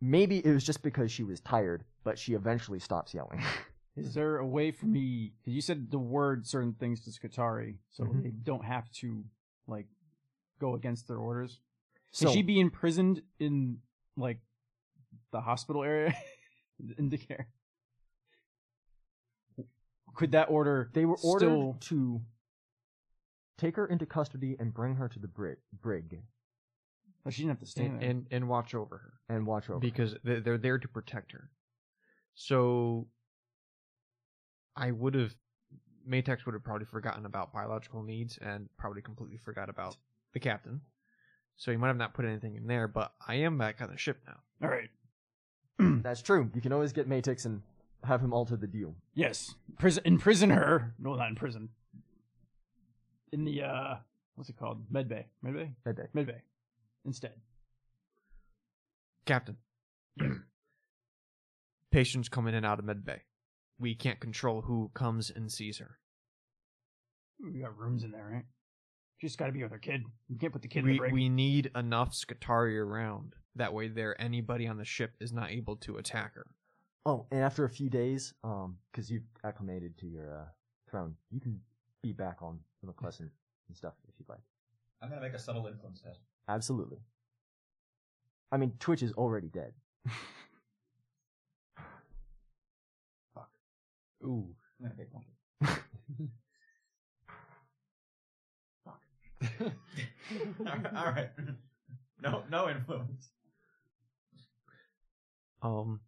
[SPEAKER 1] maybe it was just because she was tired, but she eventually stops yelling.
[SPEAKER 7] <laughs> Is there a way for me? Because you said the word certain things to Skatari, so
[SPEAKER 1] Mhm.
[SPEAKER 7] they don't have to like go against their orders.
[SPEAKER 1] So-
[SPEAKER 7] Can she be imprisoned in like the hospital area <laughs> in the care? Could that order?
[SPEAKER 1] they were ordered
[SPEAKER 7] still-
[SPEAKER 1] to take her into custody and bring her to the brig, brig
[SPEAKER 7] Oh, she didn't have to stay
[SPEAKER 2] and
[SPEAKER 7] there.
[SPEAKER 2] and, and watch over her.
[SPEAKER 1] and watch over. her.
[SPEAKER 2] because they're, they're there to protect her. So I would have Matex would have probably forgotten about biological needs and probably completely forgot about the captain. So you might have not put anything in there, but I am back on the ship now.
[SPEAKER 7] All right.
[SPEAKER 1] That's true. You can always get Matix and have him alter the deal.
[SPEAKER 7] Yes. Prison. Imprison her. No, not in prison. In the uh, what's it called? Medbay. Medbay.
[SPEAKER 1] That day.
[SPEAKER 7] Medbay. Instead.
[SPEAKER 2] Captain. Patients come in and out of medbay. We can't control who comes and sees her.
[SPEAKER 7] We got rooms in there, right? She's got to be with her kid. You can't put the kid in the
[SPEAKER 2] We
[SPEAKER 7] break.
[SPEAKER 2] we need enough Skatari around. That way there anybody on the ship is not able to attack her.
[SPEAKER 1] Oh, and after a few days, um, because you've acclimated to your uh, throne, you can be back on the Crescent and stuff if you'd like.
[SPEAKER 5] I'm gonna make a subtle influence <laughs> test.
[SPEAKER 1] Absolutely. I mean, Twitch is already dead.
[SPEAKER 5] Ooh. I'm gonna pick one. Fuck. All right. <laughs> No, no influence.
[SPEAKER 2] Um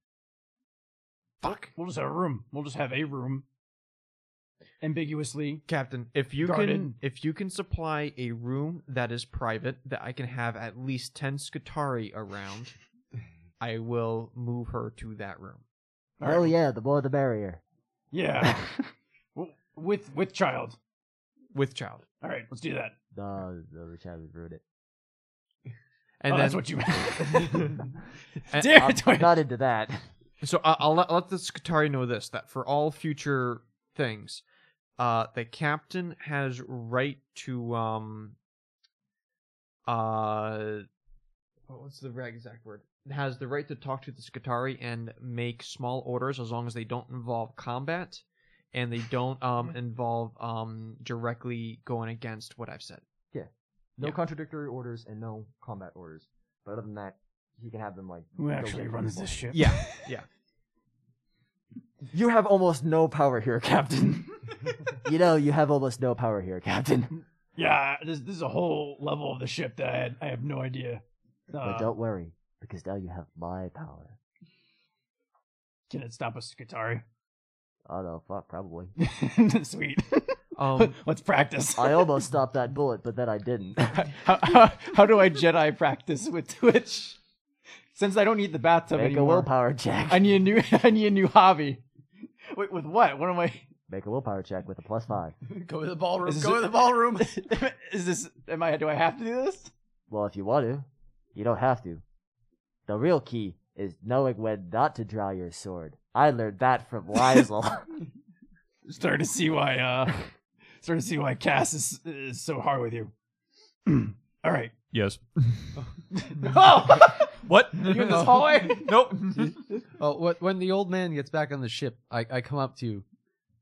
[SPEAKER 7] Fuck. We'll just have a room. We'll just have a room. Ambiguously.
[SPEAKER 2] Captain, if you
[SPEAKER 7] Garden.
[SPEAKER 2] can if you can supply a room that is private that I can have at least 10 Skatari around,
[SPEAKER 7] <laughs>
[SPEAKER 2] I will move her
[SPEAKER 7] Oh,
[SPEAKER 2] to that room.
[SPEAKER 7] All
[SPEAKER 1] Oh
[SPEAKER 7] right.
[SPEAKER 1] yeah, the boy, the barrier.
[SPEAKER 2] <laughs>
[SPEAKER 7] Yeah. W- with with child.
[SPEAKER 2] with child.
[SPEAKER 7] All right, let's do that.
[SPEAKER 1] The the rich have ruined
[SPEAKER 7] <laughs>
[SPEAKER 1] it.
[SPEAKER 2] And
[SPEAKER 7] oh,
[SPEAKER 2] then,
[SPEAKER 7] that's what you meant.
[SPEAKER 2] <laughs> and-
[SPEAKER 7] Damn
[SPEAKER 1] I'm
[SPEAKER 7] it, Twitch.
[SPEAKER 1] not into that.
[SPEAKER 2] so I- I'll let, let the Skatari know this that for all future things, uh the captain has right to um uh what was the right exact word? Has the right to talk to the Skatari and make small orders as long as they don't involve combat and they don't um involve um directly going against what
[SPEAKER 11] <laughs>
[SPEAKER 2] I've said.
[SPEAKER 1] No
[SPEAKER 2] Yeah.
[SPEAKER 1] contradictory orders and no combat orders. But other than that, he can have them like.
[SPEAKER 7] Who
[SPEAKER 1] go
[SPEAKER 7] actually
[SPEAKER 1] get
[SPEAKER 7] runs
[SPEAKER 1] people.
[SPEAKER 7] this ship?
[SPEAKER 2] Yeah, yeah.
[SPEAKER 1] You have almost no power here, <laughs> Captain. you know, you have almost no power here, <laughs> Captain.
[SPEAKER 7] <laughs> Yeah. This, this is a whole level of the ship that I, had, I have no idea.
[SPEAKER 1] but
[SPEAKER 7] Uh,
[SPEAKER 1] don't worry, because now you have my power.
[SPEAKER 7] Can it stop us, Katari?
[SPEAKER 1] I don't know. Oh, Fuck, <laughs> probably. <laughs>
[SPEAKER 7] <laughs> Sweet. <laughs>
[SPEAKER 2] Um,
[SPEAKER 7] Let's practice.
[SPEAKER 1] I almost stopped that bullet, but then I <laughs> didn't.
[SPEAKER 7] <laughs> how, how, how do I Jedi practice with Twitch? Since I don't need the bathtub
[SPEAKER 1] Make a
[SPEAKER 7] anymore.
[SPEAKER 1] willpower check.
[SPEAKER 7] I need a new. <laughs> I need a new hobby. Wait, with what? What am I?
[SPEAKER 1] Make a willpower check with a plus five.
[SPEAKER 7] Go to the ballroom.
[SPEAKER 10] go to the
[SPEAKER 7] ballroom. <laughs> Is this? Am I? Do I have to do this?
[SPEAKER 1] Well, if you want to, you don't have to. The real key is knowing when not to draw your sword. I learned that <laughs> from Weisel.
[SPEAKER 7] Starting to see why. <laughs> uh Starting to see why Cass is, is so hard with you. <clears throat> All right.
[SPEAKER 3] Yes.
[SPEAKER 7] Oh.
[SPEAKER 3] What?
[SPEAKER 12] <laughs>
[SPEAKER 7] You in this hallway?
[SPEAKER 3] nope.
[SPEAKER 12] oh, what, when the old man gets back on the ship, I, I come up to you.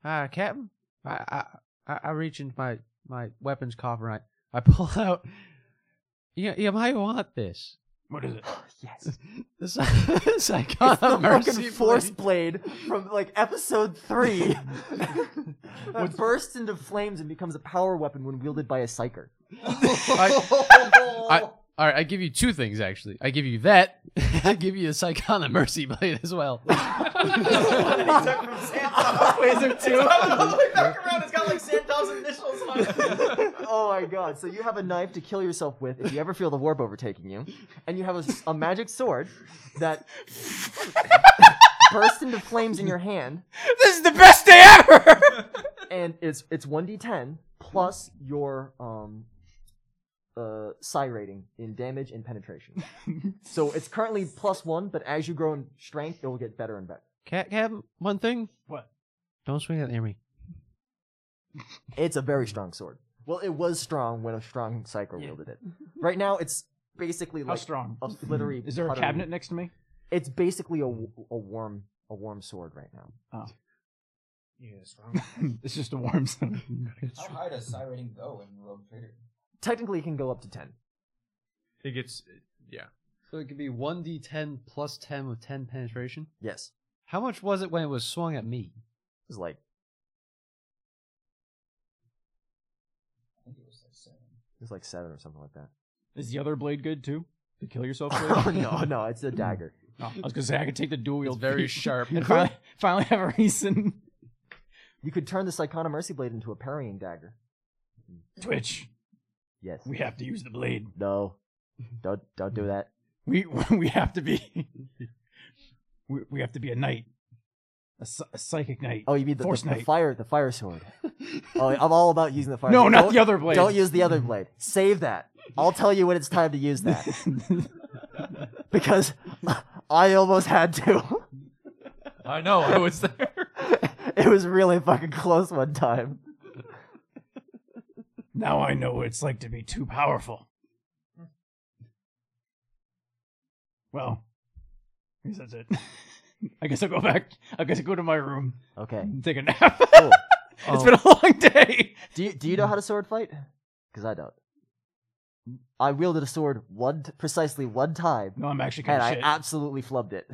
[SPEAKER 12] Ah, Captain, I, I I I reach into my my weapons coffer. I I pull <laughs> out. You you might want this.
[SPEAKER 7] What is it?
[SPEAKER 1] yes.
[SPEAKER 12] This <laughs> this I got
[SPEAKER 1] It's the
[SPEAKER 12] on <laughs>
[SPEAKER 1] fucking
[SPEAKER 12] mercy
[SPEAKER 1] force
[SPEAKER 12] blade.
[SPEAKER 1] blade from like
[SPEAKER 12] <laughs>
[SPEAKER 1] episode three. that bursts into flames and becomes a power weapon when wielded by
[SPEAKER 12] <laughs>
[SPEAKER 1] a psyker.
[SPEAKER 12] Oh, I, all right, I give you two things actually. I give you that. <laughs> I give you a Psychona Mercy Blade as <laughs> well.
[SPEAKER 7] Quasar two.
[SPEAKER 3] <laughs>
[SPEAKER 11] It's got like Santov's initials on it.
[SPEAKER 1] oh my god! So you have a knife to kill yourself with if you ever feel the warp overtaking you, and you have a, s- a magic sword
[SPEAKER 12] <laughs>
[SPEAKER 1] that bursts into flames in your hand,
[SPEAKER 10] This is the best day ever.
[SPEAKER 1] and it's it's one d10 plus your um uh psi rating in damage and
[SPEAKER 7] <laughs>
[SPEAKER 1] penetration. so it's currently plus one, but as you grow in strength, it will get better and better.
[SPEAKER 12] Cat Captain, one thing.
[SPEAKER 7] What?
[SPEAKER 12] Don't swing that near me.
[SPEAKER 1] It's a very strong sword. Well, it was strong when a strong psycho wielded it. Right now, it's basically
[SPEAKER 7] How
[SPEAKER 1] like
[SPEAKER 7] strong?
[SPEAKER 1] a flittery.
[SPEAKER 7] Is there a
[SPEAKER 1] puttery-
[SPEAKER 7] cabinet next to me?
[SPEAKER 1] It's basically a, w- a warm a warm sword right now.
[SPEAKER 7] <laughs> it's just a warm zone.
[SPEAKER 11] How high does Psy rating go in Rogue Trader?
[SPEAKER 1] Technically, it can go up to ten.
[SPEAKER 2] It gets yeah.
[SPEAKER 12] So it could be one d10 plus ten with ten penetration.
[SPEAKER 1] Yes,
[SPEAKER 12] How much was it when it was swung at me?
[SPEAKER 1] it's like
[SPEAKER 11] I think it was like seven.
[SPEAKER 1] it's like seven or something like
[SPEAKER 3] <laughs>
[SPEAKER 1] that. <laughs>
[SPEAKER 7] Is the other blade good too? To kill yourself with?
[SPEAKER 1] oh
[SPEAKER 3] <laughs>
[SPEAKER 1] no, no, it's a dagger.
[SPEAKER 7] No, I was gonna say I could take the dual wield.
[SPEAKER 12] very
[SPEAKER 7] feat
[SPEAKER 12] sharp.
[SPEAKER 7] <laughs> And finally, finally have a reason.
[SPEAKER 1] You could turn the Psychona Mercy Blade into a parrying dagger.
[SPEAKER 7] Twitch.
[SPEAKER 1] Yes.
[SPEAKER 7] We have to use the blade.
[SPEAKER 1] No, don't don't do that.
[SPEAKER 7] We <laughs> we have to be. We, we have to be a knight, a, psy- a psychic knight.
[SPEAKER 1] Oh, you mean the,
[SPEAKER 7] force
[SPEAKER 1] the, the
[SPEAKER 7] knight?
[SPEAKER 1] fire the fire
[SPEAKER 3] <laughs>
[SPEAKER 1] sword? oh, I'm all about using the fire.
[SPEAKER 7] No,
[SPEAKER 1] sword.
[SPEAKER 7] not
[SPEAKER 1] Don't-
[SPEAKER 7] the other blade.
[SPEAKER 1] Don't use the other blade. Save that. I'll tell you when it's time to use
[SPEAKER 3] <laughs>
[SPEAKER 1] that. because I almost had to.
[SPEAKER 3] I know. I was there.
[SPEAKER 1] <laughs> it was really fucking close one time.
[SPEAKER 7] <laughs> now I know what it's like to be too powerful. Well, I guess that's it. <laughs> I guess I'll go back. I guess I'll go to my room <laughs>
[SPEAKER 1] Okay.
[SPEAKER 7] and take a nap.
[SPEAKER 1] Cool.
[SPEAKER 7] It's been a
[SPEAKER 1] Oh.
[SPEAKER 7] long day.
[SPEAKER 1] Do you, do you know how to sword fight? Because I don't. I wielded a sword one t- precisely one time,
[SPEAKER 7] No, I'm actually
[SPEAKER 1] and
[SPEAKER 7] kind of
[SPEAKER 1] I
[SPEAKER 7] shit.
[SPEAKER 1] absolutely flubbed it. <laughs>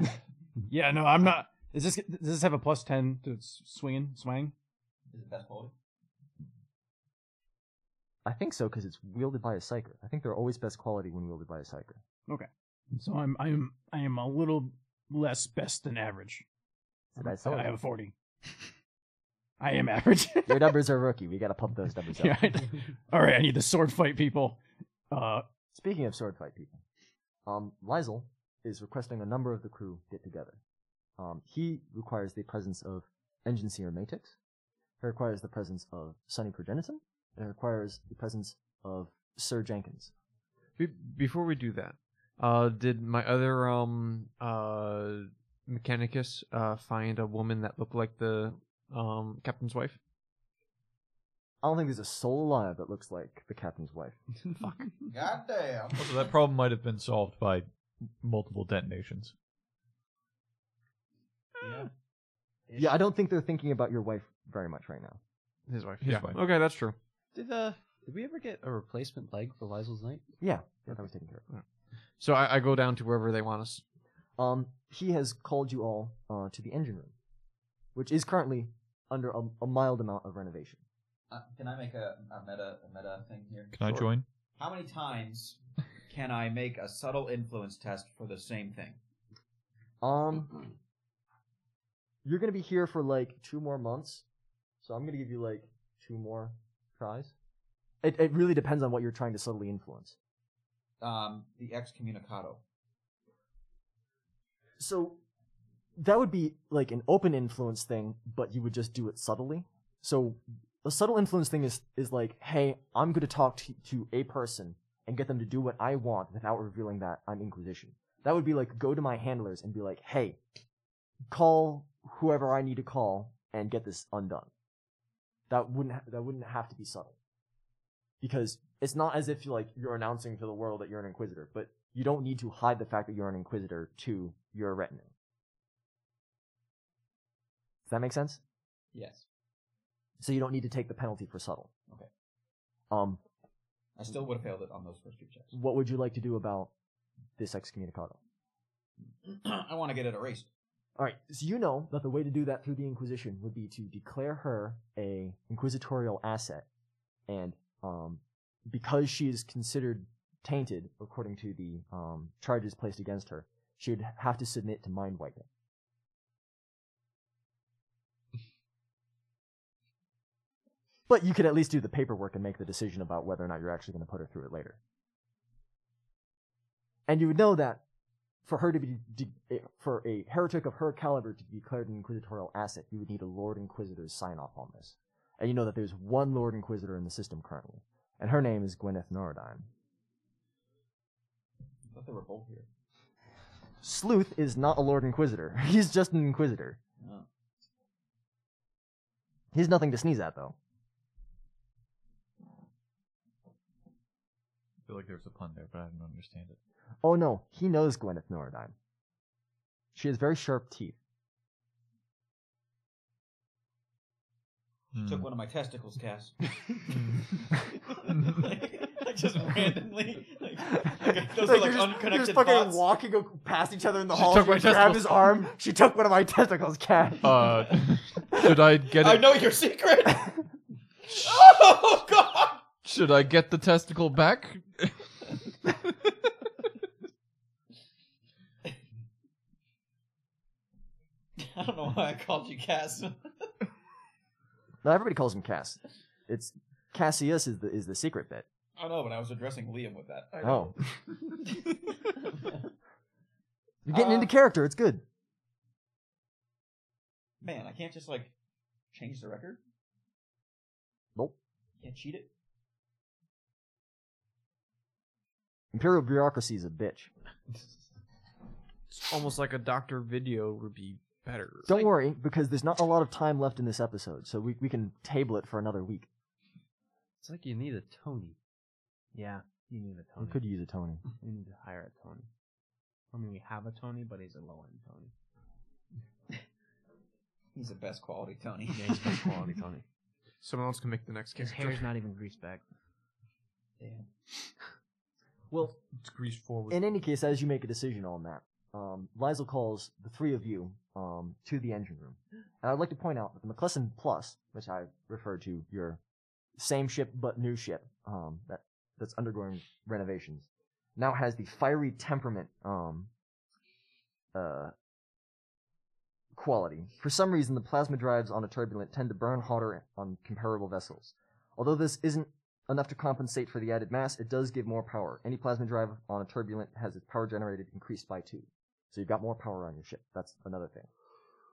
[SPEAKER 7] yeah, no, I'm not. Is this does this have a plus ten to its swinging, swang?
[SPEAKER 11] Is it best boy?
[SPEAKER 1] I think so because it's wielded by a psyker. I think they're always best quality when wielded by a psyker.
[SPEAKER 7] So I'm I'm I am a little less best than average.
[SPEAKER 1] Did I
[SPEAKER 7] Oh, I,
[SPEAKER 1] say that?
[SPEAKER 7] have a forty. <laughs> I am average. <laughs>
[SPEAKER 1] Your numbers are rookie. We gotta pump those numbers up.
[SPEAKER 7] Yeah, I know. All right, I need the sword fight people. Uh,
[SPEAKER 1] Speaking of sword fight people, um, Lizel is requesting a number of the crew get together. Um, he requires the presence of Engine Seer Matix. He requires the presence of Sonny Progeniton. And it requires the presence of Sir Jenkins.
[SPEAKER 2] Be- before we do that, uh, did my other um uh mechanicus uh find a woman that looked like the um captain's wife?
[SPEAKER 1] I don't think there's a soul alive that looks like the captain's wife.
[SPEAKER 11] Goddamn.
[SPEAKER 3] Also, that problem might have been solved by multiple detonations.
[SPEAKER 1] Yeah, I don't think they're thinking about your wife very much right now.
[SPEAKER 2] His wife.
[SPEAKER 3] His
[SPEAKER 2] yeah.
[SPEAKER 3] wife.
[SPEAKER 2] Okay, that's true.
[SPEAKER 12] Did uh did we ever get a replacement leg for Lysel's knight?
[SPEAKER 1] Yeah, yeah, that was taken care of.
[SPEAKER 2] So I, I go down to wherever they want us.
[SPEAKER 1] Um, he has called you all uh, to the engine room, which is currently under a, a mild amount of renovation.
[SPEAKER 11] Uh, can I make a, a meta a meta thing here?
[SPEAKER 3] Can I join?
[SPEAKER 5] How many times can I make a subtle influence test for the same thing?
[SPEAKER 1] Um, You're gonna be here for like two more months, so I'm gonna give you like two more tries. It it really depends on what you're trying to subtly influence.
[SPEAKER 5] Um, the excommunicado.
[SPEAKER 1] So that would be like an open influence thing, but you would just do it subtly. So a subtle influence thing is is like, hey, I'm going to talk to, to a person and get them to do what I want without revealing that I'm Inquisition. That would be like go to my handlers and be like, hey, call whoever I need to call and get this undone. That wouldn't ha- that wouldn't have to be subtle, because it's not as if like you're announcing to the world that you're an Inquisitor, but you don't need to hide the fact that you're an Inquisitor to your retinue. Does that make sense?
[SPEAKER 5] Yes.
[SPEAKER 1] So you don't need to take the penalty for subtle.
[SPEAKER 5] Okay.
[SPEAKER 1] Um,
[SPEAKER 5] I still would have failed it on those first two checks. <clears throat>
[SPEAKER 1] what would you like to do about this excommunicado?
[SPEAKER 5] I want to get it erased.
[SPEAKER 1] All right. So you know that the way to do that through the Inquisition would be to declare her a inquisitorial asset, and um, because she is considered tainted according to the um, charges placed against her, she would have to submit to mind wiping. But you could at least do the paperwork and make the decision about whether or not you're actually going to put her through it later. And you would know that for her to be de- eh, for a heretic of her caliber to be declared an inquisitorial asset, you would need a Lord Inquisitor's sign off on this. And you know that there's one Lord Inquisitor in the system currently, and her name is Gwyneth Norodine.
[SPEAKER 5] I thought they were both here.
[SPEAKER 1] Sleuth is not a Lord Inquisitor; <laughs> he's just an Inquisitor.
[SPEAKER 5] Oh.
[SPEAKER 1] He's nothing to sneeze at, though.
[SPEAKER 3] I feel like there was a pun there, but I didn't understand it.
[SPEAKER 1] Oh no, he knows Gwyneth Norodine. She has very sharp teeth.
[SPEAKER 5] She
[SPEAKER 3] Hmm.
[SPEAKER 5] took
[SPEAKER 12] Hmm.
[SPEAKER 5] one of my testicles,
[SPEAKER 1] <laughs>
[SPEAKER 5] Cass.
[SPEAKER 1] Hmm.
[SPEAKER 11] like, like
[SPEAKER 1] <laughs>
[SPEAKER 11] just randomly. Like, like <laughs> those
[SPEAKER 1] Like,
[SPEAKER 11] are like
[SPEAKER 1] they're just- they're
[SPEAKER 11] unconnected
[SPEAKER 1] just fucking
[SPEAKER 11] thoughts.
[SPEAKER 1] walking ac- past each other in the
[SPEAKER 11] She
[SPEAKER 1] hall.
[SPEAKER 11] took
[SPEAKER 1] She
[SPEAKER 11] my
[SPEAKER 1] grabbed
[SPEAKER 11] testicles.
[SPEAKER 1] his arm. She took one of my <laughs> testicles, Cat.
[SPEAKER 3] Uh, should I get?
[SPEAKER 11] I
[SPEAKER 3] it-
[SPEAKER 11] know your
[SPEAKER 12] <laughs>
[SPEAKER 11] secret. oh god!
[SPEAKER 3] Should I get the testicle back?
[SPEAKER 11] I don't know why I called you Cass.
[SPEAKER 1] No, everybody calls him Cass. It's Cassius is the is the secret bit.
[SPEAKER 11] I know, but I was addressing Liam with that. <laughs>
[SPEAKER 1] Oh, you're getting
[SPEAKER 12] Uh.
[SPEAKER 1] into character. It's good.
[SPEAKER 5] Man, I can't just like change the record.
[SPEAKER 1] Nope.
[SPEAKER 5] Can't cheat it.
[SPEAKER 1] Imperial bureaucracy is a bitch.
[SPEAKER 2] It's almost like a doctor video would be better.
[SPEAKER 1] Don't worry, because there's not a lot of time left in this episode, so we we can table it for another week.
[SPEAKER 12] It's like you need a Tony. Yeah, you need a
[SPEAKER 1] We
[SPEAKER 12] Tony.
[SPEAKER 1] could use a Tony.
[SPEAKER 12] We need to hire a Tony.
[SPEAKER 13] I mean, we have a Tony, but he's a low end Tony.
[SPEAKER 5] He's the best quality Tony.
[SPEAKER 12] Yeah,
[SPEAKER 11] <laughs>
[SPEAKER 12] he's best quality Tony.
[SPEAKER 2] Someone else can make the next
[SPEAKER 13] His
[SPEAKER 2] character.
[SPEAKER 13] hair's not even greased back.
[SPEAKER 5] Damn.
[SPEAKER 1] Well,
[SPEAKER 3] It's greased forward.
[SPEAKER 1] in any case, as you make a decision on that, um, Lizel calls the three of you um, to the engine room. And I'd like to point out that the McClellan Plus, which I referred to, your same ship but new ship um, that, that's undergoing renovations, now has the fiery temperament um, uh, quality. For some reason, the plasma drives on a turbulent tend to burn hotter on comparable vessels. Although this isn't enough to compensate for the added mass, it does give more power. Any plasma drive on a turbulent has its power generated increased by two. So you've got more power on your ship. That's another thing.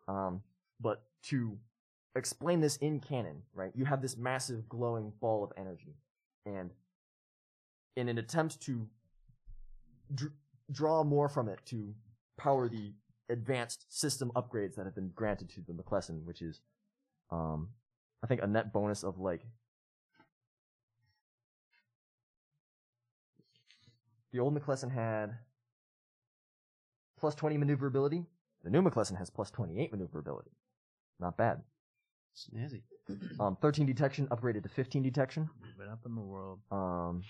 [SPEAKER 1] Um, but to explain this in canon, right, you have this massive glowing ball of energy. And in an attempt to dr- draw more from it to power the advanced system upgrades that have been granted to the McClellan, which is, um, I think, a net bonus of like The old McClellan had plus 20 maneuverability. The new McClellan has plus 28 maneuverability. Not bad.
[SPEAKER 12] Snazzy.
[SPEAKER 1] Um, 13 detection upgraded to 15 detection.
[SPEAKER 12] But up in the world.
[SPEAKER 1] Um,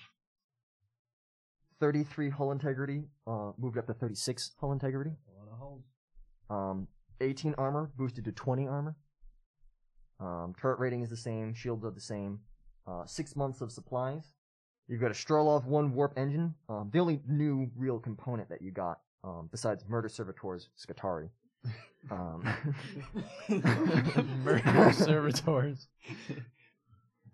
[SPEAKER 1] 33 hull integrity uh, moved up to 36 hull integrity. Um, 18 armor boosted to 20 armor. Um, turret rating is the same. Shields are the same. Uh, six months of supplies. You've got a Strolov 1 warp engine. Um, the only new real component that you got, um, besides Murder Servitor's Skatari, Um,
[SPEAKER 3] <laughs>
[SPEAKER 1] <laughs>
[SPEAKER 3] Murder servitors.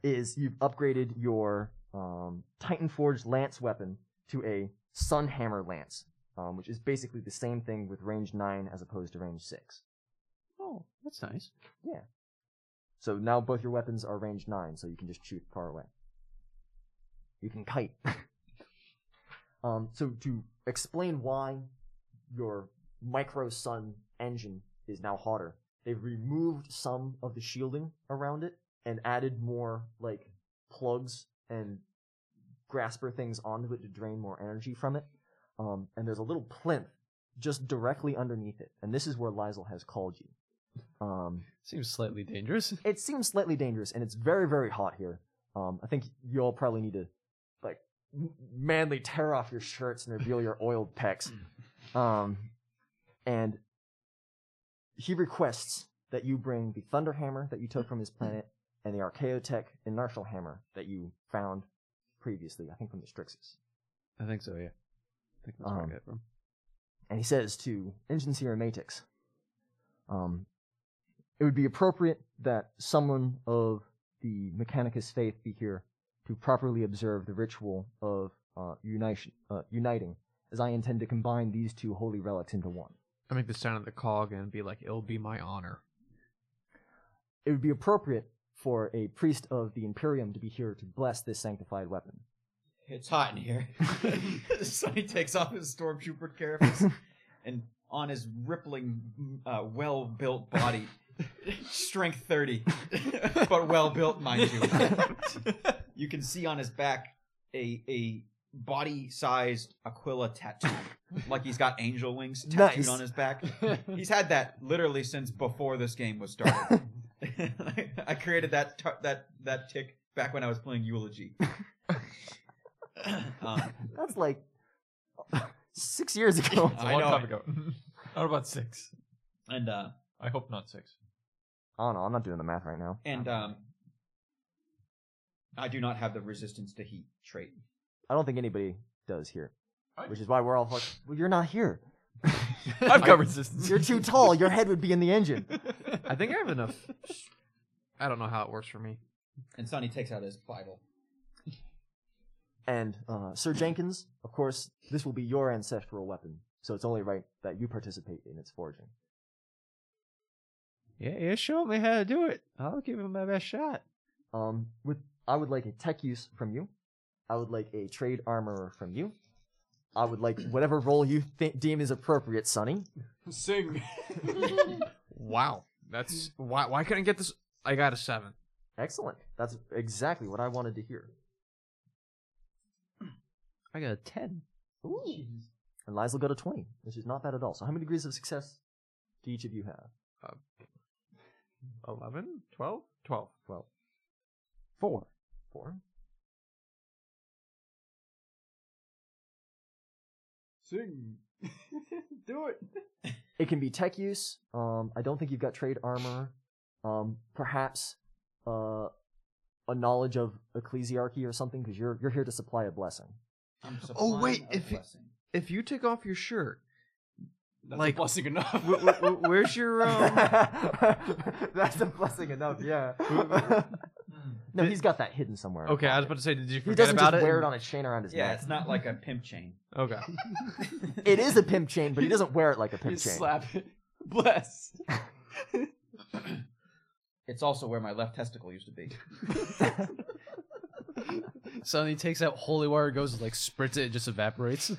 [SPEAKER 1] is you've upgraded your um, Titan Forge lance weapon to a Sunhammer lance, um, which is basically the same thing with range nine as opposed to range six.
[SPEAKER 3] Oh, that's nice.
[SPEAKER 1] Yeah. So now both your weapons are range nine, so you can just shoot far away. You can kite. <laughs> um, so to explain why your micro sun engine is now hotter, they've removed some of the shielding around it and added more like plugs and grasper things onto it to drain more energy from it. Um, and there's a little plinth just directly underneath it, and this is where Lizel has called you. Um,
[SPEAKER 3] Seems slightly dangerous.
[SPEAKER 1] it seems slightly dangerous, and it's very, very hot here. Um, I think you all probably need to, like, m- manly tear off your shirts and reveal your oiled pecs. Um, and he requests that you bring the thunder hammer that you took from his planet and the Archaeotech inertial hammer that you found previously, I think from the Strixus.
[SPEAKER 3] I think so, yeah. I think that's where I
[SPEAKER 1] Um,
[SPEAKER 3] got it from.
[SPEAKER 1] and he says to Engineer Matix, um, it would be appropriate that someone of the Mechanicus faith be here to properly observe the ritual of uh, unition, uh, uniting, as I intend to combine these two holy relics into one.
[SPEAKER 2] I make the sound of the cog and be like, "It'll be my honor."
[SPEAKER 1] It would be appropriate for a priest of the Imperium to be here to bless this sanctified weapon.
[SPEAKER 5] It's hot in here.
[SPEAKER 11] <laughs>
[SPEAKER 5] Sonny takes off his stormtrooper carapace and on his rippling, uh, well built body, strength 30, but well built, mind you. you can see on his back a, a body sized Aquila tattoo. Like he's got angel wings tattooed
[SPEAKER 1] Nice.
[SPEAKER 5] on his back. He's had that literally since before this game was started. <laughs> I created that t- that that tick back when I was playing Eulogy. Uh, um,
[SPEAKER 1] That's like <laughs> six years ago.
[SPEAKER 14] It's a
[SPEAKER 5] <laughs> I
[SPEAKER 14] long
[SPEAKER 5] know.
[SPEAKER 14] time ago. How about six?
[SPEAKER 5] and uh,
[SPEAKER 14] I hope not six.
[SPEAKER 1] I don't know. I'm not doing the math right now.
[SPEAKER 5] and
[SPEAKER 2] Uh-huh.
[SPEAKER 5] um, I do not have the resistance to heat
[SPEAKER 2] <laughs>
[SPEAKER 5] trait. <laughs>
[SPEAKER 1] I don't think anybody does here, which is why we're all like, well, you're not here.
[SPEAKER 14] I've got resistance.
[SPEAKER 1] You're too tall. Your head would be in the engine.
[SPEAKER 5] <laughs>
[SPEAKER 2] I think I have enough. <laughs> I don't know how it works for me.
[SPEAKER 5] And Sonny takes out his Bible.
[SPEAKER 1] And uh, Sir Jenkins, of course, this will be your ancestral weapon, so it's only right that you participate in its forging.
[SPEAKER 15] Yeah, yeah, show me how to do it. I'll give it my best shot.
[SPEAKER 1] Um, with I would like a tech use from you. I would like a trade armorer from you. I would like whatever role you thi- deem is appropriate, Sonny.
[SPEAKER 2] Sing. wow, that's why. Why couldn't I get this? I got a seven.
[SPEAKER 1] Excellent. That's exactly what I wanted to hear.
[SPEAKER 3] I got a 10.
[SPEAKER 1] Ooh. And Liza got a 20, which is not bad at all. So how many degrees of success do each of you have?
[SPEAKER 2] 11? 12? 12.
[SPEAKER 1] 12.
[SPEAKER 7] Four.
[SPEAKER 1] Four.
[SPEAKER 14] Sing. Do it.
[SPEAKER 1] It can be tech use. Um, I don't think you've got trade armor. Um, perhaps uh, a knowledge of ecclesiarchy or something, because you're you're here to supply a blessing.
[SPEAKER 5] I'm
[SPEAKER 2] Oh, wait,
[SPEAKER 5] supplying a
[SPEAKER 2] if it-
[SPEAKER 5] blessing.
[SPEAKER 2] <laughs> If you take off your shirt,
[SPEAKER 7] That's
[SPEAKER 2] Like-
[SPEAKER 7] a blessing enough.
[SPEAKER 2] wh- wh- wh- where's
[SPEAKER 3] <laughs>
[SPEAKER 2] your
[SPEAKER 1] <laughs>
[SPEAKER 2] um?
[SPEAKER 1] That's a blessing enough, yeah. no, he's got that hidden somewhere.
[SPEAKER 2] Okay, I was about to say, did you
[SPEAKER 1] He
[SPEAKER 2] forget
[SPEAKER 1] doesn't
[SPEAKER 2] about
[SPEAKER 1] just
[SPEAKER 2] it? <laughs>
[SPEAKER 1] wear it on a chain around his
[SPEAKER 5] yeah,
[SPEAKER 1] neck.
[SPEAKER 5] it's not like a pimp chain.
[SPEAKER 2] Okay.
[SPEAKER 1] It
[SPEAKER 5] <laughs>
[SPEAKER 1] is a pimp chain, but he doesn't wear it like a pimp
[SPEAKER 7] Just
[SPEAKER 1] chain.
[SPEAKER 7] slap it. Bless.
[SPEAKER 5] It's also where my left testicle used to
[SPEAKER 2] <laughs>
[SPEAKER 5] be. <laughs>
[SPEAKER 3] Suddenly takes out holy water, goes like spritz it, it just evaporates.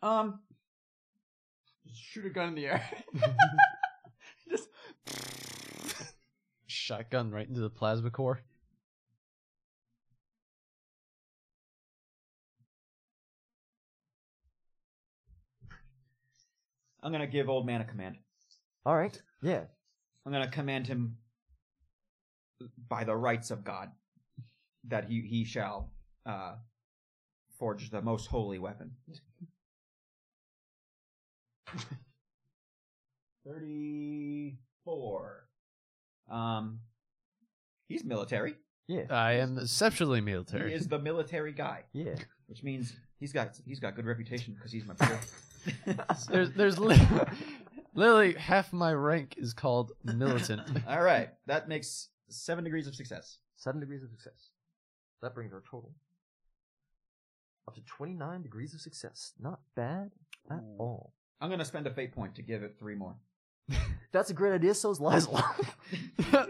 [SPEAKER 5] Um,
[SPEAKER 7] Shoot a gun in the
[SPEAKER 3] <laughs>
[SPEAKER 7] air. Just
[SPEAKER 3] Shotgun right into the plasma core.
[SPEAKER 5] I'm gonna give old man a command.
[SPEAKER 1] All right. Yeah.
[SPEAKER 5] I'm gonna command him by the rights of God that he he shall uh, forge the most holy weapon. Thirty-four. Um, he's military.
[SPEAKER 1] Yeah.
[SPEAKER 3] I am exceptionally
[SPEAKER 5] He
[SPEAKER 3] military.
[SPEAKER 5] is the military guy,
[SPEAKER 1] Yeah.
[SPEAKER 5] which means He's got he's got good reputation because he's my brother.
[SPEAKER 12] <laughs> There's there's li- <laughs> literally half my rank is called militant.
[SPEAKER 5] <laughs> All right, that makes seven degrees of success.
[SPEAKER 1] Seven degrees of success. That brings our total up to 29 degrees of success. Not bad at all.
[SPEAKER 5] I'm gonna spend a fate point to give it three more.
[SPEAKER 1] That's a great idea. So's Lizel.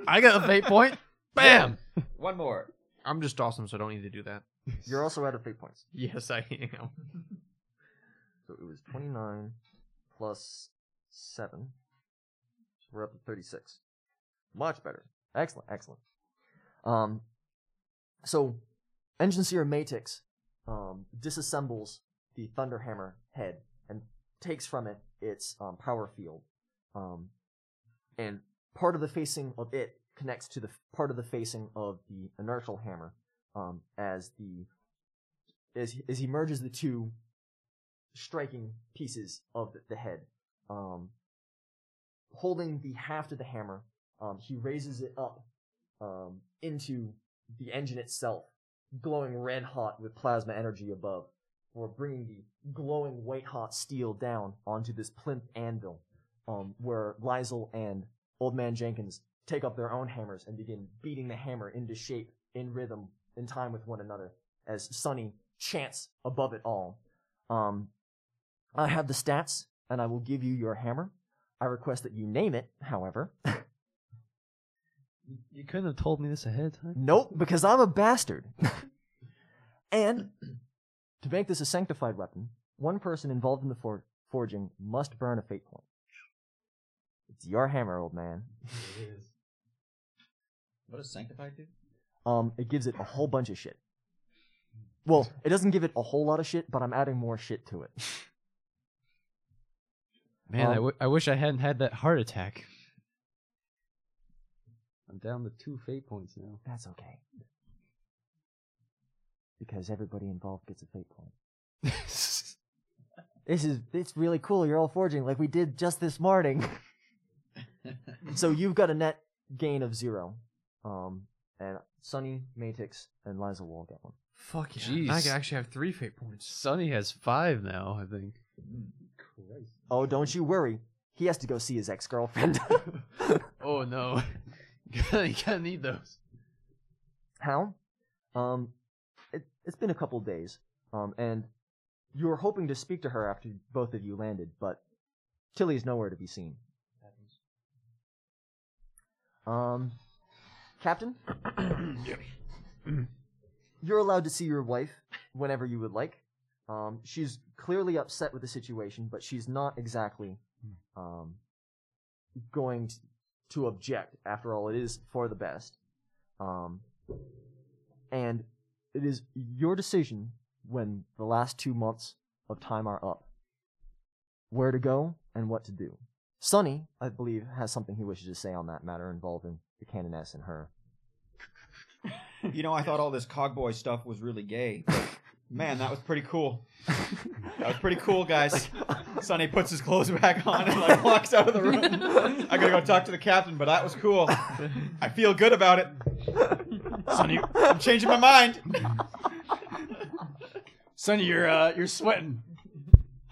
[SPEAKER 12] I got a fate point. Bam.
[SPEAKER 5] One more.
[SPEAKER 2] I'm just awesome, so I don't need to do that. <laughs>
[SPEAKER 1] You're also out of fate points.
[SPEAKER 2] Yes, I am.
[SPEAKER 1] So it was 29 plus 7. So we're up to 36. Much better. Excellent, excellent. Um, so, Engine Seer Matix um, disassembles the Thunderhammer head and takes from it its um, power field. Um, and part of the facing of it connects to the f- part of the facing of the inertial hammer um, as the as he, as he merges the two striking pieces of the, the head. Um, holding the haft of the hammer, um, he raises it up um, into the engine itself, glowing red hot with plasma energy above, or bringing the glowing white hot steel down onto this plinth anvil, um, where Lizel and Old Man Jenkins take up their own hammers and begin beating the hammer into shape, in rhythm, in time with one another, as Sunny chants above it all. Um, I have the stats, and I will give you your hammer. I request that you name it, however. <laughs>
[SPEAKER 12] You couldn't have told me this ahead of time.
[SPEAKER 1] Nope, because I'm a bastard. <laughs> and to make this a sanctified weapon, one person involved in the for- forging must burn a fate point. It's your hammer, old man.
[SPEAKER 11] It is. What does sanctified do?
[SPEAKER 1] Um, it gives it a whole bunch of shit. Well, it doesn't give it a whole lot of shit, but I'm adding more shit to it. <laughs>
[SPEAKER 12] Man, I
[SPEAKER 1] Um,
[SPEAKER 12] wi- I wish I hadn't had that heart attack. I'm down to two fate points now.
[SPEAKER 1] That's okay. Because everybody involved gets a fate point. this is it's really cool. You're all forging like we did just this morning. <laughs> so you've got a net gain of zero. Um, and Sunny, Matix, and Liza will all get one.
[SPEAKER 2] Fuck yeah.
[SPEAKER 12] Jeez.
[SPEAKER 2] I could actually have three fate points.
[SPEAKER 12] Sonny has five now, I think.
[SPEAKER 1] Oh, don't you worry. He has to go see his ex <laughs> girlfriend.
[SPEAKER 12] <laughs> Oh no. <laughs> you gotta need those.
[SPEAKER 1] How? Um, it, it's been a couple days, um, and you were hoping to speak to her after both of you landed, but Tilly's nowhere to be seen. Um,
[SPEAKER 12] <clears throat>
[SPEAKER 1] Captain? You're allowed to see your wife whenever you would like. Um, she's clearly upset with the situation, but she's not exactly um, going to, to object. After all, it is for the best. Um, and it is your decision when the last two months of time are up where to go and what to do. Sonny, I believe, has something he wishes to say on that matter involving the canoness and her. <laughs>
[SPEAKER 5] You know, I thought all this cogboy stuff was really gay. But man, that was pretty cool. That was pretty cool, guys. Sonny puts his clothes back on and like walks out of the room. I gotta go talk to the captain, but that was cool. I feel good about it.
[SPEAKER 7] Sonny,
[SPEAKER 5] I'm changing my mind.
[SPEAKER 7] Sonny, you're uh, you're sweating.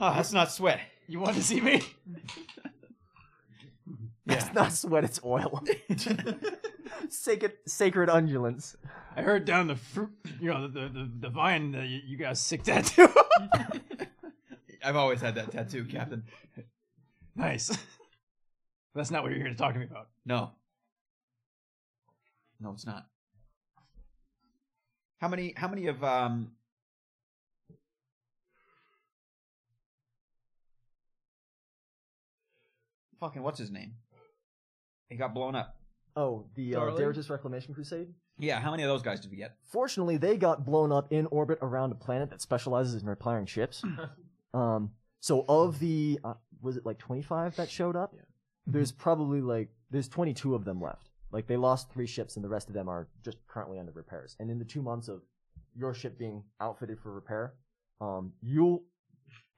[SPEAKER 5] Ah, that's not sweat.
[SPEAKER 7] You want to see me?
[SPEAKER 1] It's not sweat, it's oil. <laughs> sacred, sacred undulants.
[SPEAKER 7] I heard down the fruit, you know, the the, the, the vine that you, you got a sick tattoo.
[SPEAKER 5] I've always had that tattoo, Captain.
[SPEAKER 7] <laughs> nice. That's not what you're here to talk to me about.
[SPEAKER 5] No. No, it's not. How many how many of um fucking what's his name? He got blown up.
[SPEAKER 1] Oh, the uh,
[SPEAKER 5] Darling?
[SPEAKER 1] Deritus Reclamation Crusade?
[SPEAKER 5] Yeah, how many of those guys did we get?
[SPEAKER 1] Fortunately, they got blown up in orbit around a planet that specializes in repairing ships. um, so of the uh, was it like 25 that showed up? <laughs> There's probably like there's 22 of them left. Like they lost three ships, and the rest of them are just currently under repairs. And in the two months of your ship being outfitted for repair, um, you'll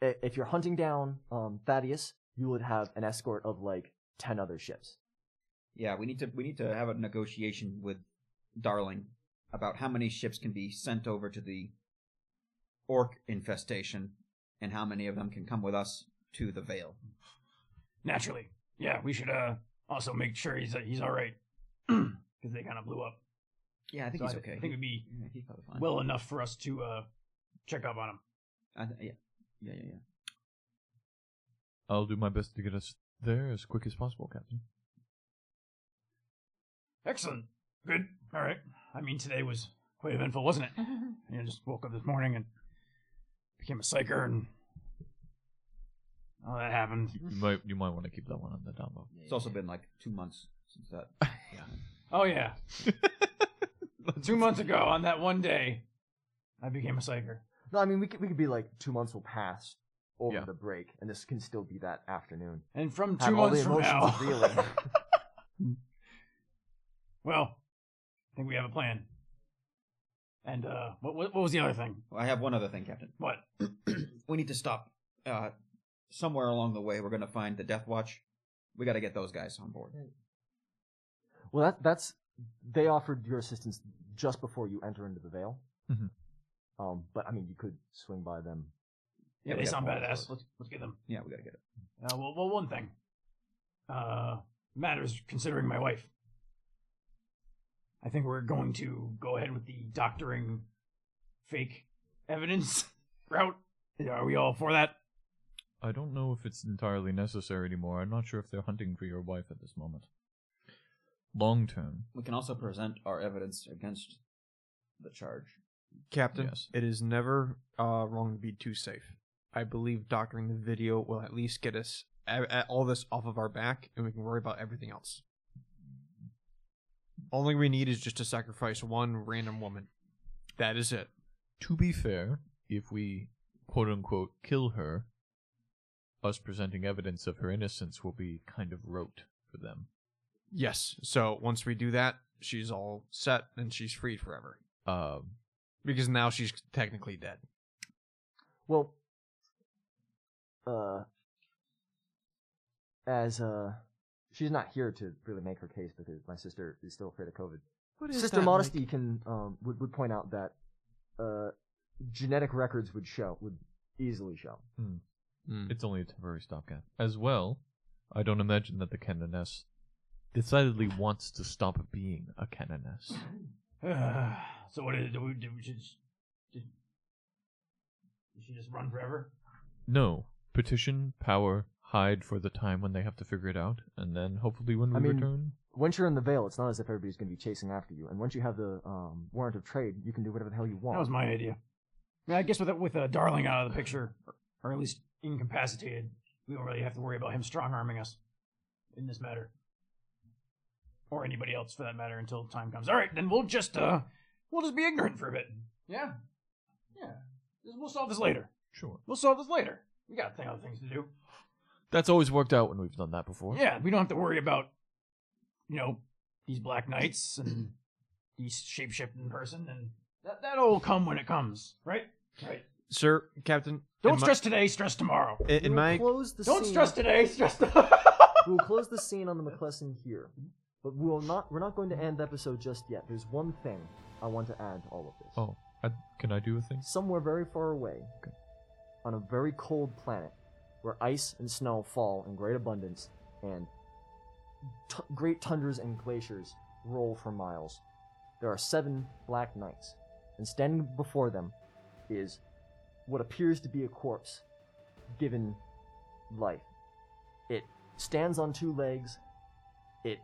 [SPEAKER 1] i- if you're hunting down um, Thaddeus, you would have an escort of like 10 other ships.
[SPEAKER 5] Yeah, we need to we need to have a negotiation with Darling about how many ships can be sent over to the orc infestation and how many of them can come with us to the Vale.
[SPEAKER 7] Naturally. Yeah, we should uh also make sure he's he's all right <clears throat> because they kind of blew up.
[SPEAKER 5] Yeah, I think
[SPEAKER 7] So
[SPEAKER 5] he's okay.
[SPEAKER 7] I think it'd be
[SPEAKER 5] Yeah, he's probably fine.
[SPEAKER 7] well enough for us to uh check up on him.
[SPEAKER 5] I th- yeah. Yeah, yeah, yeah.
[SPEAKER 3] I'll do my best to get us there as quick as possible, Captain.
[SPEAKER 7] Excellent. Good. All right. I mean, today was quite eventful, wasn't it? I just woke up this morning and became a psyker, and all that happened.
[SPEAKER 3] You
[SPEAKER 12] Mm-hmm.
[SPEAKER 3] might you might want to keep that one on the down low.
[SPEAKER 5] It's also been like two months since that.
[SPEAKER 7] Oh
[SPEAKER 5] <laughs>
[SPEAKER 7] yeah. Two months ago, on that one day, I became a psyker.
[SPEAKER 1] No, I mean we could we could be like two months will pass over the break, and this can still be that afternoon.
[SPEAKER 7] And from
[SPEAKER 1] Have
[SPEAKER 7] two
[SPEAKER 1] all
[SPEAKER 7] months
[SPEAKER 1] the
[SPEAKER 7] from now,
[SPEAKER 1] emotions
[SPEAKER 7] <laughs>
[SPEAKER 1] reeling.
[SPEAKER 7] well, I think we have a plan. And uh, what what what was the other thing?
[SPEAKER 5] Oh, I have one other thing, Captain. <clears throat>
[SPEAKER 7] What?
[SPEAKER 5] we need to stop. Uh, somewhere along the way, we're going to find the Death Watch. We got to get those guys on board.
[SPEAKER 1] well, that that's they offered your assistance just before you enter into the Vale.
[SPEAKER 3] Mhm.
[SPEAKER 7] Mm-hmm.
[SPEAKER 1] Um, but I mean, you could swing by them.
[SPEAKER 7] Yeah,
[SPEAKER 1] we
[SPEAKER 7] they
[SPEAKER 1] got
[SPEAKER 7] sound
[SPEAKER 1] plans for
[SPEAKER 7] badass.
[SPEAKER 1] it.
[SPEAKER 7] Let's let's get them.
[SPEAKER 5] Yeah, we got to get it.
[SPEAKER 7] Uh, well, well, one thing. Uh, matters considering my wife. I think we're going to go ahead with the doctoring fake evidence <laughs> route. Are we all for that? <sighs>
[SPEAKER 3] I don't know if it's entirely necessary anymore. I'm not sure if they're hunting for your wife at this moment. Long term.
[SPEAKER 5] We can also present our evidence against the charge.
[SPEAKER 2] Captain,
[SPEAKER 3] Yes.
[SPEAKER 2] it is never uh, wrong to be too safe. I believe doctoring the video will at least get us a- a- all this off of our back, and we can worry about everything else. All we need is just to sacrifice one random woman. That is it.
[SPEAKER 3] To be fair, if we quote unquote kill her, us presenting evidence of her innocence will be kind of rote for them.
[SPEAKER 2] Yes. So once we do that, she's all set and she's free forever
[SPEAKER 3] Um,
[SPEAKER 2] because now she's technically dead.
[SPEAKER 1] Well, uh, as uh, she's not here to really make her case because my sister is still afraid of COVID.
[SPEAKER 2] What is
[SPEAKER 1] Sister
[SPEAKER 2] that
[SPEAKER 1] Modesty can um would, would point out that uh genetic records would show would easily show. Mm-hmm.
[SPEAKER 2] Mm.
[SPEAKER 3] It's only a temporary stopgap. As well, I don't imagine that the canoness decidedly wants to stop being a canoness.
[SPEAKER 7] so what is, do we do? We should just, just, we should just run forever.
[SPEAKER 3] No. Petition, power, hide for the time when they have to figure it out, and then hopefully when we
[SPEAKER 1] I mean-
[SPEAKER 3] return.
[SPEAKER 1] Once you're in the veil, it's not as if everybody's going to be chasing after you. And once you have the um, warrant of trade, you can do whatever the hell you want.
[SPEAKER 7] That was my idea. I, mean, I guess with with uh, Darling out of the picture, or, or at least incapacitated, we don't really have to worry about him strong arming us in this matter, or anybody else for that matter, until time comes. All right, then we'll just uh, we'll just be ignorant for a bit. Yeah, yeah. We'll solve this later.
[SPEAKER 3] Sure.
[SPEAKER 7] We'll solve this later. We got th- other things to do.
[SPEAKER 3] That's always worked out when we've done that before.
[SPEAKER 7] Yeah, we don't have to worry about, you know, these black knights and these shapeshifting person, and that that'll come when it comes, right? Right.
[SPEAKER 2] Sir, Captain.
[SPEAKER 7] Don't
[SPEAKER 2] in my-
[SPEAKER 7] stress today, stress tomorrow.
[SPEAKER 2] in- in
[SPEAKER 1] We'll
[SPEAKER 2] my
[SPEAKER 1] close the
[SPEAKER 7] Don't
[SPEAKER 1] scene.
[SPEAKER 7] stress today, stress tomorrow. <laughs>
[SPEAKER 1] we'll close the scene on the McClellan here, but we'll not. We're not going to end the episode just yet. There's one thing I want to add to all of this.
[SPEAKER 3] Oh, I, can I do a thing?
[SPEAKER 1] Somewhere very far away, on a very cold planet, where ice and snow fall in great abundance, and t- great tundras and glaciers roll for miles, there are seven black knights, and standing before them is what appears to be a corpse, given life. It stands on two legs. It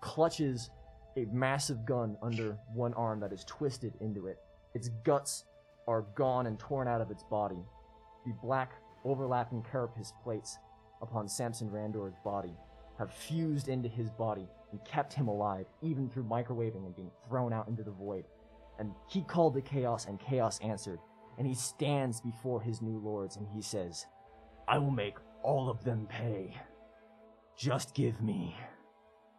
[SPEAKER 1] clutches a massive gun under one arm that is twisted into it. Its guts are gone and torn out of its body. The black, overlapping carapace plates upon Samson Randor's body have fused into his body and kept him alive, even through microwaving and being thrown out into the void. And he called the chaos, and chaos answered. And he stands before his new lords and he says, I will make all of them pay. Just give me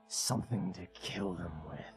[SPEAKER 1] something to kill them with.